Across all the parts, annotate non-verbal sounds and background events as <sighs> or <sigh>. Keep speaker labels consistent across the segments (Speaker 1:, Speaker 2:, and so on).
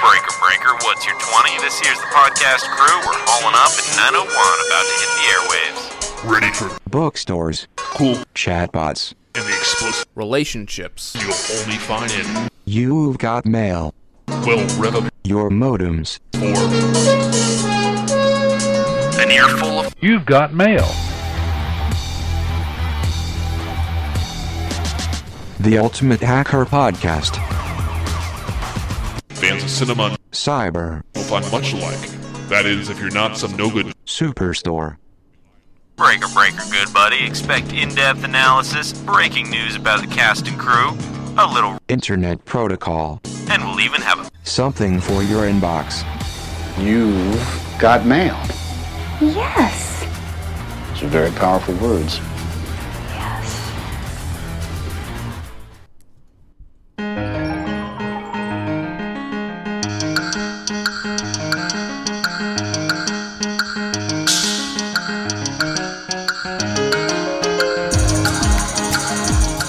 Speaker 1: Breaker What's Your 20. This here's the podcast crew. We're hauling up at 901, about to hit the airwaves.
Speaker 2: ready for
Speaker 3: bookstores,
Speaker 2: cool
Speaker 3: chatbots.
Speaker 2: and the explosive
Speaker 4: relationships,
Speaker 2: you'll only find in
Speaker 3: You've got mail.
Speaker 2: well rhythm
Speaker 3: Your modems.
Speaker 2: or
Speaker 1: An earful of
Speaker 5: You've got mail.
Speaker 3: The Ultimate Hacker Podcast.
Speaker 2: fans of cinema
Speaker 3: Cyber.
Speaker 2: will find much alike. That is, if you're not some no good
Speaker 3: Superstore.
Speaker 1: Breaker Breaker, good buddy. Expect in depth analysis, breaking news about the cast and crew, a little,
Speaker 3: Internet Protocol.
Speaker 1: and we'll even have a
Speaker 3: Something for your inbox.
Speaker 6: You've got mail.
Speaker 7: Yes.
Speaker 6: Those are very powerful words.
Speaker 7: Yes.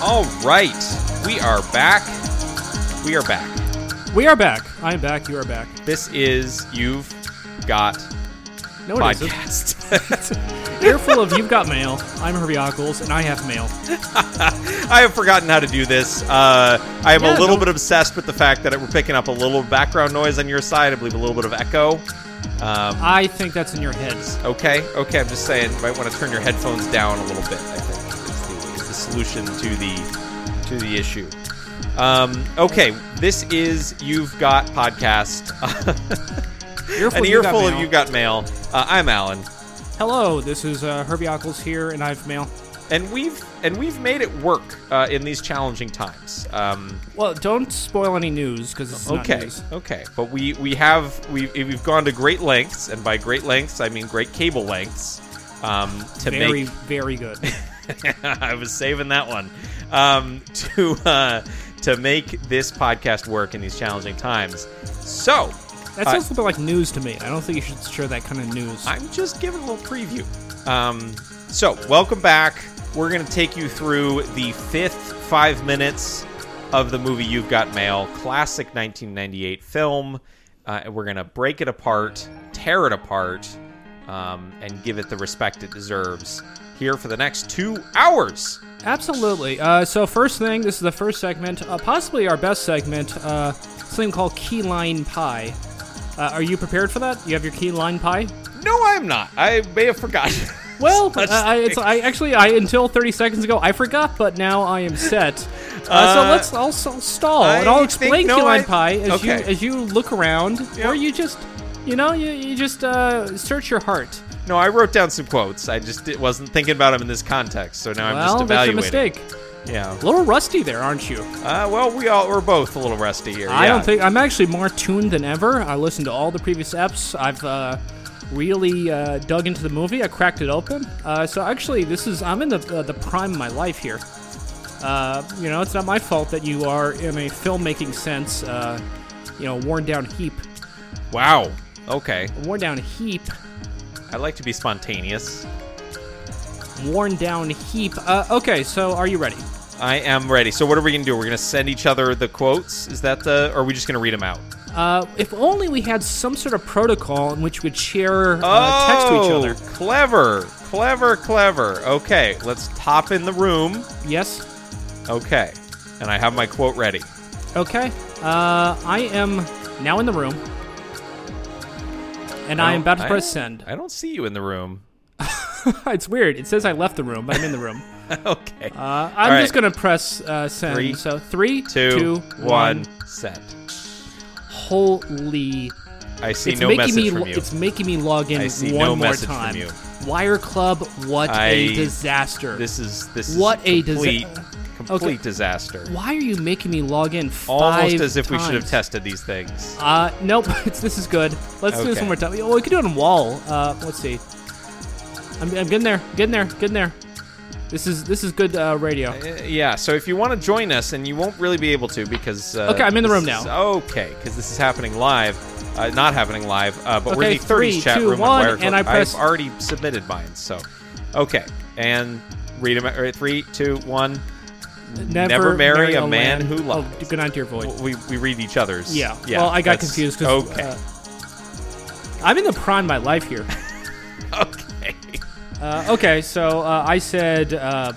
Speaker 8: All right, we are back. We are back.
Speaker 9: We are back. I am back. You are back.
Speaker 8: This is you've got
Speaker 9: No, it isn't.
Speaker 8: podcast. <laughs>
Speaker 9: Earful of You've Got Mail. I'm Herbie Ockles, and I have mail.
Speaker 8: I have forgotten how to do this. Uh, I am
Speaker 9: Yeah,
Speaker 8: a little
Speaker 9: no-
Speaker 8: bit obsessed with the fact that we're picking up a little background noise on your side. I believe a little bit of echo. Um,
Speaker 9: I think that's in your heads.
Speaker 8: okay, okay. I'm just saying, you might want to turn your headphones down a little bit. I think is the, is the solution to the to the issue. Um, okay, this is you've got podcast. <laughs>
Speaker 9: Earful
Speaker 8: An
Speaker 9: of You've Got
Speaker 8: earful of
Speaker 9: Mail.
Speaker 8: you got mail. Uh, I'm Alan.
Speaker 9: Hello, this is uh, Herbie Ockles here, and I have mail.
Speaker 8: and we've and we've made it work uh, in these challenging times. Um,
Speaker 9: Well, don't spoil any news because it's not
Speaker 8: okay,
Speaker 9: news.
Speaker 8: okay, but we we have we we've gone to great lengths, and by great lengths I mean great cable lengths um, to
Speaker 9: Very,
Speaker 8: make.
Speaker 9: very good.
Speaker 8: <laughs> I was saving that one um, to uh, to make this podcast work in these challenging times. So
Speaker 9: That sounds a little bit like news to me. I don't think you should share that kind of news.
Speaker 8: I'm just giving a little preview. Um, so, welcome back. We're going to take you through the fifth five minutes of the movie You've Got Mail, classic 1998 film. Uh, and we're going to break it apart, tear it apart, um, and give it the respect it deserves here for the next two hours.
Speaker 9: Absolutely. Uh, so, first thing, this is the first segment, uh, possibly our best segment, uh, something called Key Line Pie. Uh, are you prepared for that? You have your key line pie?
Speaker 8: No, I'm not. I may have forgotten. <laughs>
Speaker 9: Well,
Speaker 8: Such
Speaker 9: uh, I, it's,
Speaker 8: thing.
Speaker 9: I actually, I until 30 seconds ago, I forgot, but now I am set. Uh,
Speaker 8: Uh,
Speaker 9: so let's, I'll, s- stall, and
Speaker 8: I
Speaker 9: I'll
Speaker 8: think-
Speaker 9: explain
Speaker 8: no,
Speaker 9: key line
Speaker 8: I-
Speaker 9: pie as you
Speaker 8: okay.
Speaker 9: as you look around,
Speaker 8: Yeah.
Speaker 9: or you just, you know, you, you just uh, search your heart.
Speaker 8: no, I wrote down some quotes. I just di- wasn't thinking about them in this context, so now I'm
Speaker 9: well,
Speaker 8: just
Speaker 9: that's your
Speaker 8: evaluating.
Speaker 9: mistake.
Speaker 8: Yeah.
Speaker 9: A little rusty there, aren't you?
Speaker 8: Uh, well, we all we're both a little rusty here.
Speaker 9: I
Speaker 8: yeah.
Speaker 9: don't think I'm actually more tuned than ever. I listened to all the previous eps. I've uh, really uh, dug into the movie. I cracked it open. Uh, so actually, this is I'm in the uh, the, the prime of my life here. Uh, you know, it's not my fault that you are in a filmmaking sense, uh, you know, worn down heap,
Speaker 8: Wow. Okay.
Speaker 9: worn down heap,
Speaker 8: I like to be spontaneous.
Speaker 9: worn down heap. Uh, okay, so are you ready?
Speaker 8: I am ready. So what are we gonna do? We're gonna send each other the quotes. Is that the? Or are we just gonna read them out?
Speaker 9: Uh, if only we had some sort of protocol in which we'd share uh, text to each
Speaker 8: oh,
Speaker 9: other.
Speaker 8: clever, clever, clever. Okay, let's top in the room.
Speaker 9: Yes.
Speaker 8: Okay, and I have my quote ready.
Speaker 9: Okay. Uh, I am now in the room. And I, am
Speaker 8: don't-
Speaker 9: about to press
Speaker 8: <laughs>
Speaker 9: send.
Speaker 8: I don't see you in the room. <laughs>
Speaker 9: it's weird. It says I left the room, but I'm in the room.
Speaker 8: okay.
Speaker 9: Uh, I'm
Speaker 8: right.
Speaker 9: just going to press uh, send.
Speaker 8: Three,
Speaker 9: so three,
Speaker 8: Two,
Speaker 9: two,
Speaker 8: one,
Speaker 9: one.
Speaker 8: send.
Speaker 9: Holy.
Speaker 8: I see
Speaker 9: it's
Speaker 8: no
Speaker 9: making
Speaker 8: message
Speaker 9: me
Speaker 8: from
Speaker 9: lo-
Speaker 8: you.
Speaker 9: it's making me log in
Speaker 8: I see
Speaker 9: one
Speaker 8: no
Speaker 9: more
Speaker 8: message from
Speaker 9: time.
Speaker 8: you.
Speaker 9: Wire Club, what a
Speaker 8: I-
Speaker 9: disaster.
Speaker 8: This is this.
Speaker 9: What
Speaker 8: is
Speaker 9: a
Speaker 8: complete,
Speaker 9: disa-
Speaker 8: complete disaster.
Speaker 9: Why are you making me log in five
Speaker 8: Almost as if we should have
Speaker 9: times?
Speaker 8: tested these things.
Speaker 9: Uh, nope. <laughs> It's, this is good. Let's do this
Speaker 8: Okay.
Speaker 9: one more time. Well, we could do it on wall. Uh, let's see. I'm, I'm getting there. Getting there. Getting there. This is this is good uh, radio.
Speaker 8: Yeah, so if you want to join us, and you won't really be able to because uh,
Speaker 9: Okay, I'm in the
Speaker 8: this
Speaker 9: room
Speaker 8: is-
Speaker 9: now.
Speaker 8: okay, because this is happening live, uh, not happening live, uh, but we're
Speaker 9: Okay,
Speaker 8: in the 30s
Speaker 9: three,
Speaker 8: chat
Speaker 9: two,
Speaker 8: room
Speaker 9: one,
Speaker 8: on Wirecard.
Speaker 9: and I press-
Speaker 8: I've already submitted mine, so okay, and read them. Three, two, uh, one.
Speaker 9: Never,
Speaker 8: Never marry a man
Speaker 9: lamb.
Speaker 8: who lies.
Speaker 9: Oh, good night, dear void.
Speaker 8: We, we read each other's.
Speaker 9: Yeah. Well, I got
Speaker 8: that's-
Speaker 9: confused because
Speaker 8: okay.
Speaker 9: I'm in the prime of my life
Speaker 8: <laughs>
Speaker 9: here.
Speaker 8: okay.
Speaker 9: Uh, okay, so uh, I said uh,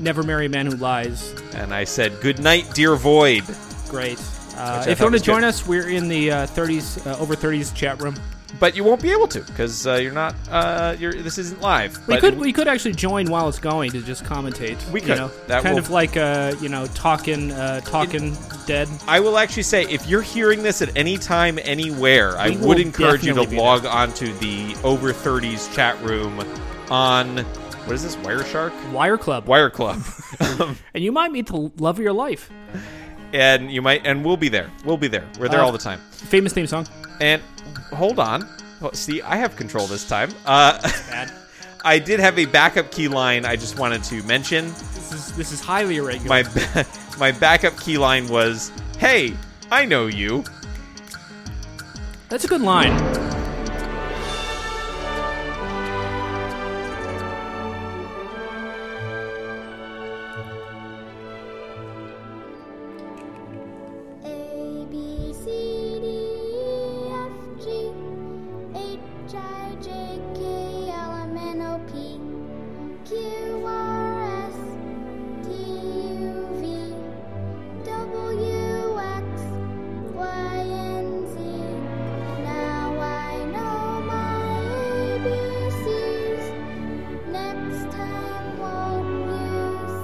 Speaker 9: never marry a man who lies.
Speaker 8: And I said, "Good night, dear Void."
Speaker 9: Great. Uh,
Speaker 8: Which I
Speaker 9: if you want
Speaker 8: thought
Speaker 9: to
Speaker 8: was
Speaker 9: join
Speaker 8: good.
Speaker 9: us, we're in the uh, 30s, uh, over 30s chat room.
Speaker 8: But you won't be able to because uh, you're not. Uh, you're this isn't live.
Speaker 9: We
Speaker 8: but
Speaker 9: could we could actually join while it's going to just commentate.
Speaker 8: We
Speaker 9: you
Speaker 8: could.
Speaker 9: know,
Speaker 8: That
Speaker 9: kind
Speaker 8: will-
Speaker 9: of like uh, you know talking uh, talking dead.
Speaker 8: I will actually say, if you're hearing this at any time, anywhere, I
Speaker 9: We will
Speaker 8: would encourage you to
Speaker 9: definitely be
Speaker 8: log onto the over 30s chat room on what is this Wireshark
Speaker 9: Wire Club,
Speaker 8: Wire Club, <laughs> um,
Speaker 9: and you might meet the love of your life.
Speaker 8: and you might and we'll be there. We'll be there. We're there
Speaker 9: Uh,
Speaker 8: all the time.
Speaker 9: Famous theme song.
Speaker 8: And hold on, Oh, see, I have control this time. Uh,
Speaker 9: Bad.
Speaker 8: <laughs> I did have a backup key line. I just wanted to mention.
Speaker 9: This is this is highly irregular.
Speaker 8: my <laughs> my backup key line was, "Hey, I know you."
Speaker 9: That's a good line.
Speaker 4: A B C D E F G H I J K L M N O P Q R S T U V W X Y and Z. Now I know my ABCs. Next time, won't you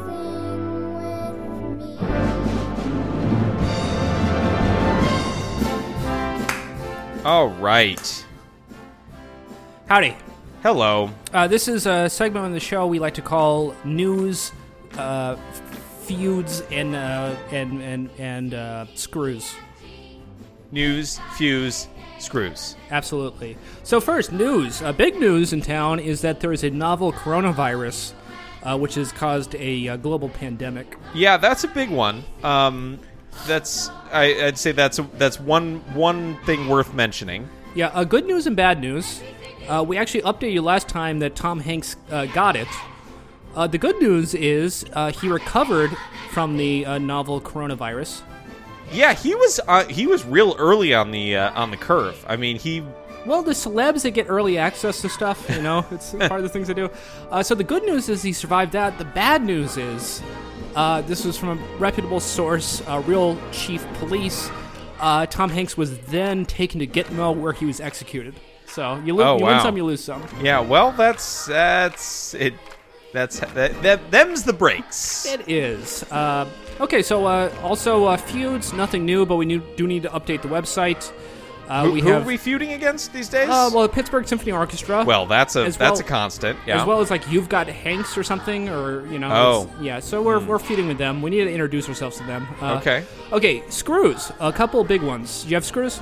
Speaker 4: sing with me?
Speaker 8: All right.
Speaker 9: Howdy.
Speaker 8: Hello.
Speaker 9: Uh, this is a segment on the show we like to call news, uh, feuds, and uh, and and and uh, screws.
Speaker 8: News, fuse, screws.
Speaker 9: Absolutely. So first, news. Uh, big news in town is that there is a novel coronavirus, uh, which has caused a uh, global pandemic.
Speaker 8: Yeah, that's a big one. Um, that's I, I'd say that's a, that's one one thing worth mentioning.
Speaker 9: Yeah, uh, good news and bad news. Uh, we actually updated you last time that Tom Hanks uh, got it. Uh, the good news is uh, he recovered from the uh, novel coronavirus.
Speaker 8: Yeah, he was uh, he was real early on the uh, on the curve. I mean, he
Speaker 9: Well, the celebs that get early access to stuff, you
Speaker 8: <laughs>
Speaker 9: know, it's part of the things they do. Uh, so the good news is he survived that. The bad news is uh, this was from a reputable source, a real chief police. Uh, Tom Hanks was then taken to Gitmo where he was executed. So you, lo-
Speaker 8: Oh,
Speaker 9: you
Speaker 8: wow.
Speaker 9: win some, you lose some.
Speaker 8: yeah. Well, that's that's it. That's that, that them's the breaks.
Speaker 9: It is. Uh, okay, so uh, also uh, feuds, nothing new, but we new- do need to update the website. Uh,
Speaker 8: Who,
Speaker 9: we
Speaker 8: who
Speaker 9: have
Speaker 8: are we feuding against these days?
Speaker 9: uh, well the Pittsburgh Symphony Orchestra.
Speaker 8: Well, that's a
Speaker 9: as
Speaker 8: that's
Speaker 9: well-
Speaker 8: a constant. Yeah.
Speaker 9: as well as like you've got Hanks or something, or you know,
Speaker 8: Oh.
Speaker 9: it's- yeah. So we're we're feuding with them. We need to introduce ourselves to them. Uh,
Speaker 8: Okay.
Speaker 9: okay. Screws, a couple big ones. You have screws.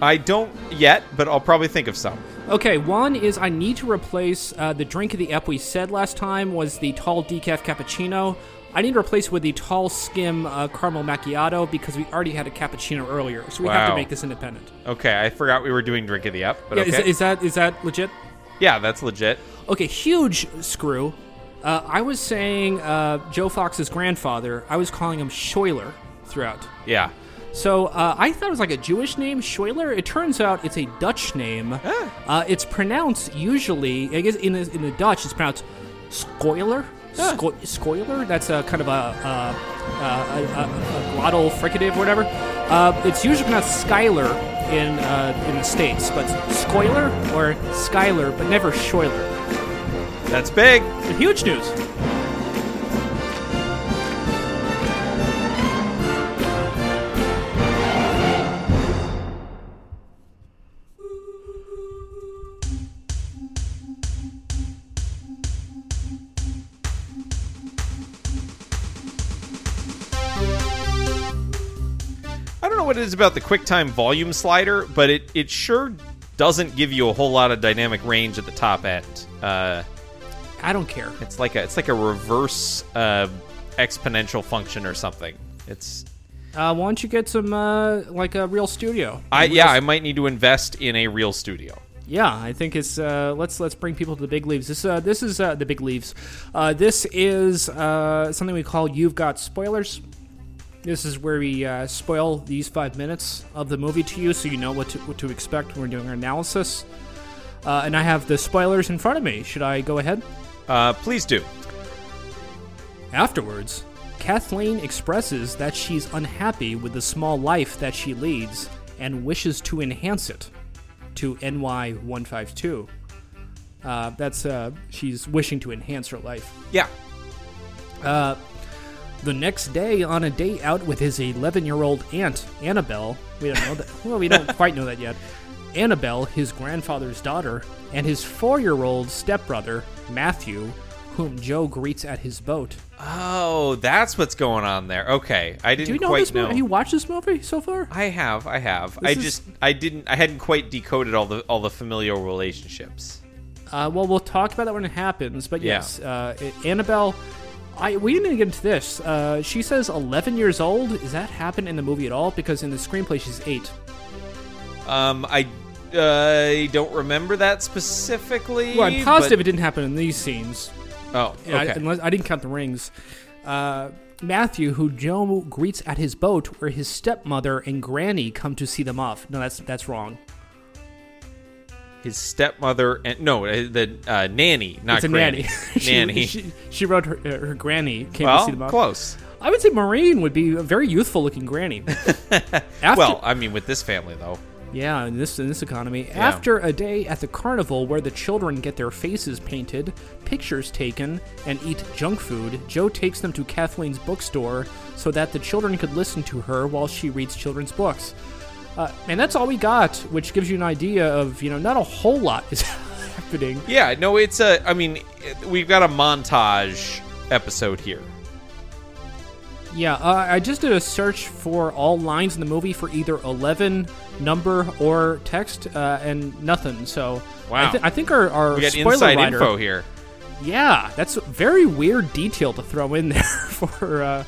Speaker 8: I don't yet, but I'll probably think of some.
Speaker 9: Okay, one is I need to replace uh, the drink of the ep we said last time was the tall decaf cappuccino. I need to replace it with the tall skim uh, caramel macchiato because we already had a cappuccino earlier, so we have to
Speaker 8: Wow.
Speaker 9: make this independent.
Speaker 8: Okay, I forgot we were doing drink of the up, but
Speaker 9: Yeah,
Speaker 8: okay.
Speaker 9: is, is that is that legit?
Speaker 8: yeah, that's legit.
Speaker 9: Okay, huge screw. Uh, I was saying uh, Joe Fox's grandfather. I was calling him Schuyler throughout.
Speaker 8: Yeah.
Speaker 9: So uh, I thought it was like a Jewish name, Schuyler. It turns out it's a Dutch name. Uh, it's pronounced usually, I guess in the, in the Dutch, it's pronounced Scoiler. Sco- Scoiler? That's a kind of a, a, a, a, a glottal fricative, whatever. Uh, it's usually pronounced Skyler in uh, in the states, but Scoiler or Skyler, but never Schuyler.
Speaker 8: That's big.
Speaker 9: Huge news.
Speaker 8: I don't know what it is about the QuickTime volume slider, but it, it sure doesn't give you a whole lot of dynamic range at the top end. Uh,
Speaker 9: I don't care.
Speaker 8: it's like a it's like a reverse uh, exponential function or something. It's
Speaker 9: Uh, why don't you get some uh, like a real studio?
Speaker 8: I yeah, I might need to invest in a real studio.
Speaker 9: yeah, I think it's uh, let's let's bring people to the big leaves. This uh, this is uh, the big leaves. Uh, this is uh, something we call you've got spoilers. This is where we uh, spoil these five minutes of the movie to you, so you know what to, what to expect when we're doing our analysis. Uh, and I have the spoilers in front of me. Should I go ahead?
Speaker 8: Uh, please do.
Speaker 9: Afterwards, Kathleen expresses that she's unhappy with the small life that she leads and wishes to enhance it to NY152. Uh, that's uh, she's wishing to enhance her life.
Speaker 8: Yeah.
Speaker 9: The next day, on a date out with his 11 year old aunt, Annabelle, we don't know that, <laughs> well, we don't quite know that yet. Annabelle, his grandfather's daughter, and his four year old stepbrother, Matthew, whom Joe greets at his boat.
Speaker 8: Oh, that's what's going on there. Okay, I didn't
Speaker 9: Do you know
Speaker 8: quite
Speaker 9: this movie?
Speaker 8: know.
Speaker 9: Have you watched this movie so far?
Speaker 8: I have, I have.
Speaker 9: This
Speaker 8: I
Speaker 9: is-
Speaker 8: just, I didn't, I hadn't quite decoded all the all the familial relationships.
Speaker 9: Uh, well, we'll talk about that when it happens. But
Speaker 8: Yeah.
Speaker 9: yes, uh, I- Annabelle. I, we didn't even get into this. Uh, she says 11 years old. Does that happen in the movie at all? Because in the screenplay, she's eight.
Speaker 8: Um, I, I don't remember that specifically.
Speaker 9: Well, I'm positive it
Speaker 8: but-
Speaker 9: didn't happen in these scenes.
Speaker 8: oh,
Speaker 9: Yeah, I,
Speaker 8: okay.
Speaker 9: unless, I didn't count the rings. Uh, Matthew, who Joe greets at his boat, where his stepmother and granny come to see them off. No, that's that's wrong.
Speaker 8: His stepmother and no, uh, the uh, nanny, not
Speaker 9: it's a
Speaker 8: granny.
Speaker 9: nanny. <laughs> she,
Speaker 8: nanny.
Speaker 9: She, she wrote her, uh, her granny came to
Speaker 8: well,
Speaker 9: see them off.
Speaker 8: close.
Speaker 9: I would say Marine would be a very youthful looking
Speaker 8: <laughs>
Speaker 9: granny. After,
Speaker 8: Well, I mean, with this family though.
Speaker 9: yeah, in this in this economy, after a day at the carnival where the children get their faces painted, pictures taken, and eat junk food, Joe takes them to Kathleen's bookstore so that the children could listen to her while she reads children's books. Uh, and that's all we got, which gives you an idea of you know not a whole lot is <laughs> happening.
Speaker 8: Yeah, no, it's a. I mean, it- we've got a montage episode here.
Speaker 9: Yeah, uh, I just did a search for all lines in the movie for either 11 number or text, uh, and nothing. So
Speaker 8: Wow.
Speaker 9: I, thi- I think our, our
Speaker 8: We got
Speaker 9: spoiler
Speaker 8: inside
Speaker 9: writer,
Speaker 8: info here.
Speaker 9: Yeah, that's a very weird detail to throw in <laughs> there for. Uh,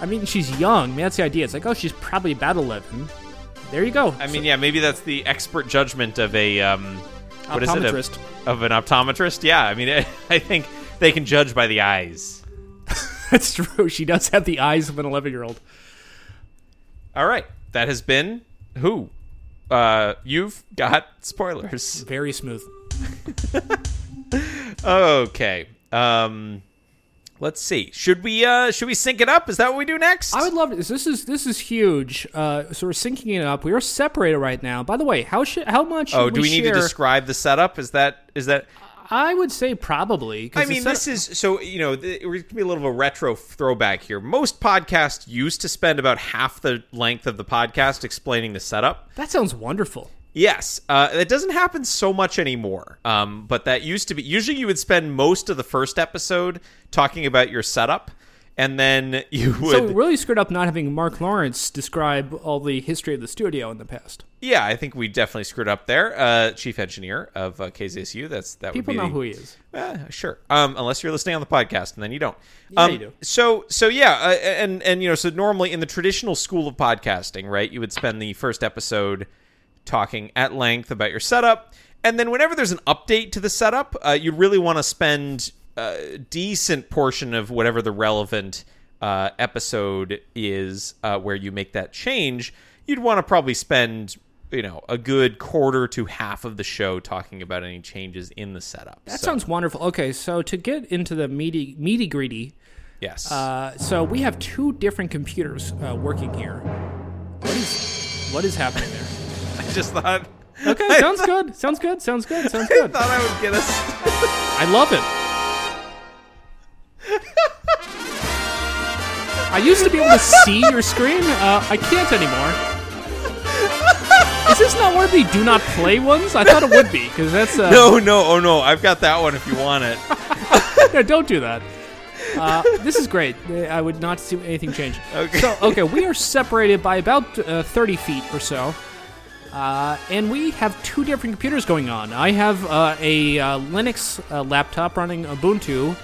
Speaker 9: I mean, she's young. I mean, that's the idea. It's like, oh, she's probably about 11. There you go.
Speaker 8: I mean, yeah, maybe that's the expert judgment of a um, what is it? A-
Speaker 9: Optometrist.
Speaker 8: of an optometrist? Yeah, I mean, <laughs> I think they can judge by the eyes.
Speaker 9: <laughs> that's true. She does have the eyes of an 11 year old.
Speaker 8: All right, that has been who. Uh, you've got
Speaker 9: <laughs>
Speaker 8: spoilers.
Speaker 9: Very smooth.
Speaker 8: Okay. Um, let's see. Should we uh should we sync it up? Is that what we do next?
Speaker 9: I would love this. This is this is huge. Uh, so we're syncing it up. We are separated right now. By the way, how should how much?
Speaker 8: Oh,
Speaker 9: should
Speaker 8: do we need to
Speaker 9: share?
Speaker 8: describe the setup? Is that is that?
Speaker 9: I would say probably. 'cause
Speaker 8: I mean,
Speaker 9: it's not-
Speaker 8: this is so you know th- we're gonna be a little of a retro throwback here. Most podcasts used to spend about half the length of the podcast explaining the setup.
Speaker 9: that sounds wonderful.
Speaker 8: Yes, uh, it doesn't happen so much anymore. Um, but that used to be. Usually, you would spend most of the first episode talking about your setup, and then <laughs> you would.
Speaker 9: So we really screwed up not having Mark Lawrence describe all the history of the studio in the past.
Speaker 8: yeah, I think we definitely screwed up there. Uh, Chief engineer of uh, KZSU. That's that.
Speaker 9: People
Speaker 8: would be
Speaker 9: know
Speaker 8: the-
Speaker 9: who he is.
Speaker 8: Uh, sure. Um, unless you're listening on the podcast, and then you don't. Um,
Speaker 9: you do.
Speaker 8: So, so yeah, uh, and and you know, so normally in the traditional school of podcasting, right, you would spend the first episode talking at length about your setup, and then whenever there's an update to the setup, uh, you really want to spend a decent portion of whatever the relevant uh, episode is uh, where you make that change. You'd want to probably spend you know a good quarter to half of the show talking about any changes in the setup.
Speaker 9: That
Speaker 8: So-
Speaker 9: sounds wonderful. Okay, so to get into the meaty meaty greedy,
Speaker 8: Yes.
Speaker 9: uh, so we have two different computers uh, working here. What is what is happening there?
Speaker 8: I just thought.
Speaker 9: Okay, sounds good. Sounds good. Sounds good. Sounds good.
Speaker 8: Thought I would get us.
Speaker 9: I love it. I used to be able to see your screen. Uh, I can't anymore. Is this not one of the do not play ones? I thought it would be because that's uh,
Speaker 8: <laughs> No, no, oh no! I've got that one. If you want it,
Speaker 9: no, don't do that. Uh, this is great. I would not see anything change.
Speaker 8: Okay.
Speaker 9: So, okay, we are separated by about uh, 30 feet or so. Uh, and we have two different computers going on. I have uh, a uh, Linux uh, laptop running Ubuntu,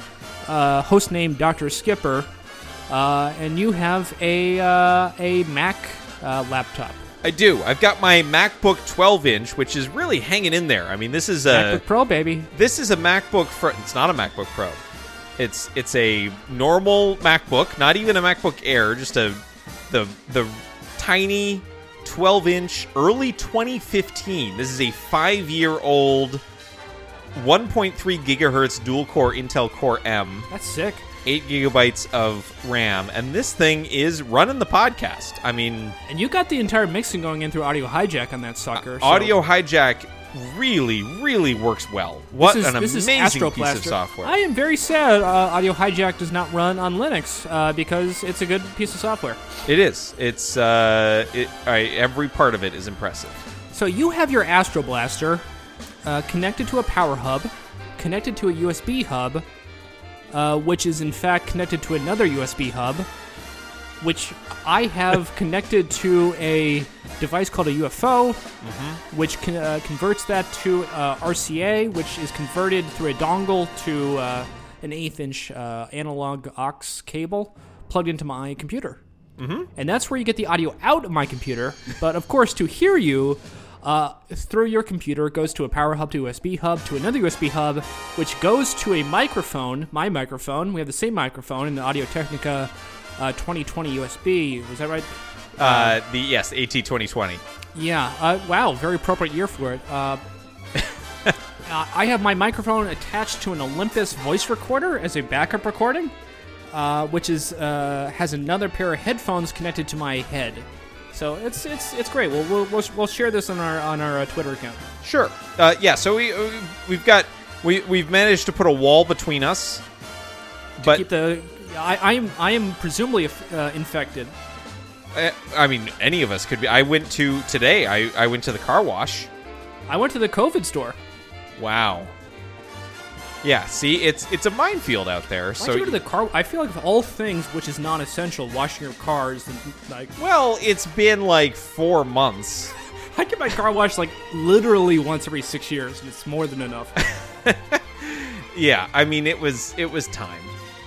Speaker 9: uh, hostname Dr. Skipper, uh, and you have a, uh, a Mac uh, laptop.
Speaker 8: I do. I've got my MacBook 12 inch, which is really hanging in there. I mean, this is a
Speaker 9: MacBook Pro, baby.
Speaker 8: this is a MacBook Pro. It's not a MacBook Pro. It's it's a normal MacBook, not even a MacBook Air, just a the the tiny 12 inch early 2015. This is a five year old 1.3 gigahertz dual core Intel Core M
Speaker 9: That's sick.
Speaker 8: eight gigabytes of RAM, and this thing is running the podcast. I mean,
Speaker 9: And you got the entire mixing going in through Audio Hijack on that sucker. so-
Speaker 8: Audio Hijack really, really works well. What
Speaker 9: This is-
Speaker 8: an
Speaker 9: this is
Speaker 8: amazing piece of
Speaker 9: Astroplaster.
Speaker 8: software!
Speaker 9: I am very sad uh, Audio Hijack does not run on Linux uh, because it's a good piece of software.
Speaker 8: it is. It's uh, it, I, every part of it is impressive.
Speaker 9: So you have your Astro Blaster uh, connected to a power hub, connected to a USB hub, uh, which is in fact connected to another USB hub, which I have connected to a device called a UFO, which con- uh, converts that to uh, RCA, which is converted through a dongle to uh, an eighth-inch uh, analog aux cable plugged into my computer and that's where you get the audio out of my computer. But of course, to hear you uh, through your computer goes to a power hub to USB hub to another USB hub, which goes to a microphone, my microphone. We have the same microphone in the Audio Technica uh, 2020 USB. Was that right?
Speaker 8: Uh, the yes, AT twenty twenty.
Speaker 9: Yeah. Uh, wow. Very appropriate year for it. Uh, uh, I have my microphone attached to an Olympus voice recorder as a backup recording, uh, which is uh, has another pair of headphones connected to my head. So it's it's it's great. We'll we'll, we'll, we'll share this on our on our uh, Twitter account.
Speaker 8: Sure. Uh, yeah. So we uh, we've got we we've managed to put a wall between us, but
Speaker 9: Keep the I, I am I am presumably uh, infected.
Speaker 8: I, I mean, any of us could be. I went to today. I I went to the car wash.
Speaker 9: I went to the COVID store.
Speaker 8: Wow. Yeah, see, it's it's a minefield out there.
Speaker 9: Why
Speaker 8: so
Speaker 9: you go to the car? I feel like of all things, which is non-essential, washing your cars and like
Speaker 8: well, it's been like four months.
Speaker 9: I get my car washed like literally once every six years, and it's more than enough.
Speaker 8: Yeah, I mean, it was it was time.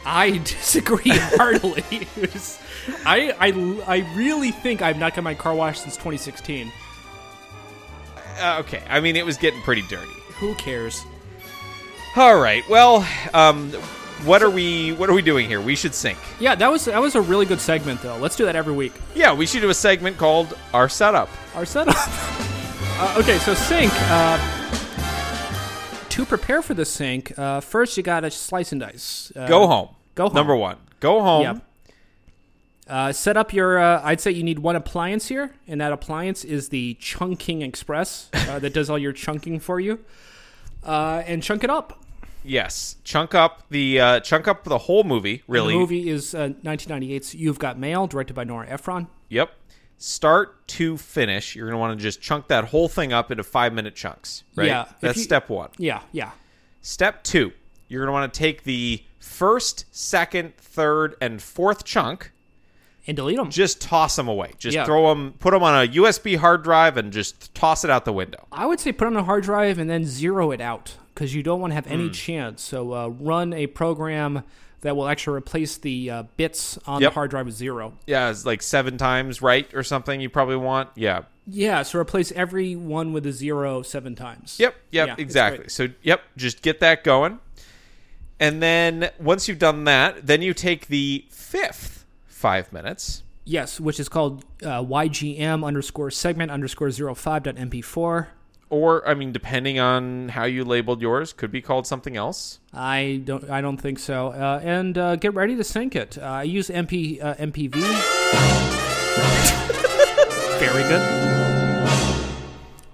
Speaker 9: I disagree heartily. It was- I, I, I really think I've not got my car washed since 2016.
Speaker 8: Uh, okay, I mean, it was getting pretty dirty.
Speaker 9: Who cares?
Speaker 8: All right, well, um, what are we what are we doing here? We should sync.
Speaker 9: Yeah, that was that was a really good segment though. Let's do that every week.
Speaker 8: Yeah, we should do a segment called our setup.
Speaker 9: Our setup. <laughs> uh, okay, so sync. Uh, to prepare for the sync, uh, first you gotta slice and dice. Uh,
Speaker 8: Go home.
Speaker 9: go home.
Speaker 8: Number one. Go home.
Speaker 9: Yep. Uh, set up your. Uh, I'd say you need one appliance here, and that appliance is the Chunking Express uh, that does all your chunking for you, uh, and chunk it up.
Speaker 8: Yes. Chunk up the uh, chunk up the whole movie. Really.
Speaker 9: The movie is uh, 1998's "You've Got Mail," directed by Nora Ephron.
Speaker 8: Yep. Start to finish, you're going to want to just chunk that whole thing up into five minute chunks, right?
Speaker 9: Yeah, if
Speaker 8: That's
Speaker 9: you-
Speaker 8: step one.
Speaker 9: Yeah, yeah.
Speaker 8: Step two, you're going to want to take the first, second, third, and fourth chunk,
Speaker 9: And delete them.
Speaker 8: just toss them away. Just
Speaker 9: Yeah.
Speaker 8: throw them, put them on a USB hard drive and just toss it out the window.
Speaker 9: I would say put on a hard drive and then zero it out because you don't want to have any chance. So uh, run a program that will actually replace the uh, bits on
Speaker 8: Yep.
Speaker 9: the hard drive with zero.
Speaker 8: Yeah, it's like seven times right or something you probably want. Yeah.
Speaker 9: Yeah, so replace every one with a zero seven times.
Speaker 8: Yep, yep,
Speaker 9: Yeah, it's
Speaker 8: exactly.
Speaker 9: great.
Speaker 8: So, yep, just get that going. And then once you've done that, then you take the fifth five minutes.
Speaker 9: Yes, which is called uh, YGM underscore segment underscore zero five dot MP4.
Speaker 8: or I mean, depending on how you labeled yours, could be called something else.
Speaker 9: I don't. I don't think so. Uh, and uh, get ready to sync it. Uh, I use MP uh, MPV. <laughs> Very good.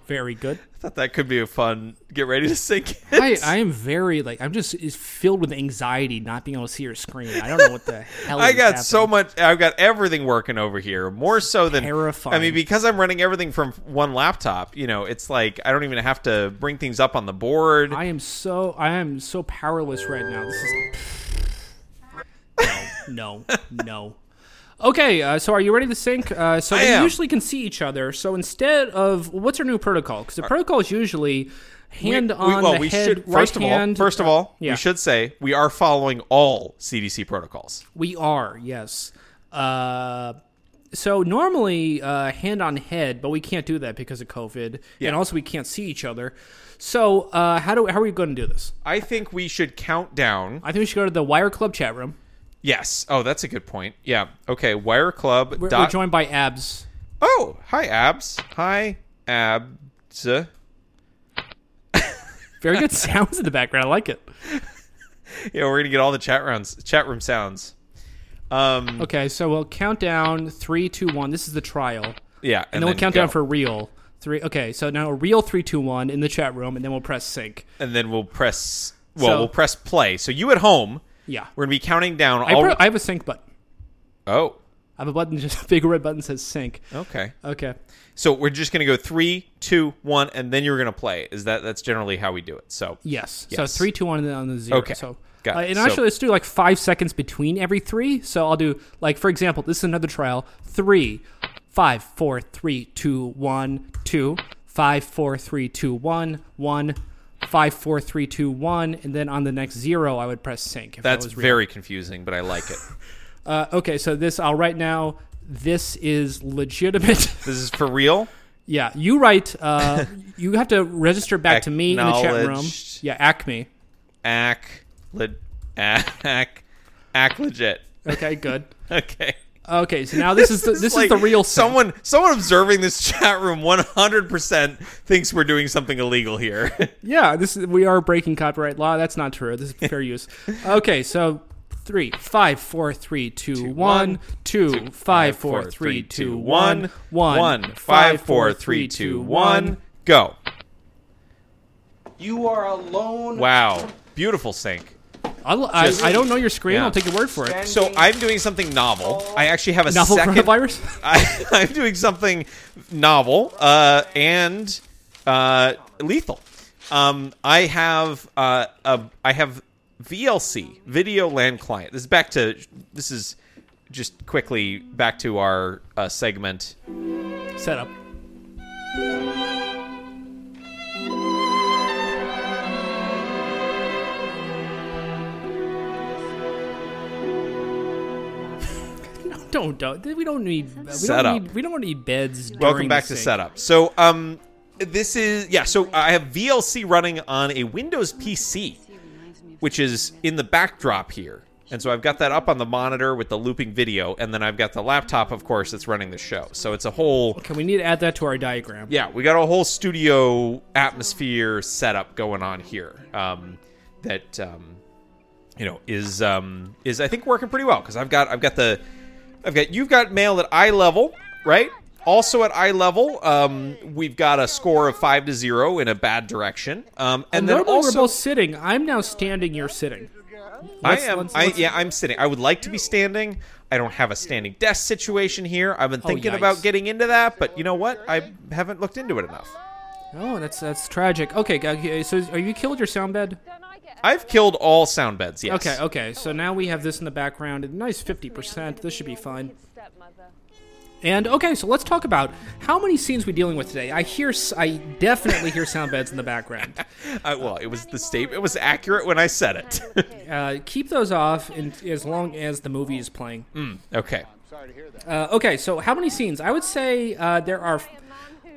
Speaker 9: Very good.
Speaker 8: I thought that could be a fun get ready to sink. <laughs>
Speaker 9: I, I am very like I'm just is filled with anxiety not being able to see your screen. I don't know what <laughs> the hell.
Speaker 8: I
Speaker 9: is
Speaker 8: got so
Speaker 9: happening.
Speaker 8: much. I've got everything working over here, more so than
Speaker 9: Terrifying.
Speaker 8: I mean, because I'm running everything from one laptop. You know, it's like I don't even have to bring things up on the board.
Speaker 9: I am so I am so powerless right now. This is no, no, no. Okay, uh, so are you ready to sync? Uh, so we
Speaker 8: am.
Speaker 9: usually can see each other. So instead of what's our new protocol? Because the protocol is usually hand
Speaker 8: We-
Speaker 9: on
Speaker 8: well,
Speaker 9: the
Speaker 8: we
Speaker 9: head,
Speaker 8: should
Speaker 9: right
Speaker 8: first of all,
Speaker 9: hand.
Speaker 8: first of all,
Speaker 9: yeah.
Speaker 8: we should say we are following all CDC protocols.
Speaker 9: We are yes. Uh, so normally uh, hand on head, but we can't do that because of COVID, and also we can't see each other. So uh, how do how are we going to do this?
Speaker 8: I think we should count down.
Speaker 9: I think we should go to the Wire Club chat room.
Speaker 8: Yes. Oh, that's a good point. Yeah. Okay. Wire Club.
Speaker 9: We're, we're
Speaker 8: dot-
Speaker 9: joined by Abs.
Speaker 8: oh, hi abs. Hi abs. Yeah,
Speaker 9: Very good <laughs> sounds in the background. I like it.
Speaker 8: we're gonna get all the chat rounds, chat room sounds. Um.
Speaker 9: Okay, so we'll count down three, two, one. This is the trial, and,
Speaker 8: Yeah. And,
Speaker 9: then we'll count down
Speaker 8: go.
Speaker 9: for real. Three. Okay, so now real three, two, one in the chat room, and then we'll press sync.
Speaker 8: And then we'll press. Well,
Speaker 9: So-
Speaker 8: we'll press play. So you at home,
Speaker 9: Yeah,
Speaker 8: we're gonna be counting down
Speaker 9: I,
Speaker 8: all.
Speaker 9: pro- I have a sync button.
Speaker 8: oh.
Speaker 9: I have a button, just a big red button that says sync.
Speaker 8: Okay.
Speaker 9: Okay.
Speaker 8: So we're just gonna go three, two, one, and then you're gonna play. Is that that's generally how we do it? So
Speaker 9: Yes.
Speaker 8: Yes.
Speaker 9: So three, two, one, and then on the zero.
Speaker 8: Okay.
Speaker 9: So,
Speaker 8: Got
Speaker 9: uh,
Speaker 8: it.
Speaker 9: and
Speaker 8: So-
Speaker 9: actually, let's do like five seconds between every three. So I'll do like, for example, this is another trial. Three, five, four, three, two, one, two, five, four, three, two, one, one, five, four, three, two, one, and then on the next zero, I would press sync. If that
Speaker 8: that's
Speaker 9: was real.
Speaker 8: very confusing, but I like it.
Speaker 9: Uh, okay. So this, I'll write now. This is legitimate. <laughs>
Speaker 8: this is for real.
Speaker 9: yeah. You write.
Speaker 8: <laughs>
Speaker 9: Uh, you have to register back to me in the chat room.
Speaker 8: Acknowledged.
Speaker 9: Yeah. Acme.
Speaker 8: Ack, le, ack, ack, legit. <laughs>
Speaker 9: Okay. Good.
Speaker 8: Okay.
Speaker 9: Okay, so now Uh, this, is <laughs> the, this is,
Speaker 8: like
Speaker 9: the real thing.
Speaker 8: someone. Someone observing this <laughs> chat room 100 percent thinks we're doing something illegal here.
Speaker 9: Yeah, this is, we are breaking copyright law. That's not true. This <laughs> is fair use. Okay, so three, five, four, three, two, one,
Speaker 8: one,
Speaker 9: two, <laughs> five, four, three, two, one, one, five, four, three, two, one.
Speaker 8: Go!
Speaker 5: You are alone.
Speaker 8: Wow, beautiful sync.
Speaker 9: I'll- I,
Speaker 8: Just-
Speaker 9: I don't know your screen.
Speaker 8: Yeah.
Speaker 9: I'll take your word for it.
Speaker 8: So I'm doing something novel. I actually have a
Speaker 9: Novel
Speaker 8: second.
Speaker 9: coronavirus.
Speaker 8: <laughs> I, I'm doing something novel uh, and uh, lethal. Um, I have uh, a, I have VLC video LAN client. This is back to this is just quickly back to our uh, segment.
Speaker 9: Set up. <laughs> No, Don't, don't we don't need we
Speaker 8: Set up.
Speaker 9: Don't need, we don't need beds.
Speaker 8: Welcome
Speaker 9: during
Speaker 8: back
Speaker 9: the
Speaker 8: to
Speaker 9: sync.
Speaker 8: setup. So um, this is yeah. So I have VLC running on a Windows PC, which is in the backdrop here. And so I've got that up on the monitor with the looping video, and then I've got the laptop, of course, that's running the show. So it's a whole
Speaker 9: Okay, we need to add that to our diagram.
Speaker 8: yeah, we got a whole studio atmosphere setup going on here. Um, that um, you know is um, is I think working pretty well because I've got I've got the I've got you've got mail at eye level, right? Also at eye level, um, we've got a score of five to zero in a bad direction, um, and then
Speaker 9: Normally
Speaker 8: also
Speaker 9: we're both sitting. I'm now standing. You're sitting.
Speaker 8: I
Speaker 9: Let's-
Speaker 8: am.
Speaker 9: let's-
Speaker 8: I,
Speaker 9: let's-
Speaker 8: yeah, I'm sitting. I would like to be standing. I don't have a standing desk situation here. I've been thinking about
Speaker 9: Oh, yikes.
Speaker 8: getting into that, but you know what? I haven't looked into it enough.
Speaker 9: Oh, that's that's tragic. Okay, g- okay, so is- are you killed your sound bed?
Speaker 8: I've killed all sound beds. Yes.
Speaker 9: Okay, okay. So now we have this in the background. A nice fifty percent. This should be fine. And okay, so let's talk about how many scenes we dealing with today. I hear, s- I definitely hear sound beds in the background.
Speaker 8: I, well, it was the state. It was accurate when I said it. <laughs>
Speaker 9: Uh, keep those off, in, as long as the movie is playing.
Speaker 8: okay.
Speaker 9: Uh, okay, so how many scenes? I would say uh, there are.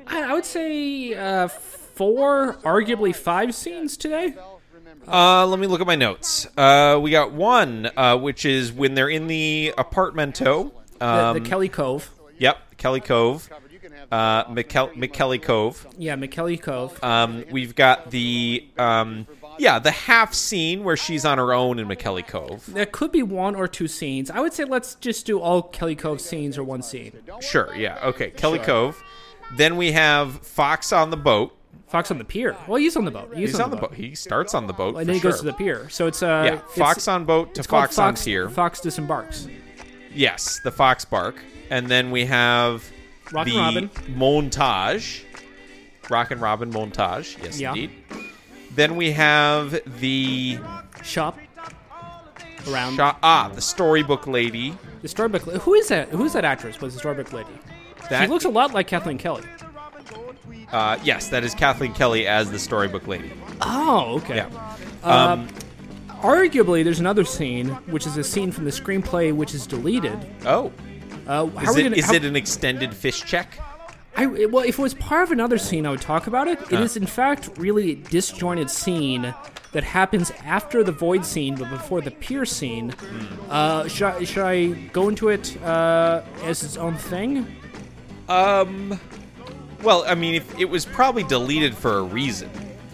Speaker 9: I, I would say uh, four, arguably five scenes today.
Speaker 8: Uh, let me look at my notes. Uh, we got one, uh, which is when they're in the apartmento.
Speaker 9: The,
Speaker 8: Um,
Speaker 9: Uh, the Kelly Cove.
Speaker 8: Yep, Kelly Cove. Uh, McKel- McKelly Cove.
Speaker 9: Yeah, McKelly Cove.
Speaker 8: Um, we've got the um, yeah, the half scene where she's on her own in McKelly Cove.
Speaker 9: there could be one or two scenes. I would say let's just do all Kelly Cove scenes or one scene.
Speaker 8: Sure. Yeah. Okay. Kelly Cove. Then we have Fox on the boat.
Speaker 9: Fox on the pier. Well, he's on the boat. He's,
Speaker 8: He's on the boat. He starts on the boat.
Speaker 9: And
Speaker 8: for
Speaker 9: then he
Speaker 8: sure.
Speaker 9: goes to the pier. So it's uh,
Speaker 8: yeah.
Speaker 9: it's-
Speaker 8: Fox on boat to
Speaker 9: it's called
Speaker 8: Fox, on pier.
Speaker 9: Fox disembarks.
Speaker 8: Yes, the fox bark, and then we have
Speaker 9: Rock
Speaker 8: the
Speaker 9: and Robin.
Speaker 8: montage, rock and Robin montage. Yes,
Speaker 9: Yeah.
Speaker 8: indeed. Then we have the
Speaker 9: Shop. Around
Speaker 8: sha- ah the storybook lady.
Speaker 9: the storybook. la- Who is that? Who is that actress? Was the storybook lady?
Speaker 8: That
Speaker 9: she looks a lot like Kathleen Kelly.
Speaker 8: uh, yes, that is Kathleen Kelly as the storybook lady.
Speaker 9: Oh, okay. Uh,
Speaker 8: Yeah, Um,
Speaker 9: Arguably, there's another scene, which is a scene from the screenplay, which is deleted.
Speaker 8: Oh,
Speaker 9: Uh, how
Speaker 8: Is,
Speaker 9: are we
Speaker 8: it,
Speaker 9: gonna,
Speaker 8: is
Speaker 9: how-
Speaker 8: it an extended fish check?
Speaker 9: I, it- well, if it was part of another scene, I would talk about it. It is, in fact, really a disjointed scene that happens after the void scene, but before the pier scene. Uh, should, I, should I go into it uh, as its own thing?
Speaker 8: Well, I mean, if, it was probably deleted for a reason.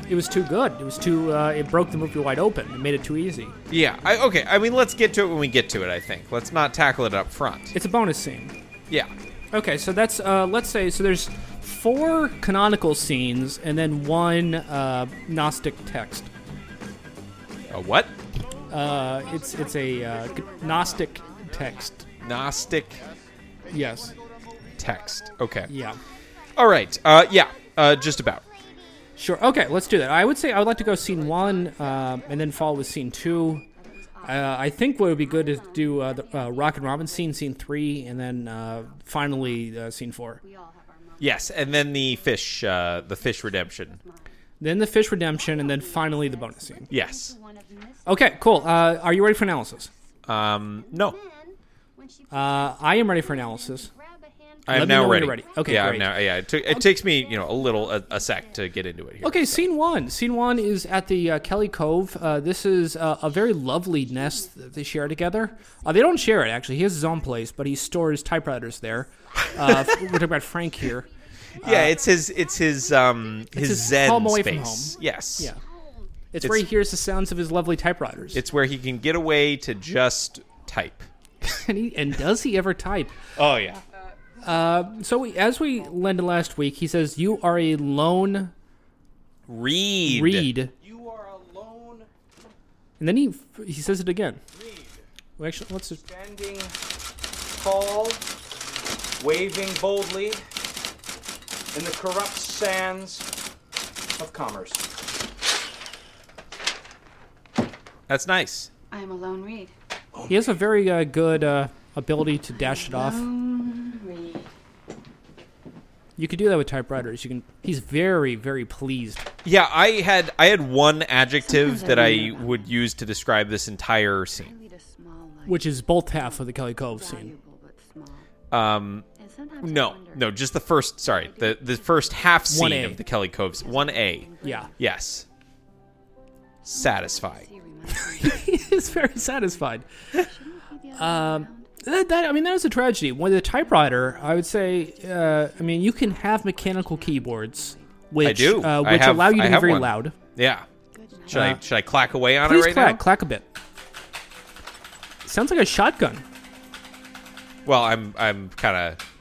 Speaker 9: It was too good. It was too. Uh, it broke the movie wide open. It made it too easy.
Speaker 8: Yeah. I, okay. I mean, let's get to it when we get to it. I think. Let's not tackle it up front.
Speaker 9: It's a bonus scene.
Speaker 8: Yeah.
Speaker 9: Okay, so that's uh, let's say so. There's four canonical scenes and then one uh, Gnostic text.
Speaker 8: A what?
Speaker 9: Uh, it's it's a uh, Gnostic text.
Speaker 8: Gnostic
Speaker 9: Yes.
Speaker 8: text. Okay.
Speaker 9: Yeah.
Speaker 8: All right. Uh, yeah. Uh, just about.
Speaker 9: Sure. Okay, let's do that. I would say I would like to go scene one uh, and then follow with scene two. Uh, I think what would be good is do uh, the uh, Rock and Robin scene, scene three, and then uh, finally uh, scene four.
Speaker 8: Yes, and then the fish, uh, the fish redemption.
Speaker 9: Then the fish redemption, and then finally the bonus scene.
Speaker 8: Yes.
Speaker 9: Okay, cool. Uh, are you ready for analysis?
Speaker 8: Um, no,
Speaker 9: Uh, I am ready for analysis.
Speaker 8: I'm
Speaker 9: Let me
Speaker 8: now
Speaker 9: know when
Speaker 8: ready.
Speaker 9: you're ready. Okay,
Speaker 8: Yeah, I'm
Speaker 9: great.
Speaker 8: now. Yeah, it, took, it takes me you know a little a, a sec to get into it here.
Speaker 9: Okay, scene one. Scene one is at the uh, Kelly Cove. Uh, this is uh, a very lovely nest that they share together. Uh, they don't share it actually. He has his own place, but he stores typewriters there. Uh, <laughs> f- we're talking about Frank here.
Speaker 8: Yeah, it's his it's his um
Speaker 9: Uh,
Speaker 8: his,
Speaker 9: his
Speaker 8: zen
Speaker 9: home away from
Speaker 8: space.
Speaker 9: home.
Speaker 8: Yes.
Speaker 9: Yeah. It's, where he hears the sounds of his lovely typewriters.
Speaker 8: It's where he can get away to just type.
Speaker 9: <laughs> and, he, and does he ever type?
Speaker 8: Oh yeah.
Speaker 9: So we, as we landed last week, he says, "You are a lone
Speaker 8: Read.
Speaker 9: reed,"
Speaker 5: You are alone,
Speaker 9: and then he f- he says it again. Well, actually, let's just
Speaker 5: standing tall, waving boldly in the corrupt sands of commerce.
Speaker 8: That's nice.
Speaker 7: I am a lone reed.
Speaker 9: He has a very uh, good uh, ability to dash it off.
Speaker 7: Reed.
Speaker 9: You could do that with typewriters. You can. He's very, very pleased.
Speaker 8: Yeah, I had I had one adjective
Speaker 7: Sometimes I
Speaker 8: that I
Speaker 7: read about
Speaker 8: would use to describe this entire scene.
Speaker 7: Lead a small life.
Speaker 9: Which is both half of the Kelly Cove scene.
Speaker 7: Valuable but small.
Speaker 8: Um,
Speaker 7: And sometimes I
Speaker 8: no,
Speaker 7: wonder-
Speaker 8: no, just the first. Sorry, the the first half scene
Speaker 9: 1A.
Speaker 8: of the Kelly Coves. One A.
Speaker 9: Yeah,
Speaker 8: Yes. Satisfying.
Speaker 7: He reminds me
Speaker 9: <laughs> he is very satisfied.
Speaker 7: of the other
Speaker 9: Um, that, that I mean, that is a tragedy. With a typewriter, I would say. Uh, I mean, you can have mechanical keyboards, which
Speaker 8: do.
Speaker 9: Uh,
Speaker 8: I
Speaker 9: which
Speaker 8: have-
Speaker 9: allow you
Speaker 8: I
Speaker 9: to be
Speaker 8: have
Speaker 9: very
Speaker 8: one.
Speaker 9: loud.
Speaker 8: Yeah. Should I should I clack away on it
Speaker 9: Uh, Please
Speaker 8: right
Speaker 9: clack,
Speaker 8: now?
Speaker 9: clack a bit. Sounds like a shotgun.
Speaker 8: Well, I'm I'm kind of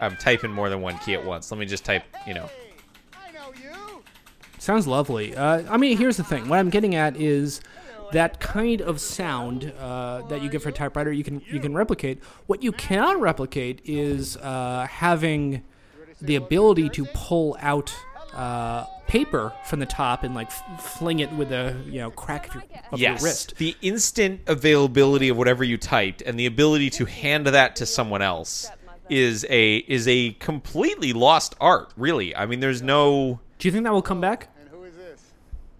Speaker 8: I'm typing more than one key at once. Let me just type. You know.
Speaker 9: Sounds lovely. Uh, I mean, here's the thing. What I'm getting at is that kind of sound uh, that you get for a typewriter, you can you can replicate. What you cannot replicate is uh, having the ability to pull out uh, paper from the top and like f- fling it with a you know crack of your, of your
Speaker 8: Yes.
Speaker 9: wrist.
Speaker 8: The instant availability of whatever you typed and the ability to hand that to someone else is a is a completely lost art. Really. I mean, there's no.
Speaker 9: Do you think that will come back?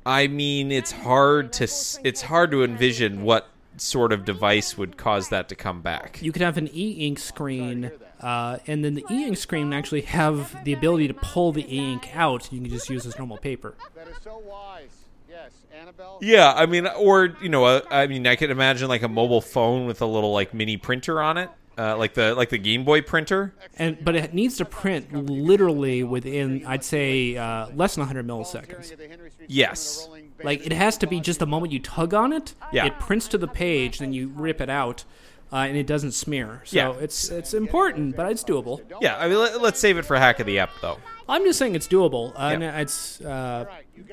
Speaker 8: I mean, it's hard to s- it's hard to envision what sort of device would cause that to come back.
Speaker 9: You could have an e-ink screen, uh, and then the e-ink screen would actually have the ability to pull the e-ink out. You can just use as normal paper.
Speaker 8: Yeah, I mean, or you know, uh, I mean, I could imagine like a mobile phone with a little like mini printer on it, uh, like the like the Game Boy printer.
Speaker 9: and but it needs to print literally within I'd say uh, less than 100 milliseconds.
Speaker 8: Yes,
Speaker 9: Like it has to be just the moment you tug on it,
Speaker 8: Yeah.
Speaker 9: it prints to the page, then you rip it out, uh, and it doesn't smear. So
Speaker 8: Yeah.
Speaker 9: it's it's important, but it's doable.
Speaker 8: yeah. I mean, let, let's save it for Hack of the App though.
Speaker 9: I'm just saying it's doable, uh, and
Speaker 8: Yeah.
Speaker 9: it's uh,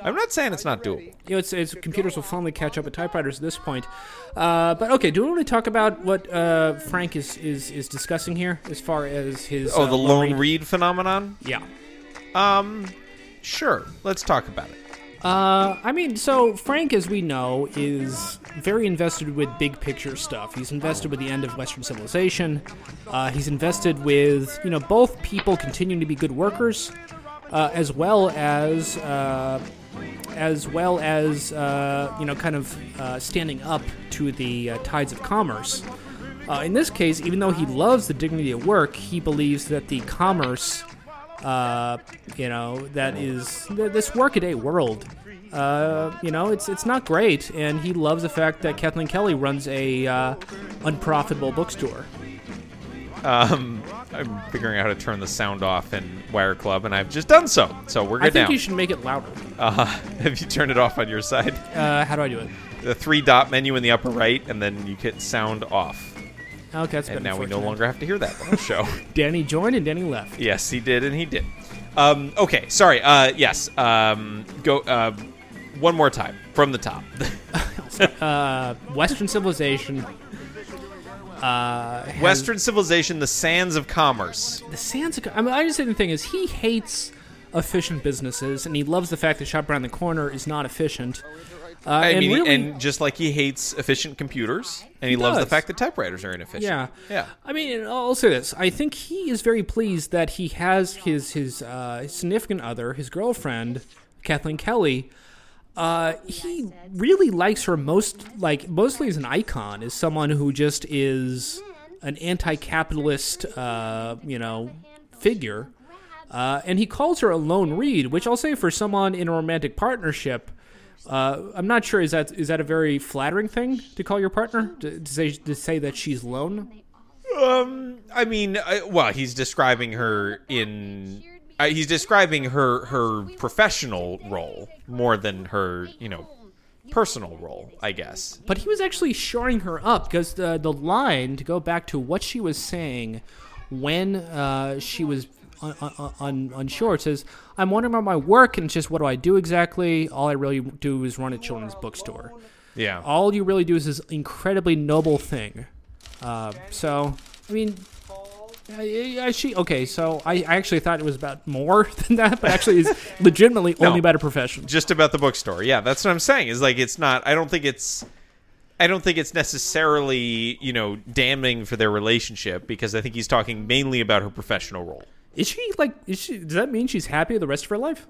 Speaker 8: I'm not saying it's not doable.
Speaker 9: you know, it's, it's computers will finally catch up with typewriters at this point. Uh, but okay, do we want to talk about what uh, Frank is, is is discussing here as far as his
Speaker 8: Oh,
Speaker 9: uh,
Speaker 8: the lone read phenomenon.
Speaker 9: yeah.
Speaker 8: Um, sure. Let's talk about it.
Speaker 9: Uh, I mean, so Frank, as we know, is very invested with big picture stuff. He's invested with the end of Western civilization. Uh, he's invested with, you know, both people continuing to be good workers, uh, as well as, uh, as well as, uh, you know, kind of uh, standing up to the uh, tides of commerce. Uh, in this case, even though he loves the dignity of work, he believes that the commerce, uh, you know, that is th- this workaday world, uh, you know, it's it's not great, and he loves the fact that Kathleen Kelly runs a uh, unprofitable bookstore.
Speaker 8: Um, I'm figuring out how to turn the sound off in Wire Club, and I've just done so. So we're
Speaker 9: I
Speaker 8: good
Speaker 9: think
Speaker 8: now.
Speaker 9: you should make it louder.
Speaker 8: uh, <laughs> have you turned it off on your side?
Speaker 9: Uh, how do I do it?
Speaker 8: The three dot menu in the upper right, and then you hit sound off.
Speaker 9: Okay, that's
Speaker 8: And
Speaker 9: been
Speaker 8: now we no
Speaker 9: unfortunate.
Speaker 8: longer have to hear
Speaker 9: <laughs>
Speaker 8: that on the show.
Speaker 9: Danny joined and Danny left.
Speaker 8: Yes, he did, and he did. Um, okay, sorry. Uh, yes, um, go uh, one more time from the top. <laughs>
Speaker 9: Western civilization. Uh, has-
Speaker 8: Western civilization, the sands of commerce.
Speaker 9: The Sands. I mean, I just think the thing is he hates efficient businesses, and he loves the fact that shop around the corner is not efficient. Uh,
Speaker 8: I
Speaker 9: and
Speaker 8: mean,
Speaker 9: really,
Speaker 8: and just like he hates efficient computers, and he, loves the
Speaker 9: does.
Speaker 8: fact that typewriters are inefficient.
Speaker 9: yeah,
Speaker 8: yeah.
Speaker 9: I mean, and I'll say this: I think he is very pleased that he has his his uh, his significant other, his girlfriend, Kathleen Kelly. Uh, he really likes her most, like mostly as an icon, as someone who just is an anti-capitalist, uh, you know, figure. Uh, and he calls her a lone reed, which I'll say for someone in a romantic partnership, uh, I'm not sure is that is that a very flattering thing to call your partner to, to say to say that she's lone.
Speaker 8: Um, I mean, I, well, he's describing her in. Uh, he's describing her her professional role more than her, you know, personal role. I guess.
Speaker 9: But he was actually shoring her up because the the line to go back to what she was saying when uh, she was on, on, on, unsure it says, "I'm wondering about my work and it's just what do I do exactly? All I really do is run a children's bookstore.
Speaker 8: Yeah.
Speaker 9: All you really do is this incredibly noble thing." Uh, so, I mean. I- I, I- she okay. So I, I actually thought it was about more <laughs> than that, but actually, it's legitimately only about a profession.
Speaker 8: just about the bookstore. Yeah, that's what I'm saying. Is like it's not. I don't think it's. I don't think it's necessarily you know damning for their relationship because I think he's talking mainly about her professional role.
Speaker 9: Is she like? Is she? Does that mean she's happy the rest of her life?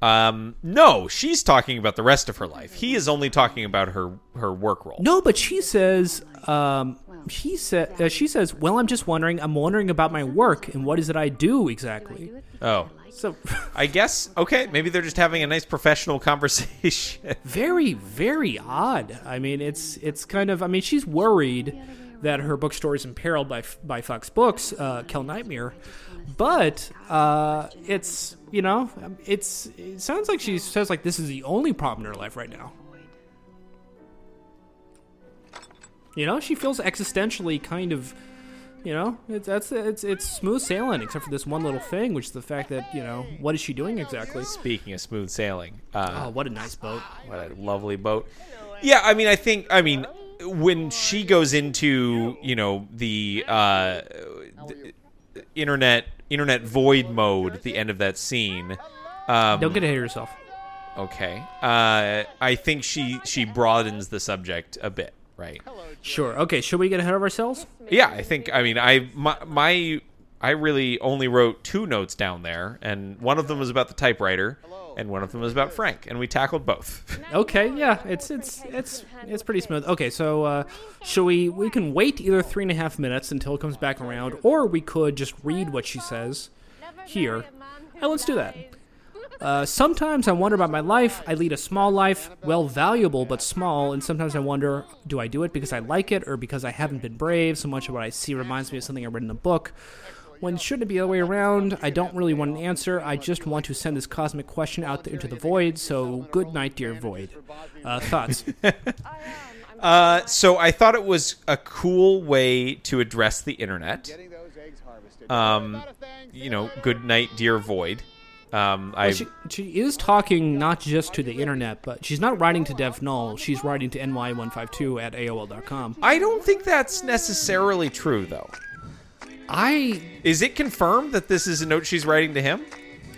Speaker 8: Um, no, she's talking about the rest of her life. He is only talking about her her work role.
Speaker 9: No, but she says. Um, she said. Uh, she says. Well, I'm just wondering. I'm wondering about my work and what is it I do exactly.
Speaker 8: Oh,
Speaker 9: So, <laughs>
Speaker 8: I guess okay. Maybe they're just having a nice professional <laughs> conversation.
Speaker 9: very, very odd. I mean, it's it's kind of. I mean, she's worried that her bookstore is imperiled by by Fox Books, uh, Kel Nightmare, but uh, it's you know, it's it sounds like she says like this is the only problem in her life right now. You know, she feels existentially kind of, you know, it's that's it's it's smooth sailing except for this one little thing, which is the fact that you know what is she doing exactly?
Speaker 8: Speaking of smooth sailing, uh,
Speaker 9: Oh, what a nice boat!
Speaker 8: What a lovely boat. Yeah, I mean, I think, I mean, when she goes into, you know, the uh, th- internet internet void mode at the end of that scene. Um,
Speaker 9: Don't get ahead of yourself.
Speaker 8: okay. Uh, I think she she broadens the subject a bit, right?
Speaker 9: Sure. Okay. Should we get ahead of ourselves?
Speaker 8: Yeah, I think. I mean, I my, my I really only wrote two notes down there, and one of them was about the typewriter, and one of them was about Frank, and we tackled both. <laughs>
Speaker 9: Okay. Yeah. It's it's it's it's pretty smooth. Okay. So uh, should we? We can wait either three and a half minutes until it comes back around, or we could just read what she says here. And let's do that. Uh, sometimes I wonder about my life. I lead a small life, well, valuable but small, and sometimes I wonder do I do it because I like it or because I haven't been brave? So much of what I see reminds me of something I read in a book. When shouldn't it be the other way around? I don't really want an answer. I just want to send this cosmic question out into the void. So, good night, dear void. Uh, thoughts?
Speaker 10: um,
Speaker 8: Uh, so I thought it was a cool way to address the internet. Um, you know, good night, dear void. Um, I
Speaker 9: she, she is talking not just to the internet, but she's not writing to Dev Null. She's writing to ny152 at AOL.com.
Speaker 8: I don't think that's necessarily true though.
Speaker 9: I
Speaker 8: Is it confirmed that this is a note she's writing to him?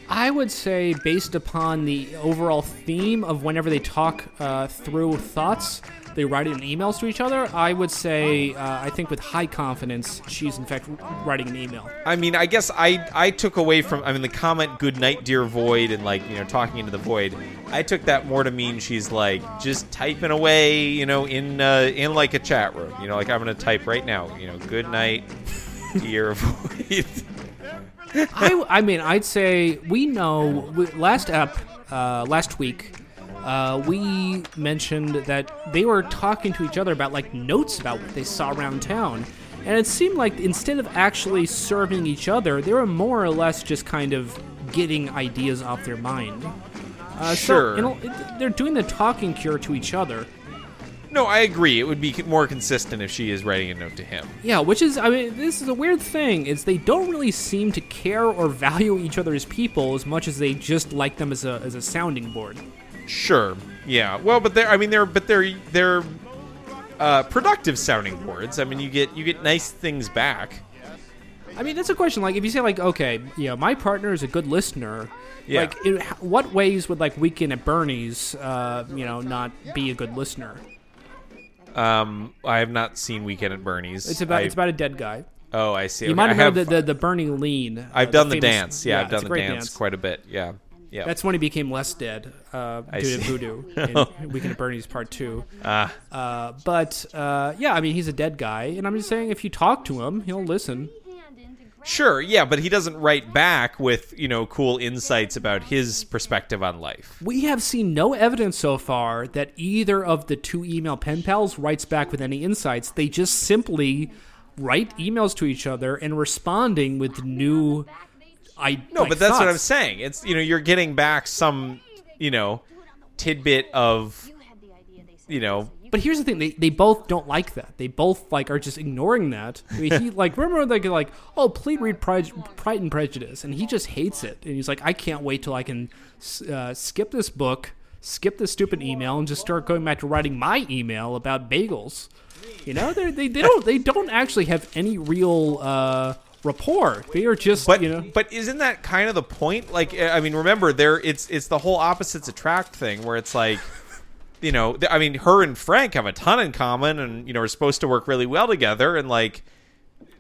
Speaker 9: I would say, based upon the overall theme of whenever they talk uh, through thoughts, they write it in emails to each other, I would say uh, I think with high confidence she's in fact writing an email.
Speaker 8: I mean, I guess I I took away from I mean the comment "Good night, dear void" and like you know talking into the void. I took that more to mean she's like just typing away, you know, in uh, in like a chat room. You know, like I'm gonna type right now. You know, "Good night, dear <laughs> void."
Speaker 9: I, I mean, I'd say we know. We, last ep, uh, last week, uh, we mentioned that they were talking to each other about like notes about what they saw around town, and it seemed like instead of actually serving each other, they were more or less just kind of getting ideas off their mind. Uh, So,
Speaker 8: Sure.
Speaker 9: you know, it- they're doing the talking cure to each other.
Speaker 8: no, I agree. It would be more consistent if she is writing a note to him.
Speaker 9: Yeah, which is I mean this is a weird thing is they don't really seem to care or value each other as people as much as they just like them as a as a sounding board.
Speaker 8: Sure. Yeah. Well, but they're I mean they're but they're they're uh, productive sounding boards. I mean, you get you get nice things back.
Speaker 9: I mean that's a question like if you say like okay, you know, my partner is a good listener,
Speaker 8: Yeah.
Speaker 9: like in h- what ways would like weekend at Bernie's uh, you know, not be a good listener?
Speaker 8: Um, I have not seen Weekend at Bernie's.
Speaker 9: It's about
Speaker 8: I-
Speaker 9: it's about a dead guy.
Speaker 8: Oh, I see.
Speaker 9: You
Speaker 8: Okay,
Speaker 9: might
Speaker 8: I
Speaker 9: have, heard
Speaker 8: have
Speaker 9: the, the the Bernie lean. uh,
Speaker 8: I've done the,
Speaker 9: famous-
Speaker 8: dance. Yeah, I've
Speaker 9: it's
Speaker 8: done
Speaker 9: a
Speaker 8: the
Speaker 9: great
Speaker 8: dance, quite a bit. Yeah, yeah.
Speaker 9: That's when he became less dead uh,
Speaker 8: I
Speaker 9: due to
Speaker 8: see. <laughs> Ah.
Speaker 9: voodoo in Weekend at Bernie's Part Two. Uh, but uh, yeah, I mean he's a dead guy, and I'm just saying if you talk to him, he'll listen.
Speaker 8: sure. Yeah, but he doesn't write back with you know cool insights about his perspective on life.
Speaker 9: We have seen no evidence so far that either of the two email pen pals writes back with any insights. They just simply write emails to each other and responding with new. I
Speaker 8: No, but that's what I'm
Speaker 9: saying.
Speaker 8: saying. It's you know you're getting back some you know tidbit of you know
Speaker 9: But here's the thing: they, they both don't like that. They both like are just ignoring that. I mean, he like remember they like, oh, please read Pride, Pride and Prejudice, and he just hates it. And he's like, I can't wait till I can uh, skip this book, skip this stupid email, and just start going back to writing my email about bagels. You know, they're- they they don't they don't actually have any real uh, rapport. They are just
Speaker 8: But
Speaker 9: you know.
Speaker 8: but isn't that kind of the point? Like eh, I mean, remember there it's it's the whole opposites attract thing where
Speaker 9: <laughs>
Speaker 8: it's like you know th- I mean her and Frank have a ton in common and you know are supposed to work really well together and like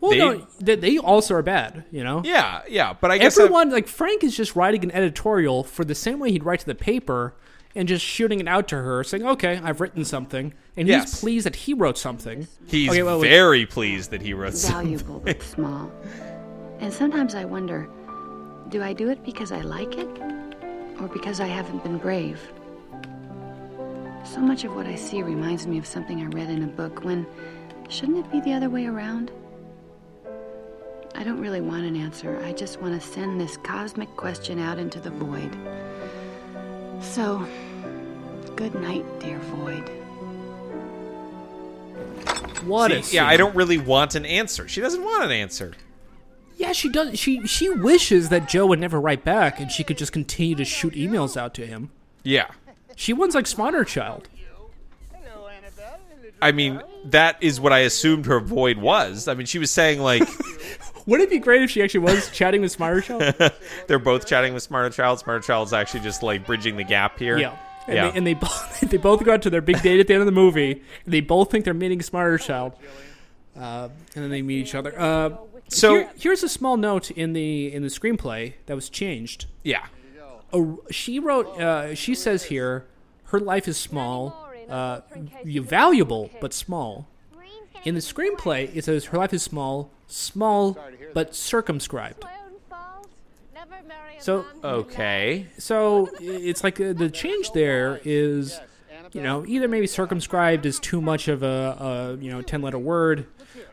Speaker 9: Well,
Speaker 8: they-
Speaker 9: no, they, they also are bad. You know.
Speaker 8: yeah yeah but I guess that-
Speaker 9: everyone like Frank is just writing an editorial for the same way he'd write to the paper and just shooting it out to her, saying, "Okay, I've written something," and
Speaker 8: Yes.
Speaker 9: he's pleased that he wrote something.
Speaker 8: he's
Speaker 9: okay, wait, wait.
Speaker 8: very pleased that he wrote some- <laughs>
Speaker 7: valuable but small. And sometimes I wonder do I do it because I like it or because I haven't been brave? So much of what I see reminds me of something I read in a book when shouldn't it be the other way around? I don't really want an answer. I just want to send this cosmic question out into the void. So, good night, dear void.
Speaker 9: What? a
Speaker 8: yeah
Speaker 9: scene.
Speaker 8: I don't really want an answer. She doesn't want an answer.
Speaker 9: Yeah, she does. She she wishes that Joe would never write back, and she could just continue to shoot emails out to him.
Speaker 8: Yeah.
Speaker 9: She wants like Smarter Child.
Speaker 8: I mean, that is what I assumed her void was. I mean, she was
Speaker 9: <laughs>
Speaker 8: saying like
Speaker 9: Wouldn't it be great if she actually
Speaker 8: <laughs>
Speaker 9: was chatting with Smarter Child?
Speaker 8: they're both chatting with Smarter Child. Smarter Child's actually just like bridging the gap here.
Speaker 9: Yeah. And,
Speaker 8: yeah.
Speaker 9: They, and they both <laughs> they both go out to their big date at the end of the movie. And they both think they're meeting Smarter Child, uh, and then they meet each other. Uh,
Speaker 8: So
Speaker 9: Here- here's a small note in the in the screenplay that was changed.
Speaker 8: yeah,
Speaker 9: A, she wrote. Uh, she says here, her life is small, uh, v- valuable but small. In the screenplay, it says her life is small, small but circumscribed. So-
Speaker 8: okay,
Speaker 9: So i- it's like uh, the change there is, you know, either maybe circumscribed is too much of a, a you know ten letter word.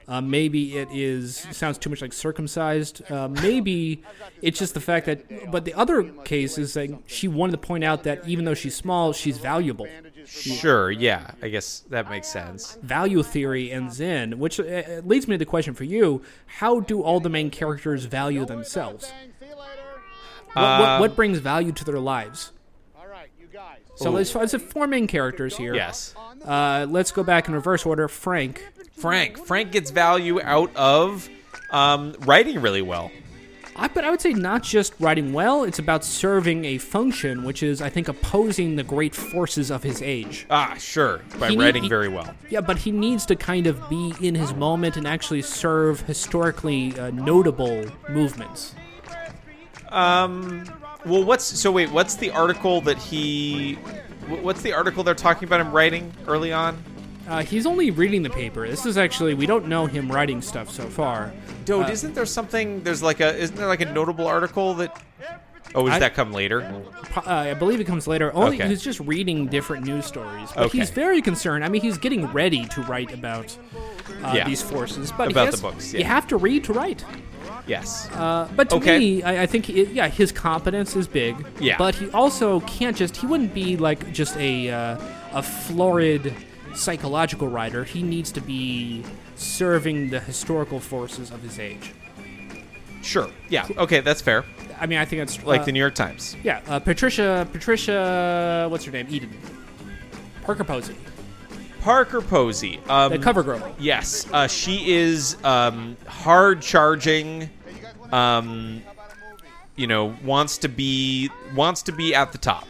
Speaker 9: Uh, maybe it is sounds too much like circumcised. Uh, maybe it's just the fact that. But the other case is saying she wanted to point out that even though she's small, she's valuable.
Speaker 8: sure, yeah, I guess that makes sense.
Speaker 9: Value theory ends in, which uh, uh, leads me to the question for you: How do all the main characters value themselves? What,
Speaker 8: Uh,
Speaker 9: what, what brings value to their lives? So there's, there's four main characters here.
Speaker 8: Um, Yes,
Speaker 9: Uh, let's go back in reverse order. Frank.
Speaker 8: Frank. Frank gets value out of um, writing really well.
Speaker 9: I, but I would say not just writing well, it's about serving a function, which is, I think, opposing the great forces of his age.
Speaker 8: Ah, sure. By
Speaker 9: He need-
Speaker 8: writing
Speaker 9: he-
Speaker 8: very well.
Speaker 9: Yeah, but he needs to kind of be in his moment and actually serve historically uh, notable movements.
Speaker 8: Well, what's so? Wait, what's the article that he? wh- What's the article they're talking about him writing early on?
Speaker 9: Uh, he's only reading the paper. This is actually, we don't know him writing stuff so far.
Speaker 8: Dude, isn't there something? There's like a. Isn't there like a notable article that? Oh, is
Speaker 9: I-
Speaker 8: that come later?
Speaker 9: Pro- Uh, I believe it comes later. Only
Speaker 8: Okay.
Speaker 9: he's just reading different news stories, but
Speaker 8: Okay.
Speaker 9: he's very concerned. I mean, he's getting ready to write about uh,
Speaker 8: Yeah.
Speaker 9: these forces, but he
Speaker 8: About the
Speaker 9: has-
Speaker 8: books,
Speaker 9: you
Speaker 8: yeah.
Speaker 9: have to read to write.
Speaker 8: Yes.
Speaker 9: Uh, but to
Speaker 8: Okay.
Speaker 9: me, I, I think it, yeah, his competence is big.
Speaker 8: Yeah.
Speaker 9: But he also can't just. He wouldn't be like just a uh, a florid psychological writer. He needs to be serving the historical forces of his age.
Speaker 8: sure. Yeah. Okay, that's fair.
Speaker 9: I mean, I think that's
Speaker 8: Like
Speaker 9: uh,
Speaker 8: the New York Times.
Speaker 9: yeah, uh, Patricia Patricia what's her name Eden Parker Posey,
Speaker 8: Parker Posey. Um,
Speaker 9: the cover girl.
Speaker 8: Yes, uh, she is um, hard charging. Um, you know, wants to be wants to be at the top.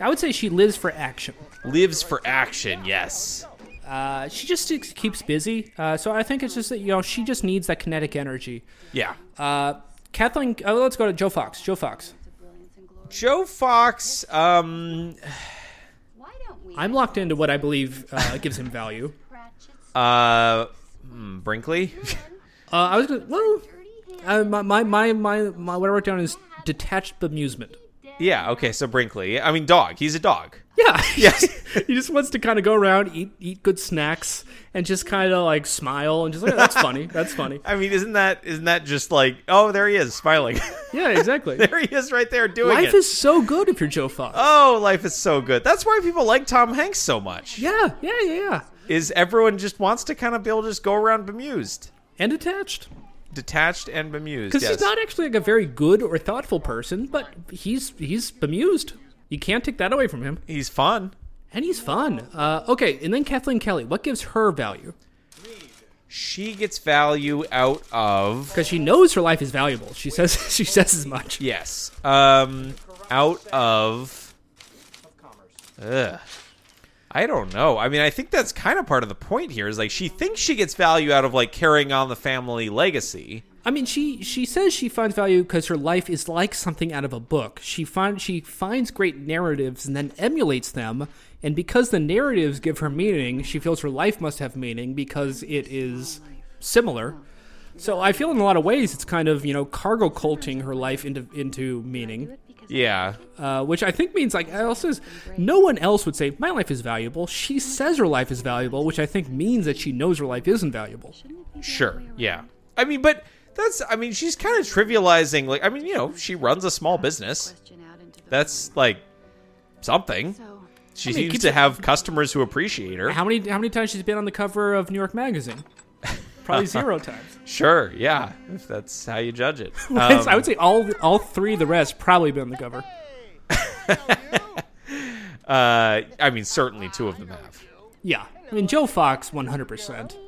Speaker 9: I would say she lives for action.
Speaker 8: Lives for action. Yes.
Speaker 9: Uh, she just sticks- keeps busy. Uh, so I think it's just that you know she just needs that kinetic energy.
Speaker 8: Yeah.
Speaker 9: Uh, Kathleen, oh, let's go to Joe Fox. Joe Fox.
Speaker 8: Joe Fox. Um,
Speaker 7: Why don't we?
Speaker 9: I'm locked into what I believe <laughs> uh, gives him value.
Speaker 8: uh, hmm, Brinkley.
Speaker 9: Uh, I was gonna, well, uh, my, my, my, my, my, what I wrote down is detached bemusement.
Speaker 8: yeah. Okay. So Brinkley. I mean, dog. He's a dog.
Speaker 9: Yeah, <laughs> yes. he just wants to kind of go around, eat, eat good snacks, and just kind of like smile and just like, that's funny, that's funny.
Speaker 8: I mean, isn't that isn't that just like oh there he is smiling.
Speaker 9: <laughs>
Speaker 8: <laughs>
Speaker 9: Yeah, <laughs> exactly.
Speaker 8: there he is right there doing
Speaker 9: Life
Speaker 8: it.
Speaker 9: is so good Uh, if you're Joe Fox.
Speaker 8: oh, life is so good. That's why people like Tom Hanks so much.
Speaker 9: yeah, yeah, yeah, yeah.
Speaker 8: is everyone just wants to kind of be able to just go around bemused,
Speaker 9: And detached.
Speaker 8: detached and bemused.
Speaker 9: Because
Speaker 8: yes.
Speaker 9: he's not actually like a very good or thoughtful person, but he's he's bemused. You can't take that away from him.
Speaker 8: He's fun.
Speaker 9: And he's fun. Uh, okay, and then Kathleen Kelly. What gives her value?
Speaker 8: She gets value out of
Speaker 9: Because she knows her life is valuable. She says <laughs> she says as much.
Speaker 8: yes, um, out
Speaker 5: of
Speaker 8: of.
Speaker 5: commerce.
Speaker 8: Ugh. I don't know. I mean, I think that's kind of part of the point here. Is like she thinks she gets value out of like carrying on the family legacy.
Speaker 9: I mean, she she says she finds value because her life is like something out of a book. She find she finds great narratives and then emulates them. And because the narratives give her meaning, she feels her life must have meaning because it is similar. So I feel in a lot of ways it's kind of you know cargo culting her life into into meaning,
Speaker 8: Yeah,
Speaker 9: uh, which I think means like I also is no one else would say my life is valuable. She says her life is valuable, which I think means that she knows her life isn't valuable.
Speaker 8: sure. Yeah, I mean, but that's. I mean, she's kind of trivializing. Like, I mean, you know, she runs a small business. That's like something.
Speaker 7: So,
Speaker 8: She
Speaker 9: I mean,
Speaker 8: seems
Speaker 9: keeps
Speaker 8: to
Speaker 9: it-
Speaker 8: have customers who appreciate her.
Speaker 9: How many how many times she's been on the cover of New York
Speaker 8: <laughs>
Speaker 9: Magazine? Probably zero times.
Speaker 8: Sure, yeah, if that's how you judge
Speaker 9: <laughs>
Speaker 8: it. Um,
Speaker 9: I would say all all three of the rest probably been on the cover.
Speaker 8: uh, I mean, certainly two of them have.
Speaker 9: Yeah, I mean Joe Fox, one hundred percent.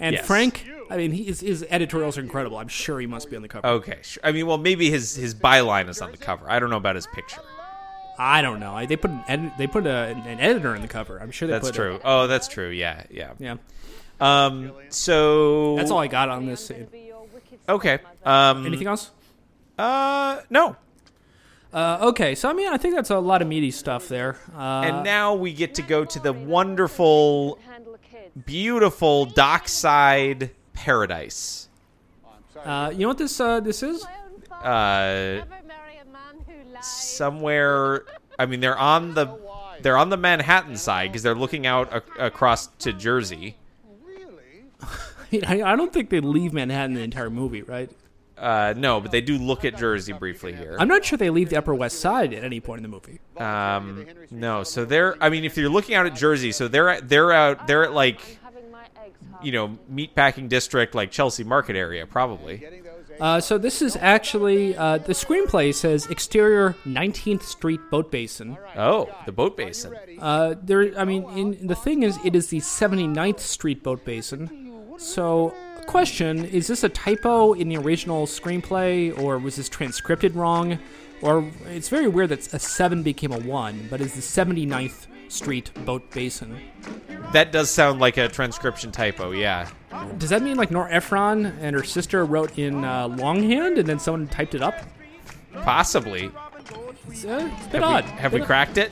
Speaker 9: And
Speaker 8: Yes.
Speaker 9: Frank, I mean he, his, his editorials are incredible. I'm sure he must be on the cover.
Speaker 8: Okay, sh- I mean, well, maybe his his byline is on the cover. I don't know about his picture.
Speaker 9: I don't know. I, they put an edit, they put a, an editor in the cover. I'm sure they
Speaker 8: That's
Speaker 9: put a-
Speaker 8: true. Oh, that's true. Yeah, yeah.
Speaker 9: yeah,
Speaker 8: Um, so
Speaker 9: that's all I got on this. Scene.
Speaker 8: Okay. Um,
Speaker 9: Anything else?
Speaker 8: Uh, no.
Speaker 9: Uh, okay, so I mean I think that's a lot of meaty stuff there. Uh,
Speaker 8: And now we get to go to the wonderful, beautiful dockside paradise.
Speaker 9: uh, you know what this uh, this is? <laughs>
Speaker 8: Uh, somewhere i mean they're on the they're on the manhattan side because they're looking out a- across to jersey
Speaker 9: I I don't think they leave Manhattan the entire movie, right?
Speaker 8: uh, no but they do look at jersey briefly here
Speaker 9: I'm not sure they leave the Upper West Side at any point in the movie.
Speaker 8: um, no so they're i mean if you're looking out at jersey so they're at, they're out they're at like you know meatpacking district like chelsea market area probably
Speaker 9: Uh, so this is actually uh, the screenplay says exterior 19th Street boat basin.
Speaker 8: oh the boat basin
Speaker 9: Uh, there, I mean, in, the thing is, it is the 79th Street boat basin. So Question Is this a typo in the original screenplay, or was this transcripted wrong? Or it's very weird that a 7 became a 1, but is the 79th Street Boat Basin?
Speaker 8: That does sound like a transcription typo, yeah.
Speaker 9: Does that mean like Nor Ephron and her sister wrote in uh, longhand and then someone typed it up?
Speaker 8: Possibly.
Speaker 9: It's, uh, it's a bit
Speaker 8: Have
Speaker 9: odd.
Speaker 8: we, have we
Speaker 9: Bit-
Speaker 8: cracked it?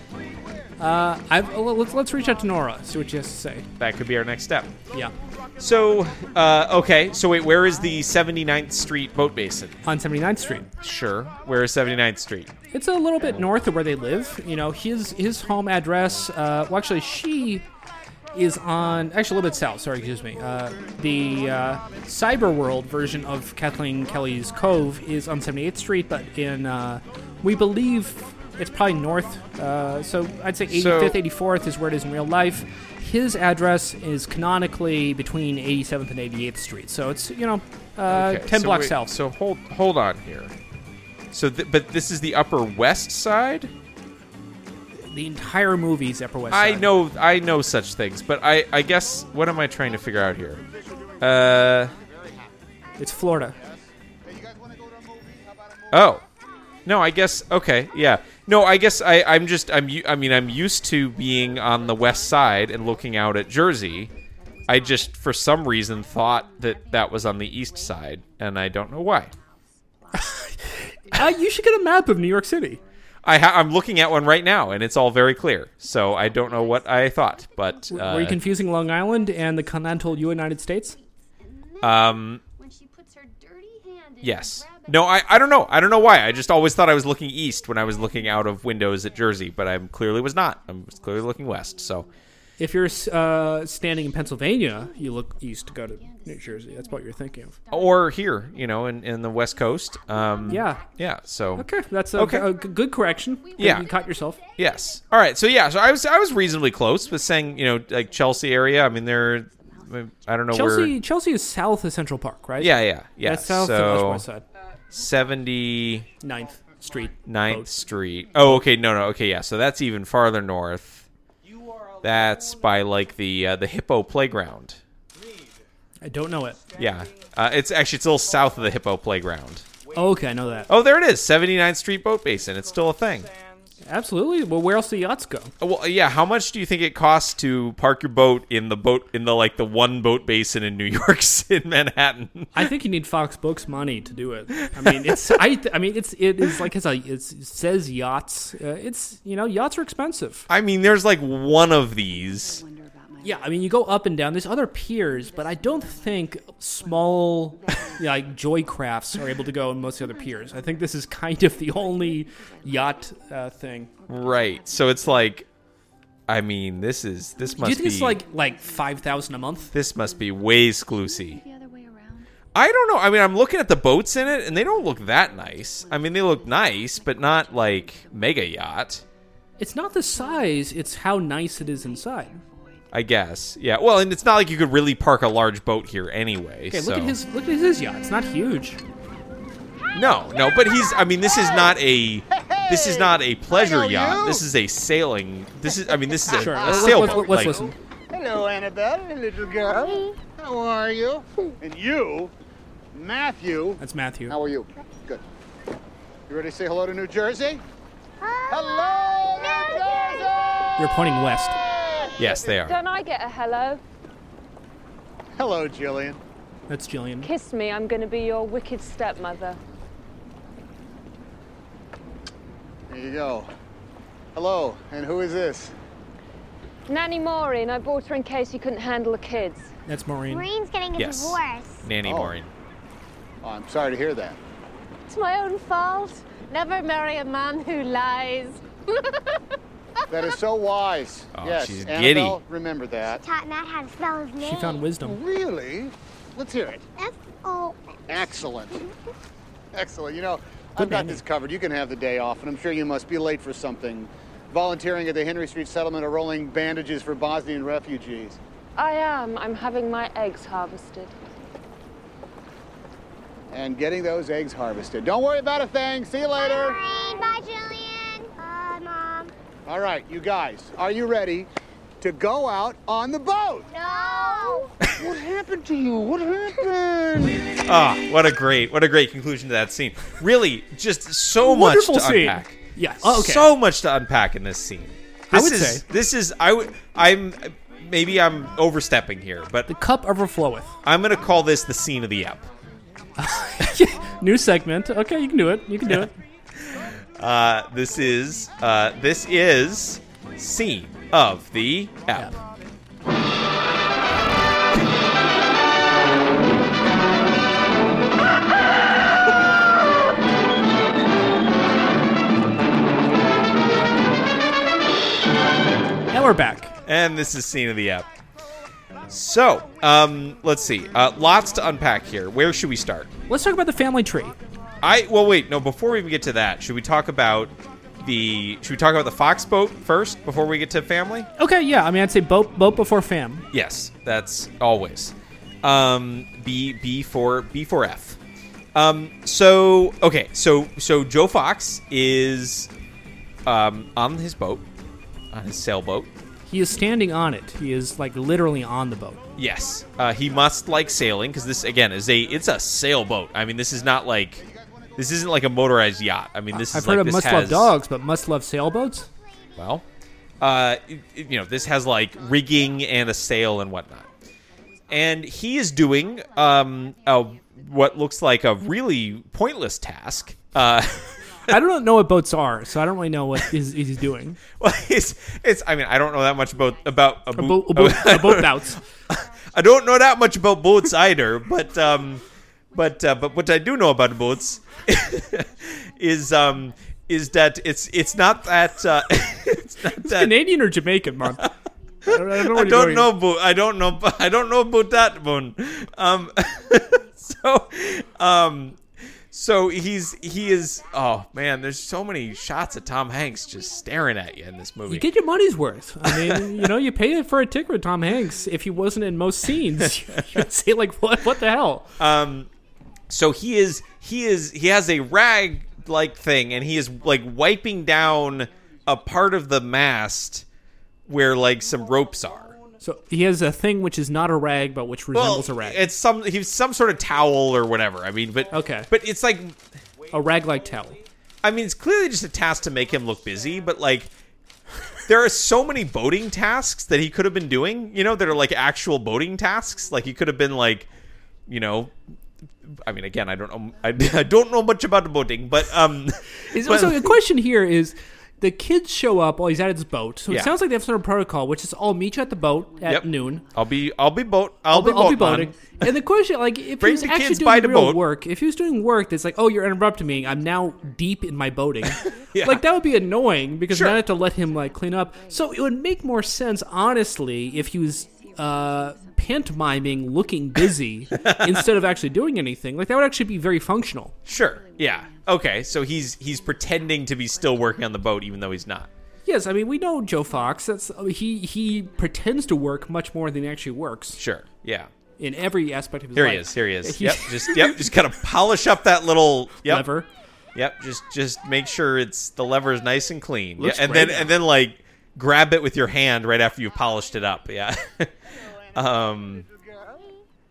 Speaker 9: Uh, I've, uh, let's, let's reach out to Nora, see what she has to say.
Speaker 8: That could be our next step.
Speaker 9: Yeah.
Speaker 8: So, uh, okay, so wait, where is the 79th Street boat basin?
Speaker 9: On 79th Street.
Speaker 8: Sure. Where is 79th Street?
Speaker 9: It's a little bit north of where they live. You know, his his home address. Uh, well, actually, she is on actually a little bit south. Sorry, excuse me. Uh, the uh, Cyber World version of Kathleen Kelly's Cove is on 78th Street, but in uh, we believe it's probably north. Uh, so I'd say 85th,
Speaker 8: So-
Speaker 9: 84th is where it is in real life. His address is canonically between 87th and 88th Street, so it's you know uh,
Speaker 8: Okay,
Speaker 9: 10
Speaker 8: so
Speaker 9: blocks
Speaker 8: wait,
Speaker 9: south.
Speaker 8: So hold hold on here. So, th- but this is the Upper West Side.
Speaker 9: the entire movie's Upper West
Speaker 8: I
Speaker 9: Side.
Speaker 8: know I know such things, but I I guess what am I trying to figure out here? Uh
Speaker 9: it's Florida.
Speaker 8: oh. No, I guess okay, yeah. No, I guess I I'm just I'm u- I mean I'm used to being on the west side and looking out at Jersey. I just for some reason thought that that was on the east side and I don't know why.
Speaker 9: uh, you should get a map of New York City.
Speaker 8: I ha- I'm looking at one right now and it's all very clear. So I don't know what I thought, but uh,
Speaker 9: Were you confusing Long Island and the continental United States?
Speaker 8: um
Speaker 4: When she puts her dirty hand in
Speaker 8: Yes.
Speaker 4: the rabbit
Speaker 8: No, I, I don't know. I don't know why. I just always thought I was looking east when I was looking out of windows at Jersey, but I clearly was not. I was clearly looking west. So,
Speaker 9: If you're uh, standing in Pennsylvania, you look east to go to New Jersey. That's what you're thinking of.
Speaker 8: or here, you know, in, in the west coast. Um,
Speaker 9: Yeah.
Speaker 8: Yeah. So.
Speaker 9: Okay, that's a,
Speaker 8: Okay.
Speaker 9: a g- good correction. Good-
Speaker 8: Yeah.
Speaker 9: you caught yourself.
Speaker 8: Yes. All right. So yeah. So I was I was reasonably close with saying you know like Chelsea area. I mean they're I don't know
Speaker 9: Chelsea,
Speaker 8: where.
Speaker 9: Chelsea is south of Central Park, right?
Speaker 8: Yeah. Yeah. Yeah.
Speaker 9: that's south of Upper West
Speaker 8: so
Speaker 9: Side,
Speaker 8: seventy
Speaker 9: Ninth Street.
Speaker 8: Ninth
Speaker 9: Both.
Speaker 8: Street. Oh, okay. No, no. Okay, yeah. So that's even farther north. That's by like the uh, the hippo playground.
Speaker 9: I don't know it.
Speaker 8: Yeah, uh, it's actually it's a little south of the hippo playground.
Speaker 9: Oh, okay, I know that.
Speaker 8: Oh, there it is, 79th Street Boat Basin. It's still a thing. Uh,
Speaker 9: Absolutely. Well, where else do yachts go?
Speaker 8: Well, yeah. How much do you think it costs to park your boat in the boat in the like the one boat basin in New <laughs> York in Manhattan?
Speaker 9: I think you need Fox Books money to do it. I mean, it's I. Th- I mean, it's it is like it's a, it's, it says yachts. Uh, it's you know yachts are expensive.
Speaker 8: I mean, there's like one of these.
Speaker 7: Wonder about my
Speaker 9: Yeah, I mean, you go up and down. There's other piers, but I don't think small, yeah, like joy crafts, are able to go on most of the other piers. I think this is kind of the only yacht uh, thing.
Speaker 8: Right. So it's like, I mean, this is this must
Speaker 9: Do you think
Speaker 8: be
Speaker 9: it's like like five thousand a month?
Speaker 8: this must be way exclusive.
Speaker 7: the other way around.
Speaker 8: I don't know. I mean, I'm looking at the boats in it, and they don't look that nice. I mean, they look nice, but not like mega yacht.
Speaker 9: It's not the size; it's how nice it is inside.
Speaker 8: I guess. Yeah. Well, and it's not like you could really park a large boat here anyway.
Speaker 9: Okay,
Speaker 8: so.
Speaker 9: look at his look at his yacht. It's not huge.
Speaker 8: No, no, but he's. I mean, this is not a. This is not a pleasure yacht. This is a sailing. This is. I mean, this is a,
Speaker 9: Sure,
Speaker 8: a
Speaker 9: let's,
Speaker 8: sailboat.
Speaker 9: let's, let's
Speaker 8: like-
Speaker 9: listen.
Speaker 11: Hello, Annabelle, little girl. How are you?
Speaker 6: And you, Matthew,
Speaker 9: That's Matthew.
Speaker 6: how are you? Good. You ready to say hello to New Jersey?
Speaker 4: Hello, New Jersey!
Speaker 9: You're pointing west.
Speaker 8: Yes, they are.
Speaker 10: Don't I get a hello?
Speaker 6: Hello, Jillian.
Speaker 9: That's Jillian.
Speaker 10: Kiss me, I'm going to be your wicked stepmother.
Speaker 6: There you go. Hello, and who is this?
Speaker 10: Nanny Maureen, I bought her in case you couldn't handle the kids.
Speaker 9: That's Maureen.
Speaker 4: Maureen's getting a
Speaker 8: Yes.
Speaker 4: divorce.
Speaker 8: Nanny
Speaker 6: Oh.
Speaker 8: Maureen.
Speaker 6: Oh, I'm sorry to hear that.
Speaker 10: It's my own fault. Never marry a man who lies.
Speaker 6: That is so wise.
Speaker 8: Oh,
Speaker 6: yes,
Speaker 8: she's giddy.
Speaker 6: Annabelle, remember that.
Speaker 4: Taught Matt how to spell his name.
Speaker 9: She found wisdom.
Speaker 6: Really? Let's hear it.
Speaker 4: F O.
Speaker 6: Excellent. Excellent. You know,
Speaker 9: Good
Speaker 6: I've got
Speaker 9: nanny.
Speaker 6: this covered. You can have the day off, and I'm sure you must be late for something. Volunteering at the Henry Street settlement or rolling bandages for Bosnian refugees.
Speaker 10: I am. I'm having my eggs harvested.
Speaker 6: And getting those eggs harvested. Don't worry about a thing. See you later.
Speaker 4: Maureen, bye, Jillian. Bye, Mom.
Speaker 6: All right, you guys, are you ready to go out on the boat?
Speaker 4: No.
Speaker 11: What happened to you? What happened?
Speaker 8: Ah, what a great, what a great conclusion to that scene. Really, just so much to
Speaker 9: Wonderful scene.
Speaker 8: unpack.
Speaker 9: Yeah. Oh, okay.
Speaker 8: So much to unpack in this scene. This
Speaker 9: I would
Speaker 8: is,
Speaker 9: say-
Speaker 8: this is I would I'm maybe I'm overstepping here, but
Speaker 9: the cup overfloweth. <laughs>
Speaker 8: I'm gonna call this the scene of the app.
Speaker 9: New segment. Okay, you can do it. You can do it.
Speaker 8: Uh, this is uh, this is scene of the app.
Speaker 9: Now we're back.
Speaker 8: And this is scene of the app. So, um, let's see. Uh, lots to unpack here. Where should we start?
Speaker 9: Let's talk about the family tree.
Speaker 8: I well, wait, no. Before we even get to that, should we talk about the should we talk about the fox boat first before we get to family?
Speaker 9: Okay, yeah. I mean, I'd say boat boat before fam.
Speaker 8: Yes, that's always. Um, B B for B for F. Um, so okay, so so Joe Fox is um, on his boat, on his sailboat.
Speaker 9: He is standing on it. He is like literally on the boat.
Speaker 8: Yes, uh, he must like sailing because this again is a it's a sailboat. I mean, this is not like this isn't like a motorized yacht. I mean, this
Speaker 9: I've
Speaker 8: is
Speaker 9: heard
Speaker 8: like
Speaker 9: of
Speaker 8: this
Speaker 9: must love
Speaker 8: has,
Speaker 9: dogs, but must love sailboats.
Speaker 8: Well, uh, it- it- you know, this has like rigging and a sail and whatnot. And he is doing um, a, what looks like a really pointless task. Uh, <laughs>
Speaker 9: I don't know what boats are, so I don't really know what he's, he's doing.
Speaker 8: well, it's, it's, I mean, I don't know that much about, about a
Speaker 9: A
Speaker 8: boot.
Speaker 9: boat, a boat, a
Speaker 8: <laughs>
Speaker 9: boat bouts.
Speaker 8: I don't know that much about boats either, but um, but uh, but what I do know about boats <laughs> is um is that it's it's not that uh, <laughs> it's not that
Speaker 9: Canadian or Jamaican, man? I don't, know.
Speaker 8: I
Speaker 9: what
Speaker 8: don't
Speaker 9: he's doing.
Speaker 8: know about I don't know <laughs> I don't know about that one. Um, <laughs> so, um, so he's he is oh man, there's so many shots of Tom Hanks just staring at you in this movie.
Speaker 9: You get your money's worth. I mean, you know, you pay for a ticket with Tom Hanks. If he wasn't in most scenes, <laughs> you'd say like, "What? What the hell?"
Speaker 8: so he is he is he has a rag like thing, and he is like wiping down a part of the mast where like some ropes are.
Speaker 9: So he has a thing which is not a rag, but which resembles a rag,
Speaker 8: it's some he's some sort of towel or whatever. I mean, but
Speaker 9: Okay.
Speaker 8: but it's like
Speaker 9: a rag-like towel.
Speaker 8: I mean, it's clearly just a task to make him look busy, but like, there are so many boating tasks that he could have been doing, you know, that are like actual boating tasks. Like, he could have been like, you know, I mean, again, I don't know, I, <laughs> I don't know much about boating, but
Speaker 9: <laughs>
Speaker 8: um,
Speaker 9: Is,
Speaker 8: but-
Speaker 9: so the question here is. The kids show up while he's at his boat. So
Speaker 8: Yeah.
Speaker 9: it sounds like they have some sort of protocol, which is I'll meet you at the boat at
Speaker 8: Yep.
Speaker 9: noon.
Speaker 8: I'll be, I'll be boat, I'll, be,
Speaker 9: I'll be
Speaker 8: boat man.
Speaker 9: boating. And the question, like,
Speaker 8: <laughs>
Speaker 9: if he
Speaker 8: Bring
Speaker 9: was
Speaker 8: the
Speaker 9: actually
Speaker 8: kids by
Speaker 9: doing
Speaker 8: the
Speaker 9: real
Speaker 8: boat.
Speaker 9: work, if he was doing work that's like, oh, you're interrupting me. I'm now deep in my
Speaker 8: <laughs>
Speaker 9: boating. Like, that would be annoying because
Speaker 8: Sure.
Speaker 9: now I have to let him, like, clean up. So it would make more sense, honestly, if he was uh, pantomiming looking
Speaker 8: <laughs>
Speaker 9: busy instead of actually doing anything. Like, that would actually be very functional.
Speaker 8: Sure, yeah, okay. So he's he's pretending to be still working on the boat, even though he's not.
Speaker 9: Yes, I mean, we know Joe Fox. That's uh, he, he pretends to work much more than he actually works
Speaker 8: Sure, yeah.
Speaker 9: in every aspect of his
Speaker 8: Here
Speaker 9: life.
Speaker 8: he is. Here he
Speaker 9: <laughs>
Speaker 8: is.
Speaker 9: He-
Speaker 8: Yep. Just yep. Just gotta polish up that little yep.
Speaker 9: Lever.
Speaker 8: Yep, just just make sure it's the lever is nice and clean.
Speaker 9: Looks
Speaker 8: yeah, and
Speaker 9: great.
Speaker 8: then and then like grab it with your hand right after you've polished it up. Yeah. um
Speaker 11: Little girl,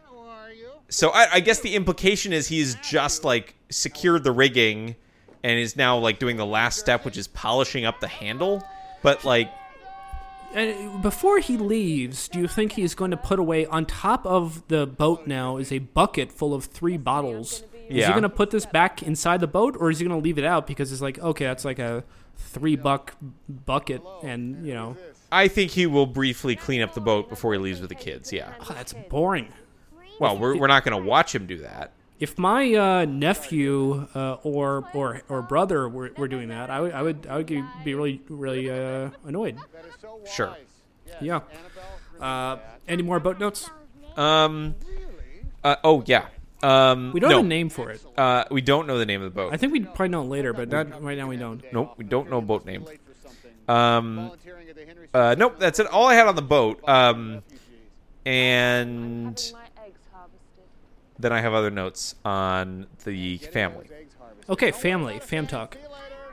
Speaker 11: how are you?
Speaker 8: so I, I guess the implication is he's just like secured the rigging and is now like doing the last step which is polishing up the handle. But like
Speaker 9: And before he leaves, do you think he's going to put away on top of the boat now is a bucket full of three bottles? Is
Speaker 8: Yeah.
Speaker 9: he going to put this back inside the boat or is he going to leave it out because it's like, okay, that's like a three buck bucket and, you know,
Speaker 8: I think he will briefly clean up the boat before he leaves with the kids, yeah.
Speaker 9: oh, that's boring.
Speaker 8: Well, we're, we're not going to watch him do that.
Speaker 9: If my uh, nephew uh, or, or or brother were, were doing that, I would I would I would ge- be really really uh, annoyed.
Speaker 8: Sure.
Speaker 9: Yeah. Uh, any more boat notes?
Speaker 8: Um uh, oh yeah. Um
Speaker 9: We don't
Speaker 8: no.
Speaker 9: have a name for it.
Speaker 8: Uh we don't know the name of the boat.
Speaker 9: I think we would probably know later, but not right now. We don't.
Speaker 8: Nope, we don't know boat name. Um,
Speaker 6: Volunteering at the Henry
Speaker 8: uh, nope, that's it. All I had on the boat. Um, and
Speaker 10: My eggs harvested.
Speaker 8: then I have other notes on the family.
Speaker 9: Okay, family, fam talk.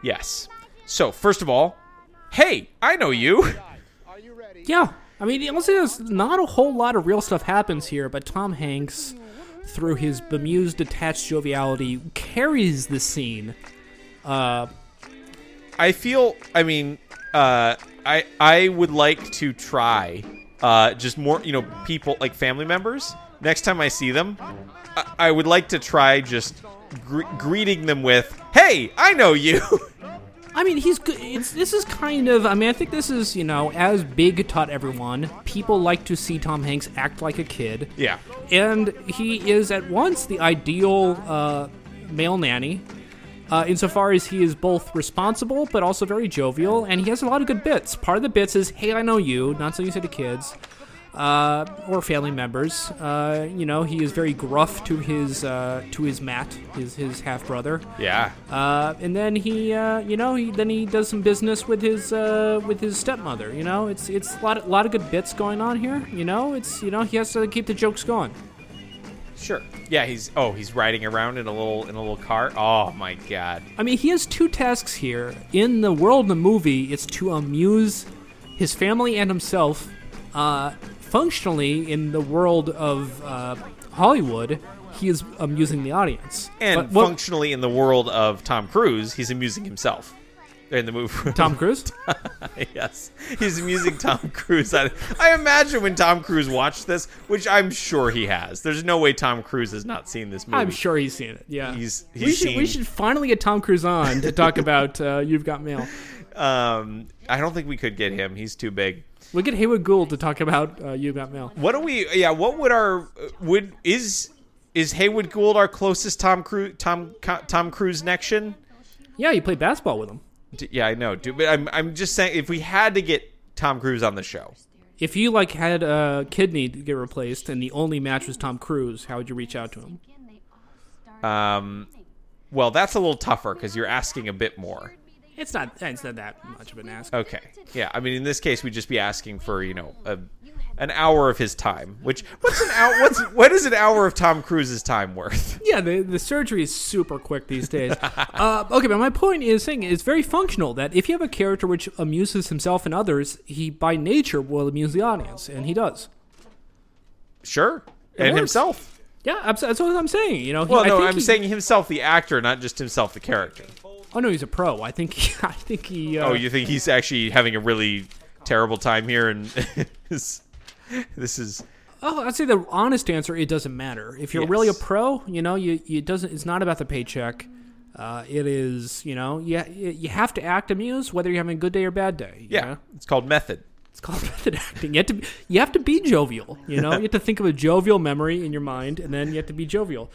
Speaker 8: Yes. So first of all, hey, I know you.
Speaker 6: Are you ready?
Speaker 9: Yeah, I mean, the- honestly, there's not a whole lot of real stuff happens here, but Tom Hanks, through his bemused, detached joviality, carries the scene. Uh,
Speaker 8: I feel. I mean, uh, I I would like to try uh, just more. You know, people like family members. Next time I see them, I, I would like to try just gre- greeting them with, "Hey, I know you." <laughs>
Speaker 9: I mean, he's good. It's, this is kind of. I mean, I think this is, you know, as Big taught everyone, people like to see Tom Hanks act like a kid.
Speaker 8: yeah.
Speaker 9: and he is at once the ideal uh, male nanny uh, insofar as he is both responsible but also very jovial and he has a lot of good bits part of the bits is hey i know you not something you say to kids uh, or family members uh, you know he is very gruff to his uh, to his matt his his half brother
Speaker 8: Yeah.
Speaker 9: uh, and then he, uh, you know, he then he does some business with his uh, with his stepmother. You know, it's it's a lot, lot of good bits going on here. You know, it's you know he has to keep the jokes going.
Speaker 8: Sure. Yeah, he's oh, he's riding around in a little in a little car. Oh my god.
Speaker 9: I mean, he has two tasks here in the world of the movie. It's to amuse his family and himself. Uh, functionally, in the world of uh, Hollywood, he is amusing the audience.
Speaker 8: And
Speaker 9: But what-
Speaker 8: functionally in the world of Tom Cruise, he's amusing himself. In the movie,
Speaker 9: Tom Cruise.
Speaker 8: <laughs> yes, he's amusing Tom Cruise. I, I imagine when Tom Cruise watched this, which I'm sure he has. There's no way Tom Cruise has not seen this movie.
Speaker 9: I'm sure he's seen it. Yeah,
Speaker 8: He's-
Speaker 9: we
Speaker 8: he's
Speaker 9: should we
Speaker 8: seen-
Speaker 9: should finally get Tom Cruise on to talk about uh, You've Got Mail.
Speaker 8: Um, I don't think we could get him. He's too big.
Speaker 9: We'll get Haywood Gould to talk about uh, You've Got Mail.
Speaker 8: What do we? Yeah. What would our would is is Haywood Gould our closest Tom Cruise Tom Tom Cruise nection?
Speaker 9: Yeah, you played basketball with him.
Speaker 8: D- Yeah, I know, dude. But I'm I'm just saying, if we had to get Tom Cruise on the show,
Speaker 9: If you like had a kidney to get replaced and the only match was Tom Cruise, how would you reach out to him?
Speaker 8: um, well, that's a little tougher because you're asking a bit more.
Speaker 9: It's not it's not that much of an ask.
Speaker 8: Okay. Yeah. I mean, in this case, we'd just be asking for you know a, an hour of his time. Which what's an hour? What's what is an hour of Tom Cruise's time worth? <laughs>
Speaker 9: Yeah, the, the surgery is super quick these days. uh, okay, but my point is saying it's very functional that if you have a character which amuses himself and others, he by nature will amuse the audience, and he does.
Speaker 8: Sure. and
Speaker 9: works.
Speaker 8: himself.
Speaker 9: Yeah, abs- that's what I'm saying. You know, he-
Speaker 8: Well,
Speaker 9: I
Speaker 8: no,
Speaker 9: think
Speaker 8: I'm
Speaker 9: he-
Speaker 8: saying himself, the actor, not just himself, the character.
Speaker 9: Oh no, he's a pro. I think he, <laughs> I think he. Uh,
Speaker 8: Oh, you think he's actually having a really terrible time here, and <laughs> is- this is
Speaker 9: Oh, I'd say the honest answer it doesn't matter. If you're really a
Speaker 8: Yes.
Speaker 9: pro, you know, you, you it doesn't it's not about the paycheck. Uh, it is, you know, you, you have to act amused whether you're having a good day or bad day. you
Speaker 8: yeah,
Speaker 9: know?
Speaker 8: it's called method.
Speaker 9: It's called <laughs> method acting. You have to be, you have to be jovial, you know? you have to think of a jovial memory in your mind and then you have to be jovial.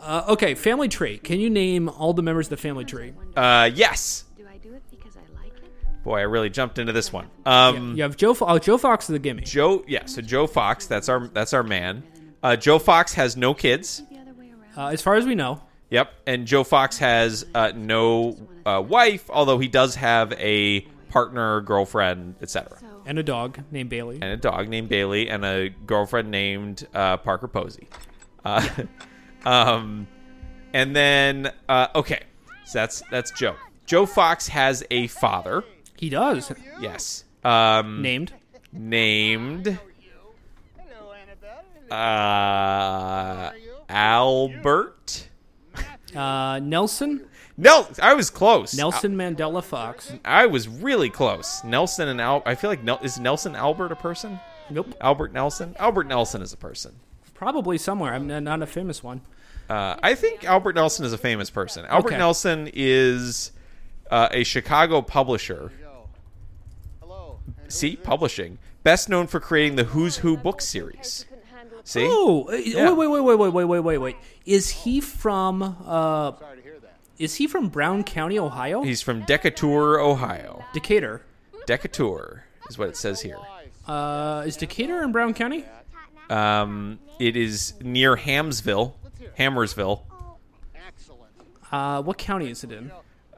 Speaker 9: Uh, okay, family tree. Can you name all the members of the family tree?
Speaker 8: Uh, yes.
Speaker 7: Do I do it because I like it?
Speaker 8: Boy, I really jumped into this one. Um,
Speaker 9: You have Joe Fo- oh, Joe Fox is the gimme.
Speaker 8: Joe, yeah. So Joe Fox, that's our that's our man. Uh, Joe Fox has no kids.
Speaker 7: The other way around.
Speaker 9: Uh, as far as we know,
Speaker 8: Yep, and Joe Fox has uh, no uh, wife, although he does have a partner, girlfriend, etc.,
Speaker 9: and a dog named Bailey.
Speaker 8: and a dog named Bailey and a girlfriend named uh, Parker Posey. Uh, <laughs> um, and then uh, okay, so that's that's Joe. Joe Fox has a father.
Speaker 9: He does.
Speaker 8: Yes. Um,
Speaker 9: Named
Speaker 8: named uh, Albert.
Speaker 9: uh, Nelson
Speaker 8: No, I was close.
Speaker 9: Nelson Mandela Fox.
Speaker 8: I, I was really close. Nelson and Al. I feel like Nel- is Nelson Albert a person?
Speaker 9: Nope.
Speaker 8: Albert Nelson. Albert Nelson is a person.
Speaker 9: Probably somewhere. I'm n- not a famous one.
Speaker 8: Uh, I think Albert Nelson is a famous person. Albert
Speaker 9: Okay.
Speaker 8: Nelson is uh, a Chicago publisher.
Speaker 6: Hello.
Speaker 8: See, publishing. Best known for creating the Who's Who book series. See?
Speaker 9: Oh, wait, wait, wait, wait, wait, wait, wait, wait, wait. Is he from? Uh, is he from Brown County, Ohio?
Speaker 8: He's from Decatur, Ohio.
Speaker 9: Decatur.
Speaker 8: Decatur is what it says here.
Speaker 9: Uh, is Decatur in Brown County?
Speaker 8: Um, it is near Hamsville, Hammersville.
Speaker 6: Excellent.
Speaker 9: Uh, what county is it in?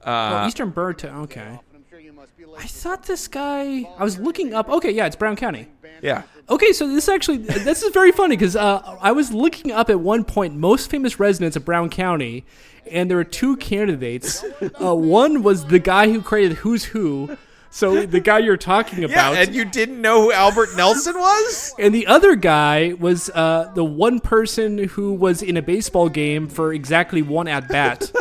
Speaker 9: oh,
Speaker 8: Uh,
Speaker 9: Eastern Burton. Okay.
Speaker 6: Often I'm sure you must be late
Speaker 9: I
Speaker 6: for
Speaker 9: thought this guy. I was looking up. Okay, yeah, it's Brown County.
Speaker 8: yeah.
Speaker 9: Okay, so this actually this is very funny because uh, I was looking up at one point most famous residents of Brown County, and there were two candidates. Uh, one was the guy who created Who's Who, So the guy you're talking
Speaker 8: Yeah,
Speaker 9: about,
Speaker 8: and you didn't know who Albert Nelson was?
Speaker 9: and the other guy was uh, the one person who was in a baseball game for exactly one at bat.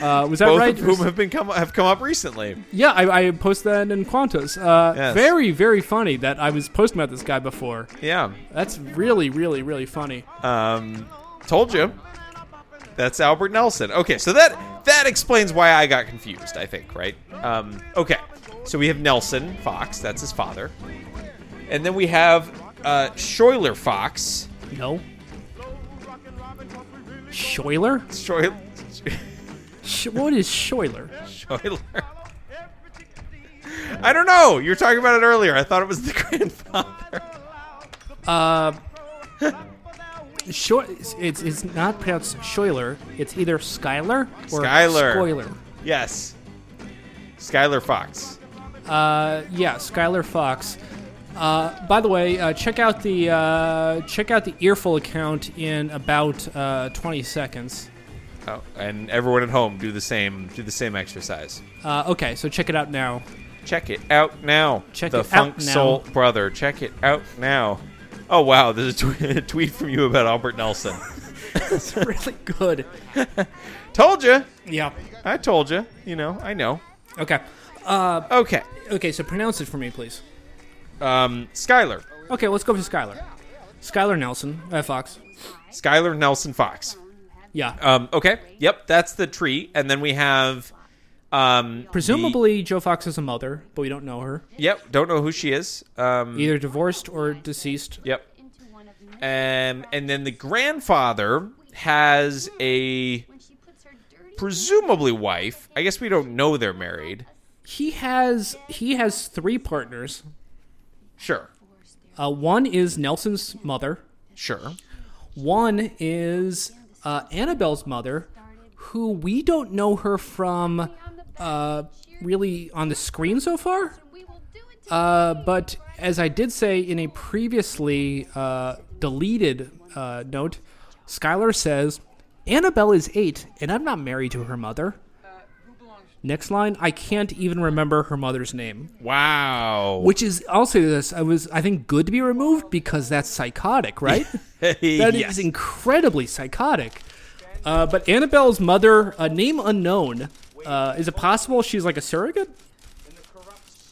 Speaker 9: Uh, was <laughs> that
Speaker 8: Both
Speaker 9: right?
Speaker 8: of whom have been come have come up recently.
Speaker 9: Yeah, I, I posted that in Quantos. Uh,
Speaker 8: Yes.
Speaker 9: Very, very funny that I was posting about this guy before.
Speaker 8: Yeah.
Speaker 9: That's really, really, really funny.
Speaker 8: Um, told you. That's Albert Nelson. Okay, so that that explains why I got confused. I think, right? Um, okay, so we have Nelson Fox. That's his father, and then we have uh, Schuyler Fox.
Speaker 9: No. Schuyler?
Speaker 8: Schuyler.
Speaker 9: Sh- what is Schuyler?
Speaker 8: Schuyler. I don't know. You were talking about it earlier. I thought it was the <laughs> grandfather.
Speaker 9: Uh, Scho- it's, it's it's not pronounced Schuyler. It's either Skyler or
Speaker 8: Schuyler.
Speaker 9: Schuyler.
Speaker 8: Yes. Skyler Fox.
Speaker 9: Uh, yeah, Skylar Fox. Uh, by the way, uh, check out the uh, check out the earful account in about uh, 20 seconds.
Speaker 8: Oh, and everyone at home do the same. Do the same exercise.
Speaker 9: Uh, okay, so check it out now. <laughs>
Speaker 8: Check it out now.
Speaker 9: Check
Speaker 8: the
Speaker 9: it
Speaker 8: Funk
Speaker 9: out now.
Speaker 8: Soul Brother. Check it out now. Oh wow, there's a, tw- <laughs> a tweet from you about Albert Nelson.
Speaker 9: It's really good.
Speaker 8: told you.
Speaker 9: Yeah.
Speaker 8: I told you. You know. I know.
Speaker 9: Okay. Uh,
Speaker 8: Okay.
Speaker 9: okay, so pronounce it for me, please.
Speaker 8: Um, Skyler.
Speaker 9: Okay, let's go for Skylar. Skylar Nelson, uh, Fox.
Speaker 8: Skyler Nelson Fox.
Speaker 9: Yeah.
Speaker 8: Um, okay. Yep. That's the tree. And then we have. Um, the-
Speaker 9: Presumably, Joe Fox is a mother, but we don't know her.
Speaker 8: yep. Don't know who she is. Um,
Speaker 9: Either divorced or deceased.
Speaker 8: Yep. Um, and then the grandfather has a presumably wife. I guess we don't know they're married.
Speaker 9: He has he has three partners.
Speaker 8: Sure.
Speaker 9: Uh, one is Nelson's mother.
Speaker 8: Sure.
Speaker 9: One is uh, Annabelle's mother, who we don't know her from uh, really on the screen so far. Uh, but as I did say in a previously uh, deleted uh, note, Skylar says, Annabelle is eight, and I'm not married to her mother. Next line, I can't even remember her mother's name.
Speaker 8: Wow.
Speaker 9: Which is, I'll say this, I was, I think, good to be removed because that's psychotic, right?
Speaker 8: That is
Speaker 9: That is incredibly psychotic. Uh, but Annabelle's mother, a name unknown, uh, is it possible she's like a surrogate?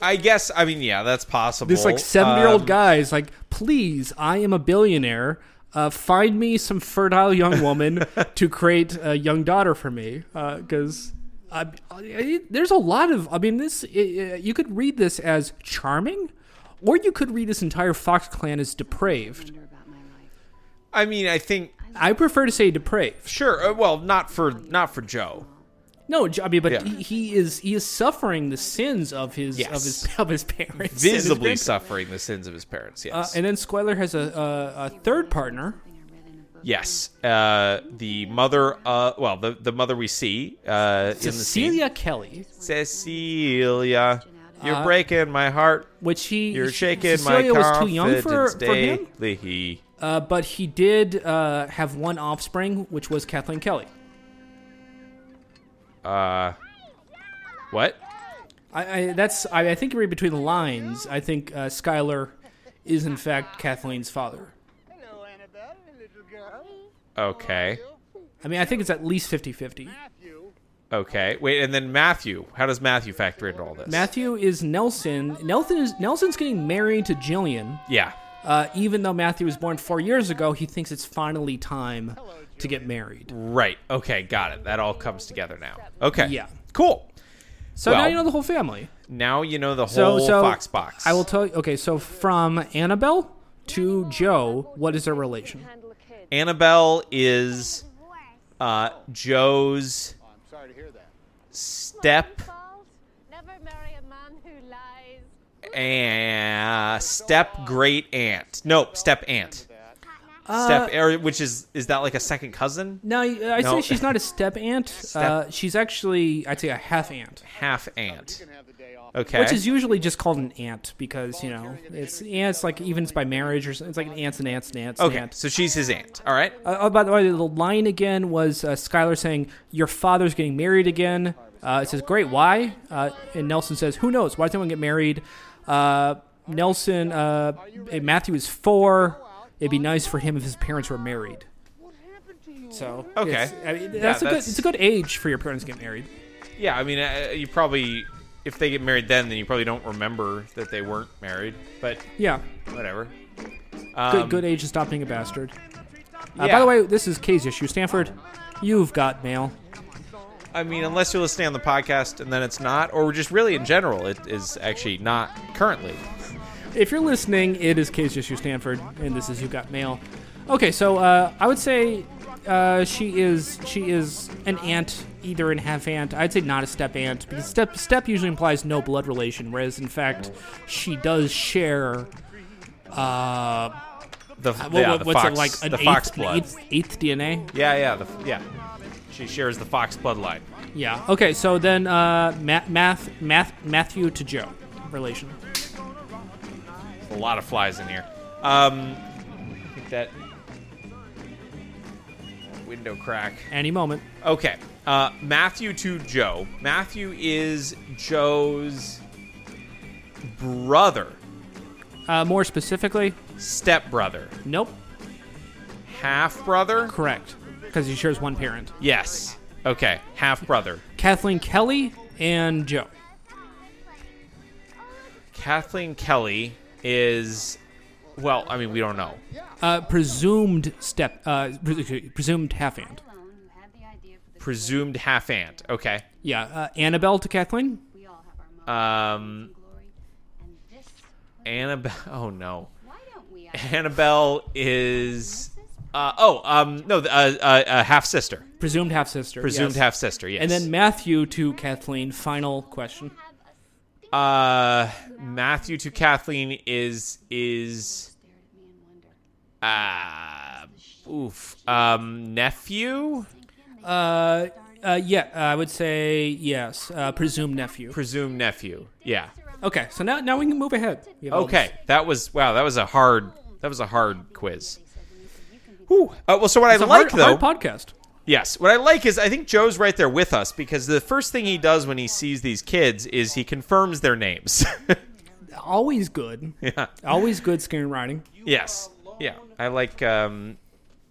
Speaker 8: I guess. I mean, yeah, that's possible.
Speaker 9: This like seven year old
Speaker 8: Um,
Speaker 9: guy is like, please, I am a billionaire. Uh, find me some fertile young
Speaker 8: <laughs>
Speaker 9: woman to create a young daughter for me, because I, I- there's a lot of. I mean, this i- i- you could read this as charming, or you could read this entire Fox clan as depraved.
Speaker 8: I mean, I think
Speaker 9: I prefer to say depraved.
Speaker 8: sure. Uh, well, not for not for Joe.
Speaker 9: No, J- I mean, but
Speaker 8: Yeah.
Speaker 9: he, he is he is suffering the sins of his of his
Speaker 8: Yes.
Speaker 9: of his parents, and his
Speaker 8: Visibly
Speaker 9: grandparents.
Speaker 8: suffering the sins of his parents.
Speaker 9: Uh, <laughs>
Speaker 8: Yes.
Speaker 9: and then Squealer has a, a, a third partner.
Speaker 8: yes. Uh, the mother. Uh, well, the the mother we see. Uh, in the scene.
Speaker 9: Cecilia Kelly,
Speaker 8: Cecilia. You're
Speaker 9: Uh,
Speaker 8: breaking my heart.
Speaker 9: which he
Speaker 8: You're
Speaker 9: he-
Speaker 8: shaking
Speaker 9: Cecilia
Speaker 8: my
Speaker 9: was
Speaker 8: confidence
Speaker 9: too young for, for him,
Speaker 8: daily.
Speaker 9: uh, but he did uh, have one offspring, which was Kathleen Kelly.
Speaker 8: Uh, what?
Speaker 9: I, I that's I, I think you read between the lines. I think uh, Skylar is in fact Kathleen's father.
Speaker 11: Hello, Annabelle, little girl.
Speaker 8: Okay.
Speaker 9: I mean, I think it's at least 50-50.
Speaker 8: Okay. Wait, and then Matthew. How does Matthew factor into all this?
Speaker 9: Matthew is Nelson. Nelson is Nelson's getting married to Jillian.
Speaker 8: Yeah.
Speaker 9: Uh, even though Matthew was born four years ago, he thinks it's finally time to get married.
Speaker 8: Right. Okay. Got it. That all comes together now. Okay.
Speaker 9: Yeah.
Speaker 8: Cool.
Speaker 9: So now
Speaker 8: Well,
Speaker 9: you know the whole family.
Speaker 8: Now you know the
Speaker 9: So,
Speaker 8: whole
Speaker 9: so
Speaker 8: Fox box.
Speaker 9: I will tell you. Okay, so from Annabelle to Joe, what is their relation?
Speaker 8: Annabelle is uh, Joe's
Speaker 6: Oh, I'm sorry to hear that.
Speaker 8: step
Speaker 10: Never marry a man who lies.
Speaker 8: and step great aunt. No, step aunt.
Speaker 9: Uh,
Speaker 8: step er, which is is that like a second cousin?
Speaker 9: No, I
Speaker 8: No.
Speaker 9: say she's not a step
Speaker 8: <laughs>
Speaker 9: aunt. Uh, she's actually, I'd say, a half aunt,
Speaker 8: Half aunt.
Speaker 6: Have the day off.
Speaker 8: Okay.
Speaker 9: which is usually just called an aunt because you know it's ants like even it's by marriage or something. It's like an aunt's an aunt's an aunt's an
Speaker 8: okay.
Speaker 9: aunt.
Speaker 8: So she's his aunt. All right.
Speaker 9: Uh, oh, by the way, the line again was uh, Skylar saying, "Your father's getting married again." Uh, it says, "Great, why?" Uh, and Nelson says, "Who knows? Why does anyone get married?" Uh, Nelson, uh, Matthew is four. It'd be nice for him if his parents were married. So
Speaker 8: Okay.
Speaker 9: it's- I mean,
Speaker 8: Yeah,
Speaker 9: that's a good.
Speaker 8: that's-
Speaker 9: It's a good age for your parents to get married.
Speaker 8: Yeah, I mean, uh, you probably if they get married then, then you probably don't remember that they weren't married. But
Speaker 9: Yeah.
Speaker 8: whatever.
Speaker 9: Good,
Speaker 8: Um,
Speaker 9: good age to stop being a bastard. Uh,
Speaker 8: yeah.
Speaker 9: By the way, this is Kay's issue. Stanford, you've got mail.
Speaker 8: I mean, unless you're listening on the podcast and then it's not, or just really in general, it is actually not currently.
Speaker 9: If you're listening, it is Kay's issue. Stanford, and this is you've got mail. Okay, so uh, I would say uh, she is she is an aunt, either an half aunt. I'd say not a step aunt because step step usually implies no blood relation, whereas in fact she does share. Uh,
Speaker 8: The,
Speaker 9: what-
Speaker 8: yeah,
Speaker 9: what-
Speaker 8: the
Speaker 9: what's
Speaker 8: fox,
Speaker 9: it like? An
Speaker 8: the
Speaker 9: eighth,
Speaker 8: fox
Speaker 9: an
Speaker 8: blood.
Speaker 9: eighth, eighth DNA.
Speaker 8: Yeah, yeah, the, f- yeah. She shares the fox bloodline.
Speaker 9: Yeah. Okay. So then, uh, math, math, math, Matthew to Joe relation.
Speaker 8: A lot of flies in here. Um, I think that window crack.
Speaker 9: Any moment.
Speaker 8: Okay. Uh, Matthew to Joe. Matthew is Joe's brother,
Speaker 9: Uh, more specifically,
Speaker 8: stepbrother,
Speaker 9: nope.
Speaker 8: half brother.
Speaker 9: Correct. Because he shares one parent.
Speaker 8: Yes. Okay. Half brother.
Speaker 9: Kathleen Kelly and Joe.
Speaker 8: Kathleen Kelly is, well, I mean, we don't know.
Speaker 9: Uh, presumed step. Uh, pre- presumed half aunt.
Speaker 8: Presumed half aunt. Okay.
Speaker 9: Yeah. Uh, Annabelle to Kathleen.
Speaker 8: Um, Annabelle. <laughs> Oh no. <laughs> Annabelle is. Uh, oh, um, no, the- uh, uh, uh, half sister,
Speaker 9: Presumed half sister.
Speaker 8: presumed half sister. Yes.
Speaker 9: And then Matthew to Kathleen. Final question.
Speaker 8: uh, Matthew to Kathleen is is. Uh, oof. Um, nephew,
Speaker 9: Uh, uh, yeah. I would say yes. Uh, presumed nephew.
Speaker 8: presumed nephew. Yeah.
Speaker 9: Okay. So now now we can move ahead. We have all
Speaker 8: Okay, that was wow. That was a hard. That was a hard quiz. Whew. Uh, well, so what
Speaker 9: It's
Speaker 8: I
Speaker 9: a
Speaker 8: like
Speaker 9: hard,
Speaker 8: though,
Speaker 9: hard podcast.
Speaker 8: yes, what I like is I think Joe's right there with us because the first thing he does when he sees these kids is he confirms their names. <laughs>
Speaker 9: Always good.
Speaker 8: yeah.
Speaker 9: Always good screenwriting.
Speaker 8: Yes. Yeah. I like. Um,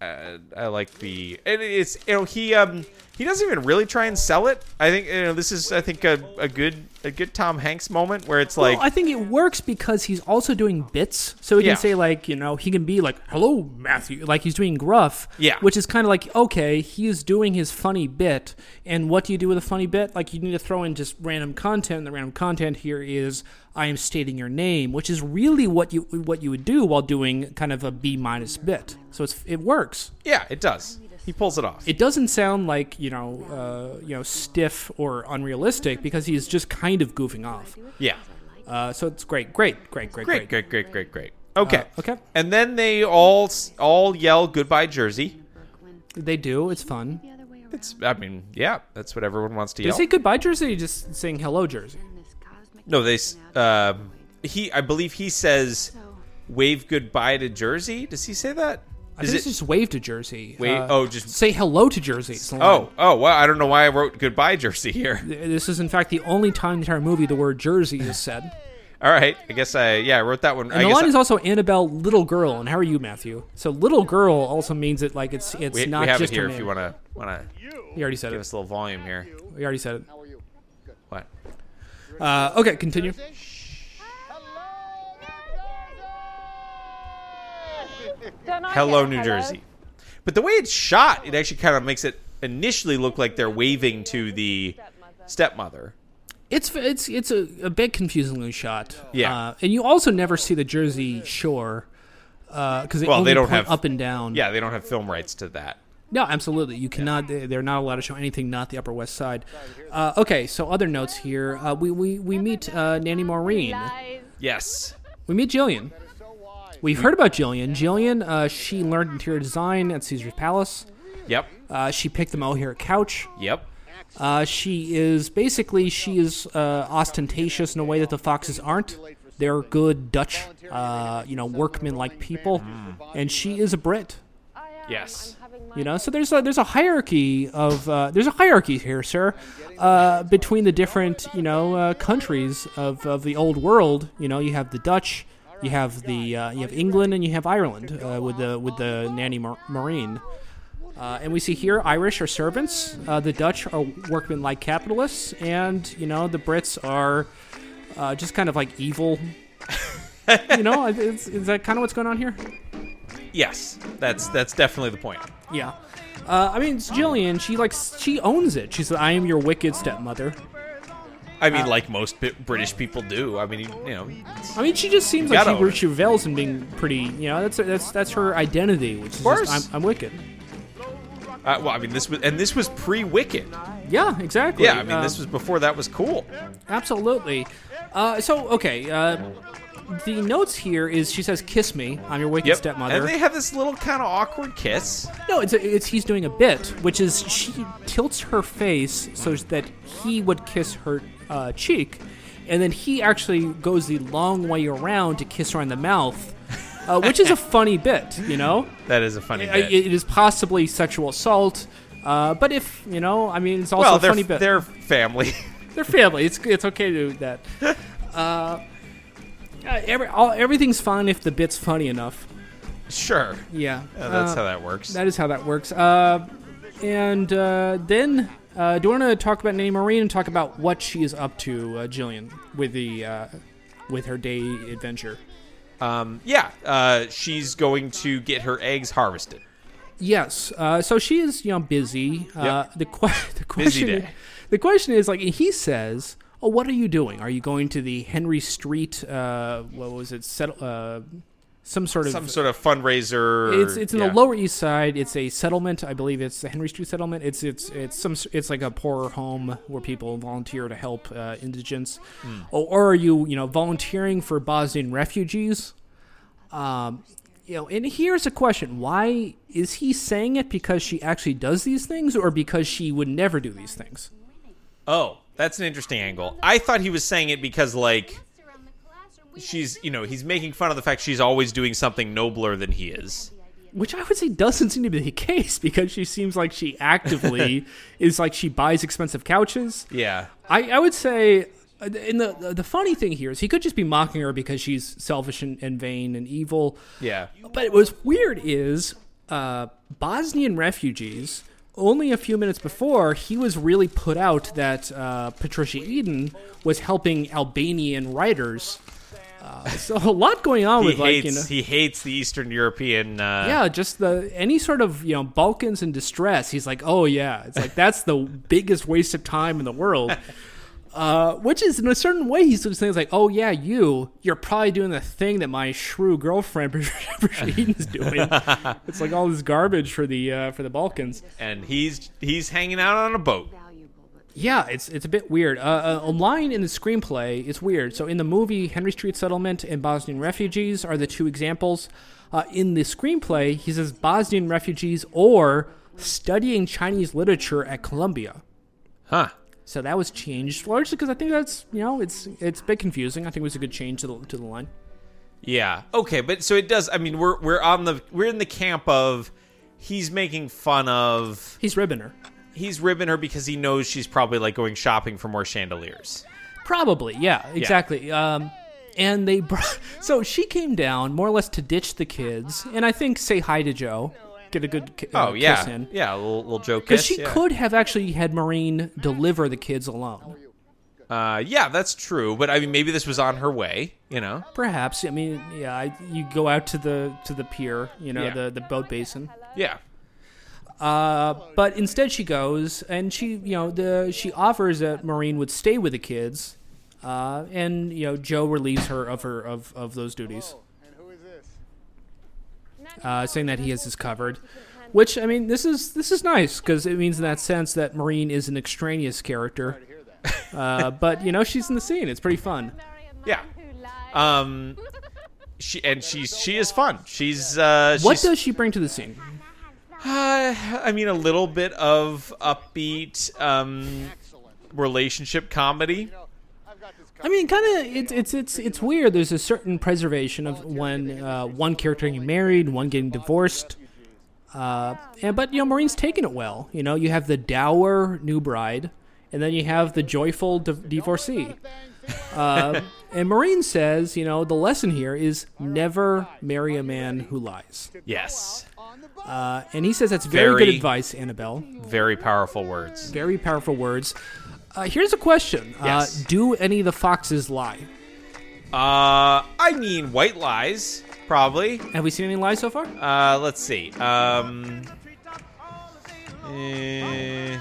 Speaker 8: uh, I like the. And it's you know he um he doesn't even really try and sell it. I think you know this is I think a, a good a good Tom Hanks moment where it's like
Speaker 9: well, I think it works because he's also doing bits, so he
Speaker 8: Yeah.
Speaker 9: can say like, you know, he can be like, "Hello, Matthew," like he's doing gruff,
Speaker 8: Yeah.
Speaker 9: which is kind of like, okay, he is doing his funny bit, and what do you do with a funny bit? Like, you need to throw in just random content. And the random content here is, "I am stating your name," which is really what you what you would do while doing kind of a B minus bit. So it's it works.
Speaker 8: yeah it does. He pulls it off.
Speaker 9: It doesn't sound like you know, uh, you know, stiff or unrealistic because he's just kind of goofing off.
Speaker 8: yeah.
Speaker 9: Uh, so it's great, great, great, great,
Speaker 8: great, great, great, great, great. Okay,
Speaker 9: Uh, okay.
Speaker 8: And then they all s- all yell goodbye Jersey.
Speaker 9: They do. It's fun.
Speaker 8: It's I mean yeah, that's what everyone wants to
Speaker 9: Did you
Speaker 8: yell.
Speaker 9: say goodbye jersey? Or you just saying hello jersey.
Speaker 8: no, they s- um, he I believe he says wave goodbye to Jersey. Does he say that?
Speaker 9: I
Speaker 8: Is
Speaker 9: think it's
Speaker 8: it?
Speaker 9: just wave to jersey.
Speaker 8: Wait,
Speaker 9: Uh,
Speaker 8: oh, just-
Speaker 9: say hello to jersey. It's the line.
Speaker 8: oh oh well I don't know why I wrote goodbye Jersey here.
Speaker 9: Th- This is in fact the only time in the entire movie the word jersey is
Speaker 8: <laughs>
Speaker 9: said.
Speaker 8: <laughs> All right, I guess I yeah I wrote that one.
Speaker 9: And
Speaker 8: I
Speaker 9: the
Speaker 8: guess
Speaker 9: line
Speaker 8: I-
Speaker 9: is also Annabelle, little girl. And how are you, Matthew? So little girl also means it like it's it's
Speaker 8: we,
Speaker 9: not
Speaker 8: we have it
Speaker 9: just her
Speaker 8: here if
Speaker 9: name.
Speaker 8: you want to want to
Speaker 9: You already said
Speaker 8: give
Speaker 9: it.
Speaker 8: us a little volume here.
Speaker 9: You already said
Speaker 8: What?
Speaker 9: it. Uh, okay, continue.
Speaker 10: Don't I
Speaker 8: Hello,
Speaker 10: get
Speaker 8: New Jersey. But the way it's shot, it actually kind of makes it initially look like they're waving to the stepmother.
Speaker 9: It's it's it's a, a bit confusingly shot.
Speaker 8: Yeah.
Speaker 9: Uh, and you also never see the Jersey Shore because they
Speaker 8: Well,
Speaker 9: only
Speaker 8: they don't
Speaker 9: point
Speaker 8: have-
Speaker 9: up and down.
Speaker 8: Yeah, they don't have film rights to that.
Speaker 9: No, absolutely. You cannot. they- They're not allowed to show anything not the Upper West Side. Uh, okay, so other notes here. Uh, we, we we meet uh, Nanny Maureen.
Speaker 10: Lies.
Speaker 8: Yes.
Speaker 9: We meet Jillian. We've heard about Jillian. Jillian, uh, she learned interior design at Caesar's Palace.
Speaker 8: Yep.
Speaker 9: Uh, she picked the mohair couch.
Speaker 8: Yep.
Speaker 9: Uh, she is basically she is uh, ostentatious in a way that the foxes aren't. They're good Dutch, uh, you know, workman-like people, and she is a Brit.
Speaker 10: I am.
Speaker 8: Yes.
Speaker 10: I'm having
Speaker 9: You know, so there's a there's a hierarchy of uh, there's a hierarchy here, sir, uh, between the different you know uh, countries of, of the old world. You know, you have the Dutch, you have the uh, you have England, and you have Ireland uh, with the with the nanny mar- marine. Uh, and we see here Irish are servants, uh, the Dutch are workmen like capitalists, and you know the Brits are uh, just kind of like evil. <laughs> you know, is, is that kind of what's going on here?
Speaker 8: Yes, that's that's definitely the point.
Speaker 9: Yeah. Uh, I mean, it's Jillian. She like she owns it. She said, "I am your wicked stepmother."
Speaker 8: I mean, like most bi- British people do. I mean, you know,
Speaker 9: I mean, she just seems
Speaker 8: You
Speaker 9: like she
Speaker 8: gotta own it.
Speaker 9: revels in being pretty. You know, that's that's that's her identity, which is
Speaker 8: course.
Speaker 9: Just, I'm, I'm wicked.
Speaker 8: uh, well, I mean, this was and this was pre Wicked.
Speaker 9: Yeah, exactly.
Speaker 8: Yeah, I mean,
Speaker 9: Uh,
Speaker 8: this was before that was cool.
Speaker 9: absolutely. Uh, so okay, uh, the notes here is she says, "Kiss me, I'm your wicked
Speaker 8: Yep.
Speaker 9: stepmother."
Speaker 8: And they have this little kind of awkward kiss.
Speaker 9: No, it's, it's he's doing a bit, which is she tilts her face so that he would kiss her uh, cheek, and then he actually goes the long way around to kiss her on the mouth, uh, which
Speaker 8: <laughs>
Speaker 9: is a funny bit, you know.
Speaker 8: That is a funny
Speaker 9: I-
Speaker 8: bit.
Speaker 9: it is possibly sexual assault, uh, but if you know, I mean, it's also
Speaker 8: well,
Speaker 9: a
Speaker 8: they're,
Speaker 9: funny bit.
Speaker 8: they're family. <laughs>
Speaker 9: They're family. It's it's okay to do that. Uh, uh, every, all, everything's fine if the bit's funny enough.
Speaker 8: sure.
Speaker 9: Yeah,
Speaker 8: Yeah, that's
Speaker 9: Uh,
Speaker 8: how that works.
Speaker 9: that is how that works. Uh, and uh, then, uh, do you want to talk about Nanny Marine and talk about what she is up to, uh, Jillian, with the uh, with her day adventure?
Speaker 8: um, yeah, uh, she's going to get her eggs harvested.
Speaker 9: Yes. Uh, so she is, you know, busy. Uh, The, que- <laughs> the question,
Speaker 8: day.
Speaker 9: the question is like he says, "Oh, what are you doing? Are you going to the Henry Street? Uh, what was it? Settle, uh, some sort of
Speaker 8: Some sort of fundraiser.
Speaker 9: It's it's in
Speaker 8: yeah.
Speaker 9: the Lower East Side. It's a settlement. I believe it's the Henry Street settlement. It's it's it's some s- it's like a poorer home where people volunteer to help uh, indigents, or, or are you you know volunteering for Bosnian refugees? Um, you know, and here's a question: Why is he saying it because she actually does these things, or because she would never do these things?
Speaker 8: Oh, that's an interesting angle. I thought he was saying it because like she's, you know, he's making fun of the fact she's always doing something nobler than he is.
Speaker 9: Which I would say doesn't seem to be the <laughs> case because she seems like she actively is like she buys expensive couches.
Speaker 8: Yeah.
Speaker 9: I, I would say, uh, and the the funny thing here is he could just be mocking her because she's selfish and, and vain and evil.
Speaker 8: Yeah.
Speaker 9: But what's weird is uh, Bosnian refugees. Only a few minutes before, he was really put out that uh, Patricia Eden was helping Albanian writers. Uh, so a lot going on
Speaker 8: He
Speaker 9: with like
Speaker 8: hates
Speaker 9: you know,
Speaker 8: he hates the Eastern European uh
Speaker 9: yeah, just the any sort of you know Balkans in distress. He's like, oh yeah, it's like that's the biggest waste of time in the world. Uh, which is in a certain way, he's doing things like, "Oh yeah, you, you're probably doing the thing that my shrew girlfriend <laughs> Patricia Eden's doing." it's like all this garbage for the uh, for the Balkans.
Speaker 8: and he's he's hanging out on a boat.
Speaker 9: Yeah, it's it's a bit weird. Uh, uh, a line in the screenplay is weird. So in the movie, Henry Street Settlement and Bosnian refugees are the two examples. Uh, in the screenplay, he says Bosnian refugees or studying Chinese literature at Columbia.
Speaker 8: Huh.
Speaker 9: So that was changed largely because I think that's you know it's it's a bit confusing. I think it was a good change to the to the line.
Speaker 8: Yeah. Okay, but so it does I mean we're we're on the we're in the camp of he's making fun of
Speaker 9: He's ribbing her.
Speaker 8: he's ribbing her because he knows she's probably like going shopping for more chandeliers.
Speaker 9: Probably, yeah, exactly. Um, and they brought, <laughs> so she came down more or less to ditch the kids, and I think say hi to Joe, get a good ki- uh,
Speaker 8: Oh yeah.
Speaker 9: kiss in.
Speaker 8: Yeah, a little, little joke
Speaker 9: Because
Speaker 8: kiss,
Speaker 9: she
Speaker 8: yeah.
Speaker 9: could have actually had Marine deliver the kids alone.
Speaker 8: Uh, yeah, that's true. But I mean, maybe this was on her way. You know.
Speaker 9: Perhaps. I mean, yeah, I, you go out to the to the pier, you know,
Speaker 8: Yeah.
Speaker 9: the, the boat basin.
Speaker 8: Yeah.
Speaker 9: Uh, but instead, she goes and she, you know, the she offers that Marine would stay with the kids, uh, and you know, Joe relieves her of her of, of those duties,
Speaker 6: And who is this?
Speaker 9: uh, saying that he has this covered. Which I mean, this is this is nice because it means in that sense that Marine is an extraneous character, <laughs> uh, but you know, she's in the scene. It's pretty fun.
Speaker 8: Yeah.
Speaker 9: Uh,
Speaker 8: Um, she and she's she is fun. She's uh,
Speaker 9: What
Speaker 8: she's,
Speaker 9: does she bring to the scene?
Speaker 8: Uh, <sighs> I mean, a little bit of upbeat um relationship comedy.
Speaker 9: I mean, kind of. It's it's it's it's weird. There's a certain preservation of when uh, one character getting married, one getting divorced. Uh, and but you know, Maureen's taken it well. You know, you have the dour new bride, and then you have the joyful div- divorcee. Uh, and Maureen says, you know, the lesson here is never marry a man who lies.
Speaker 8: Yes.
Speaker 9: Uh, and he says that's very,
Speaker 8: Very-
Speaker 9: good advice, Annabelle.
Speaker 8: Very powerful words.
Speaker 9: Very powerful words. Uh, here's a question: uh,
Speaker 8: Yes.
Speaker 9: Do any of the foxes lie?
Speaker 8: Uh, I mean, white lies, probably.
Speaker 9: Have we seen any lies so far?
Speaker 8: Uh, let's see. Um, eh,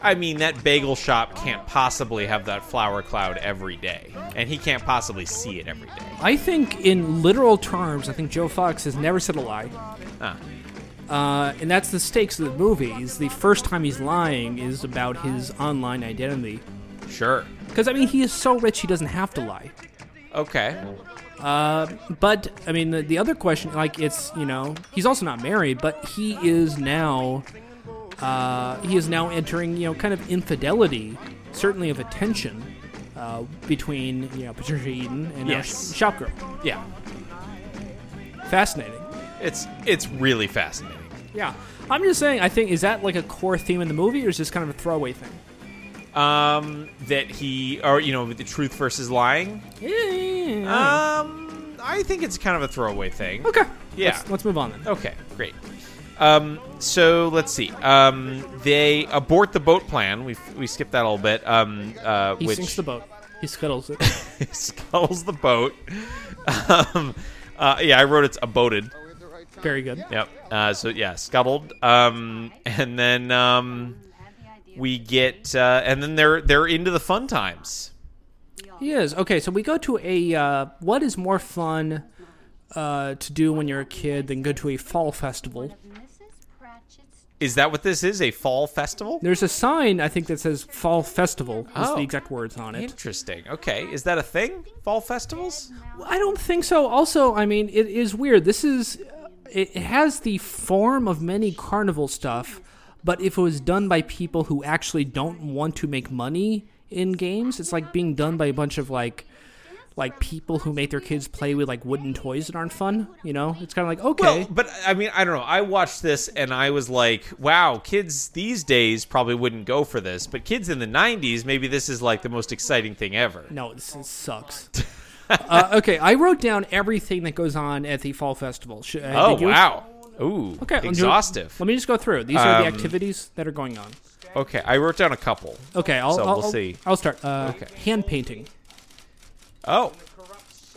Speaker 8: I mean, that bagel shop can't possibly have that flower cloud every day, and he can't possibly see it every day.
Speaker 9: I think, in literal terms, I think Joe Fox has never said a lie.
Speaker 8: Ah.
Speaker 9: Uh, and that's the stakes of the movie. Is the first time he's lying is about his online identity.
Speaker 8: Sure.
Speaker 9: Because I mean, he is so rich he doesn't have to lie.
Speaker 8: Okay.
Speaker 9: Uh, but I mean, the, the other question, like, it's you know, he's also not married, but he is now, uh, he is now entering you know, kind of infidelity, certainly of attention, uh, between you know Patricia Eden and now
Speaker 8: Yes.
Speaker 9: Sh- Shopgirl.
Speaker 8: Yeah.
Speaker 9: Fascinating.
Speaker 8: It's it's really fascinating.
Speaker 9: Yeah, I'm just saying. I think is that like a core theme in the movie, or is this kind of a throwaway thing?
Speaker 8: Um, that he or you know the truth versus lying. Um, I think it's kind of a throwaway thing.
Speaker 9: Hmm. Uh, okay.
Speaker 8: yeah.
Speaker 9: Let's, let's move on then.
Speaker 8: Okay, great. Um, so let's see. Um, they abort the boat plan. We we skipped that a little bit. Um, uh,
Speaker 9: He
Speaker 8: which
Speaker 9: sinks the boat. He scuttles it. <laughs>
Speaker 8: <laughs> sculls the boat. Um, uh, yeah, I wrote it's aboated.
Speaker 9: Very good.
Speaker 8: Yep. Uh, so yeah, scuttled. Um, and then um, we get uh, and then they're they're into the fun times.
Speaker 9: He is. Okay, so we go to a uh, what is more fun uh, to do when you're a kid than go to a fall festival.
Speaker 8: Is that what this is? A fall festival?
Speaker 9: There's a sign I think that says fall festival. Is
Speaker 8: Oh.
Speaker 9: the exact words on it.
Speaker 8: Interesting. Okay, is that a thing? Fall festivals?
Speaker 9: I don't think so. Also, I mean, it is weird. This is it it has the form of many carnival stuff, but if it was done by people who actually don't want to make money in games, it's like being done by a bunch of like like people who make their kids play with like wooden toys that aren't fun, you know? It's kind of like, okay.
Speaker 8: Well, but I mean, I don't know. I watched this and I was like, wow, kids these days probably wouldn't go for this, but kids in the 90s, maybe this is like the most exciting thing ever.
Speaker 9: No, this is- sucks. uh, okay, I wrote down everything that goes on at the fall festival. Should, uh,
Speaker 8: Oh,
Speaker 9: did you?
Speaker 8: wow. Ooh,
Speaker 9: Okay, I'll do-
Speaker 8: exhaustive.
Speaker 9: Let me just go through. These are the
Speaker 8: Um,
Speaker 9: activities that are going on.
Speaker 8: Okay, I wrote down a couple.
Speaker 9: Okay, I'll,
Speaker 8: so
Speaker 9: I'll,
Speaker 8: we'll
Speaker 9: I'll-
Speaker 8: see.
Speaker 9: I'll start. Uh,
Speaker 8: Okay.
Speaker 9: Hand painting.
Speaker 8: Oh,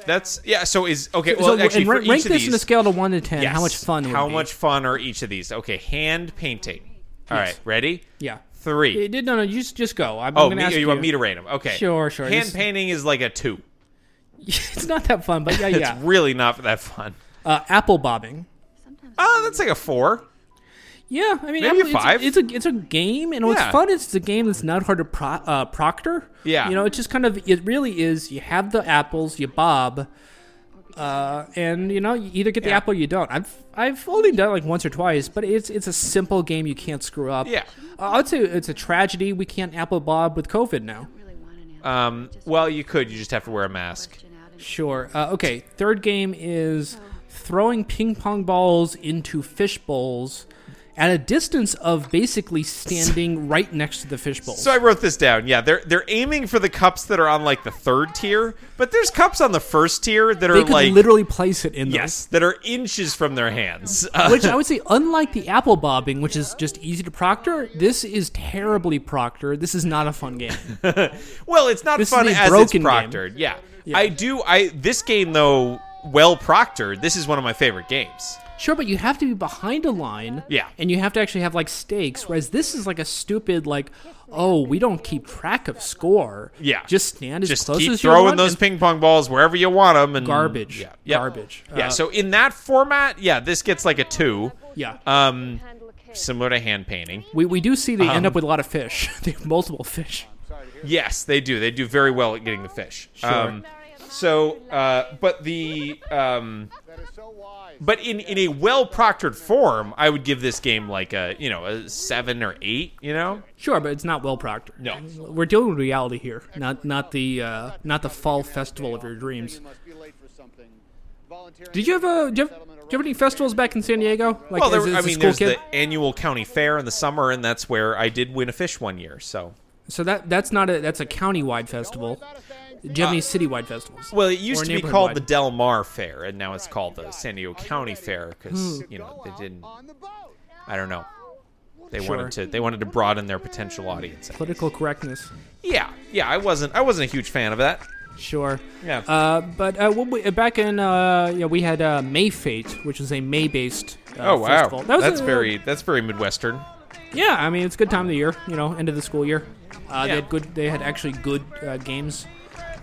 Speaker 8: that's yeah. So is okay.
Speaker 9: So-
Speaker 8: Well,
Speaker 9: so
Speaker 8: actually,
Speaker 9: and
Speaker 8: for
Speaker 9: ra- rank
Speaker 8: each of
Speaker 9: this
Speaker 8: these,
Speaker 9: in a scale of one to ten. How
Speaker 8: Yes.
Speaker 9: much fun? Would
Speaker 8: How
Speaker 9: be.
Speaker 8: much fun are each of these? Okay, hand painting. All right,
Speaker 9: Yes.
Speaker 8: ready?
Speaker 9: Yeah.
Speaker 8: Three.
Speaker 9: It did no no. You just just go. I'm,
Speaker 8: oh,
Speaker 9: I'm gonna
Speaker 8: me,
Speaker 9: ask
Speaker 8: you,
Speaker 9: you
Speaker 8: want me to rate them? Okay.
Speaker 9: Sure, sure.
Speaker 8: Hand
Speaker 9: This-
Speaker 8: painting is like a two.
Speaker 9: <laughs> it's not that fun,
Speaker 8: <laughs>
Speaker 9: but yeah,
Speaker 8: It's
Speaker 9: yeah.
Speaker 8: really not that fun.
Speaker 9: Uh, apple bobbing.
Speaker 8: Oh, that's like a four.
Speaker 9: Yeah, I mean,
Speaker 8: Maybe
Speaker 9: apple- it's,
Speaker 8: five.
Speaker 9: It's a it's a game, and what's
Speaker 8: Yeah.
Speaker 9: fun is it's a game that's not hard to pro, uh, proctor.
Speaker 8: Yeah.
Speaker 9: you know, it's just kind of it really is. You have the apples, you bob, uh, and you know, you either get the
Speaker 8: Yeah.
Speaker 9: apple or you don't. I've I've only done it like once or twice, but it's it's a simple game. You can't screw up.
Speaker 8: Yeah.
Speaker 9: uh, I'd say it's a tragedy we can't apple bob with COVID now.
Speaker 8: Um, well, you could. You just have to wear a mask.
Speaker 9: Sure. Uh, okay. Third game is throwing ping pong balls into fish bowls at a distance of basically standing right next to the fish bowl.
Speaker 8: So I wrote this down. Yeah, they're they're aiming for the cups that are on like the third tier, but there's cups on the first tier that
Speaker 9: they
Speaker 8: are
Speaker 9: could
Speaker 8: like
Speaker 9: literally place it in there.
Speaker 8: yes, that are inches from their hands. <laughs> Uh,
Speaker 9: Which I would say, unlike the apple bobbing, which is just easy to proctor, this is terribly proctored. This is not a fun game.
Speaker 8: <laughs> well, it's not
Speaker 9: This
Speaker 8: fun
Speaker 9: is a
Speaker 8: as it's
Speaker 9: broken game.
Speaker 8: proctored. Yeah. I do. I this game though well proctored. This is one of my favorite games.
Speaker 9: Sure, but you have to be behind a line.
Speaker 8: Yeah.
Speaker 9: And you have to actually have like stakes, whereas this is like a stupid like, oh, we don't keep track of score.
Speaker 8: Yeah.
Speaker 9: Just stand as
Speaker 8: Just
Speaker 9: close
Speaker 8: keep
Speaker 9: as you
Speaker 8: throwing
Speaker 9: want
Speaker 8: those
Speaker 9: and
Speaker 8: ping pong balls wherever you want them and
Speaker 9: garbage.
Speaker 8: Mm, Yeah. Yep.
Speaker 9: Garbage.
Speaker 8: Yeah.
Speaker 9: Uh,
Speaker 8: so in that format, yeah, this gets like a two.
Speaker 9: yeah.
Speaker 8: Um, similar to hand painting.
Speaker 9: we, we do see they end up
Speaker 8: um,
Speaker 9: with a lot of fish. <laughs> they have multiple fish.
Speaker 8: Yes, they do. They do very well at getting the fish. Um, so, uh, but the um, but in in a well proctored form, I would give this game like a you know a seven or eight. You know,
Speaker 9: Sure, but it's not well proctored.
Speaker 8: No.
Speaker 9: We're dealing with reality here, not not the uh, not the fall festival of your dreams.
Speaker 6: You must be late for something. volunteering.
Speaker 9: Did you have a do you have, do you have any festivals back in San Diego? Like,
Speaker 8: well, there,
Speaker 9: as, as
Speaker 8: I
Speaker 9: a
Speaker 8: mean,
Speaker 9: school
Speaker 8: there's
Speaker 9: kid?
Speaker 8: the annual county fair in the summer, and that's where I did win a fish one year. So,
Speaker 9: So that that's not a that's a countywide festival. Do you have any citywide festivals?
Speaker 8: Uh, well, it used
Speaker 9: Or
Speaker 8: to be called
Speaker 9: neighborhood-wide?
Speaker 8: the Del Mar Fair, and now it's called the San Diego County Fair because you know they didn't. I don't know. They
Speaker 9: Sure.
Speaker 8: wanted to they wanted to broaden their potential audience.
Speaker 9: political correctness.
Speaker 8: Yeah, yeah. I wasn't I wasn't a huge fan of that.
Speaker 9: Sure.
Speaker 8: Yeah.
Speaker 9: Uh, but uh, when we, uh, back in uh, yeah, we had uh, May Fate, which is a May-based. Uh,
Speaker 8: oh wow,
Speaker 9: festival. That was
Speaker 8: that's
Speaker 9: a-
Speaker 8: very that's very midwestern.
Speaker 9: Yeah, I mean it's a good time of the year. You know, end of the school year. Uh,
Speaker 8: Yeah. Oh.
Speaker 9: They had good. They had actually good uh, games.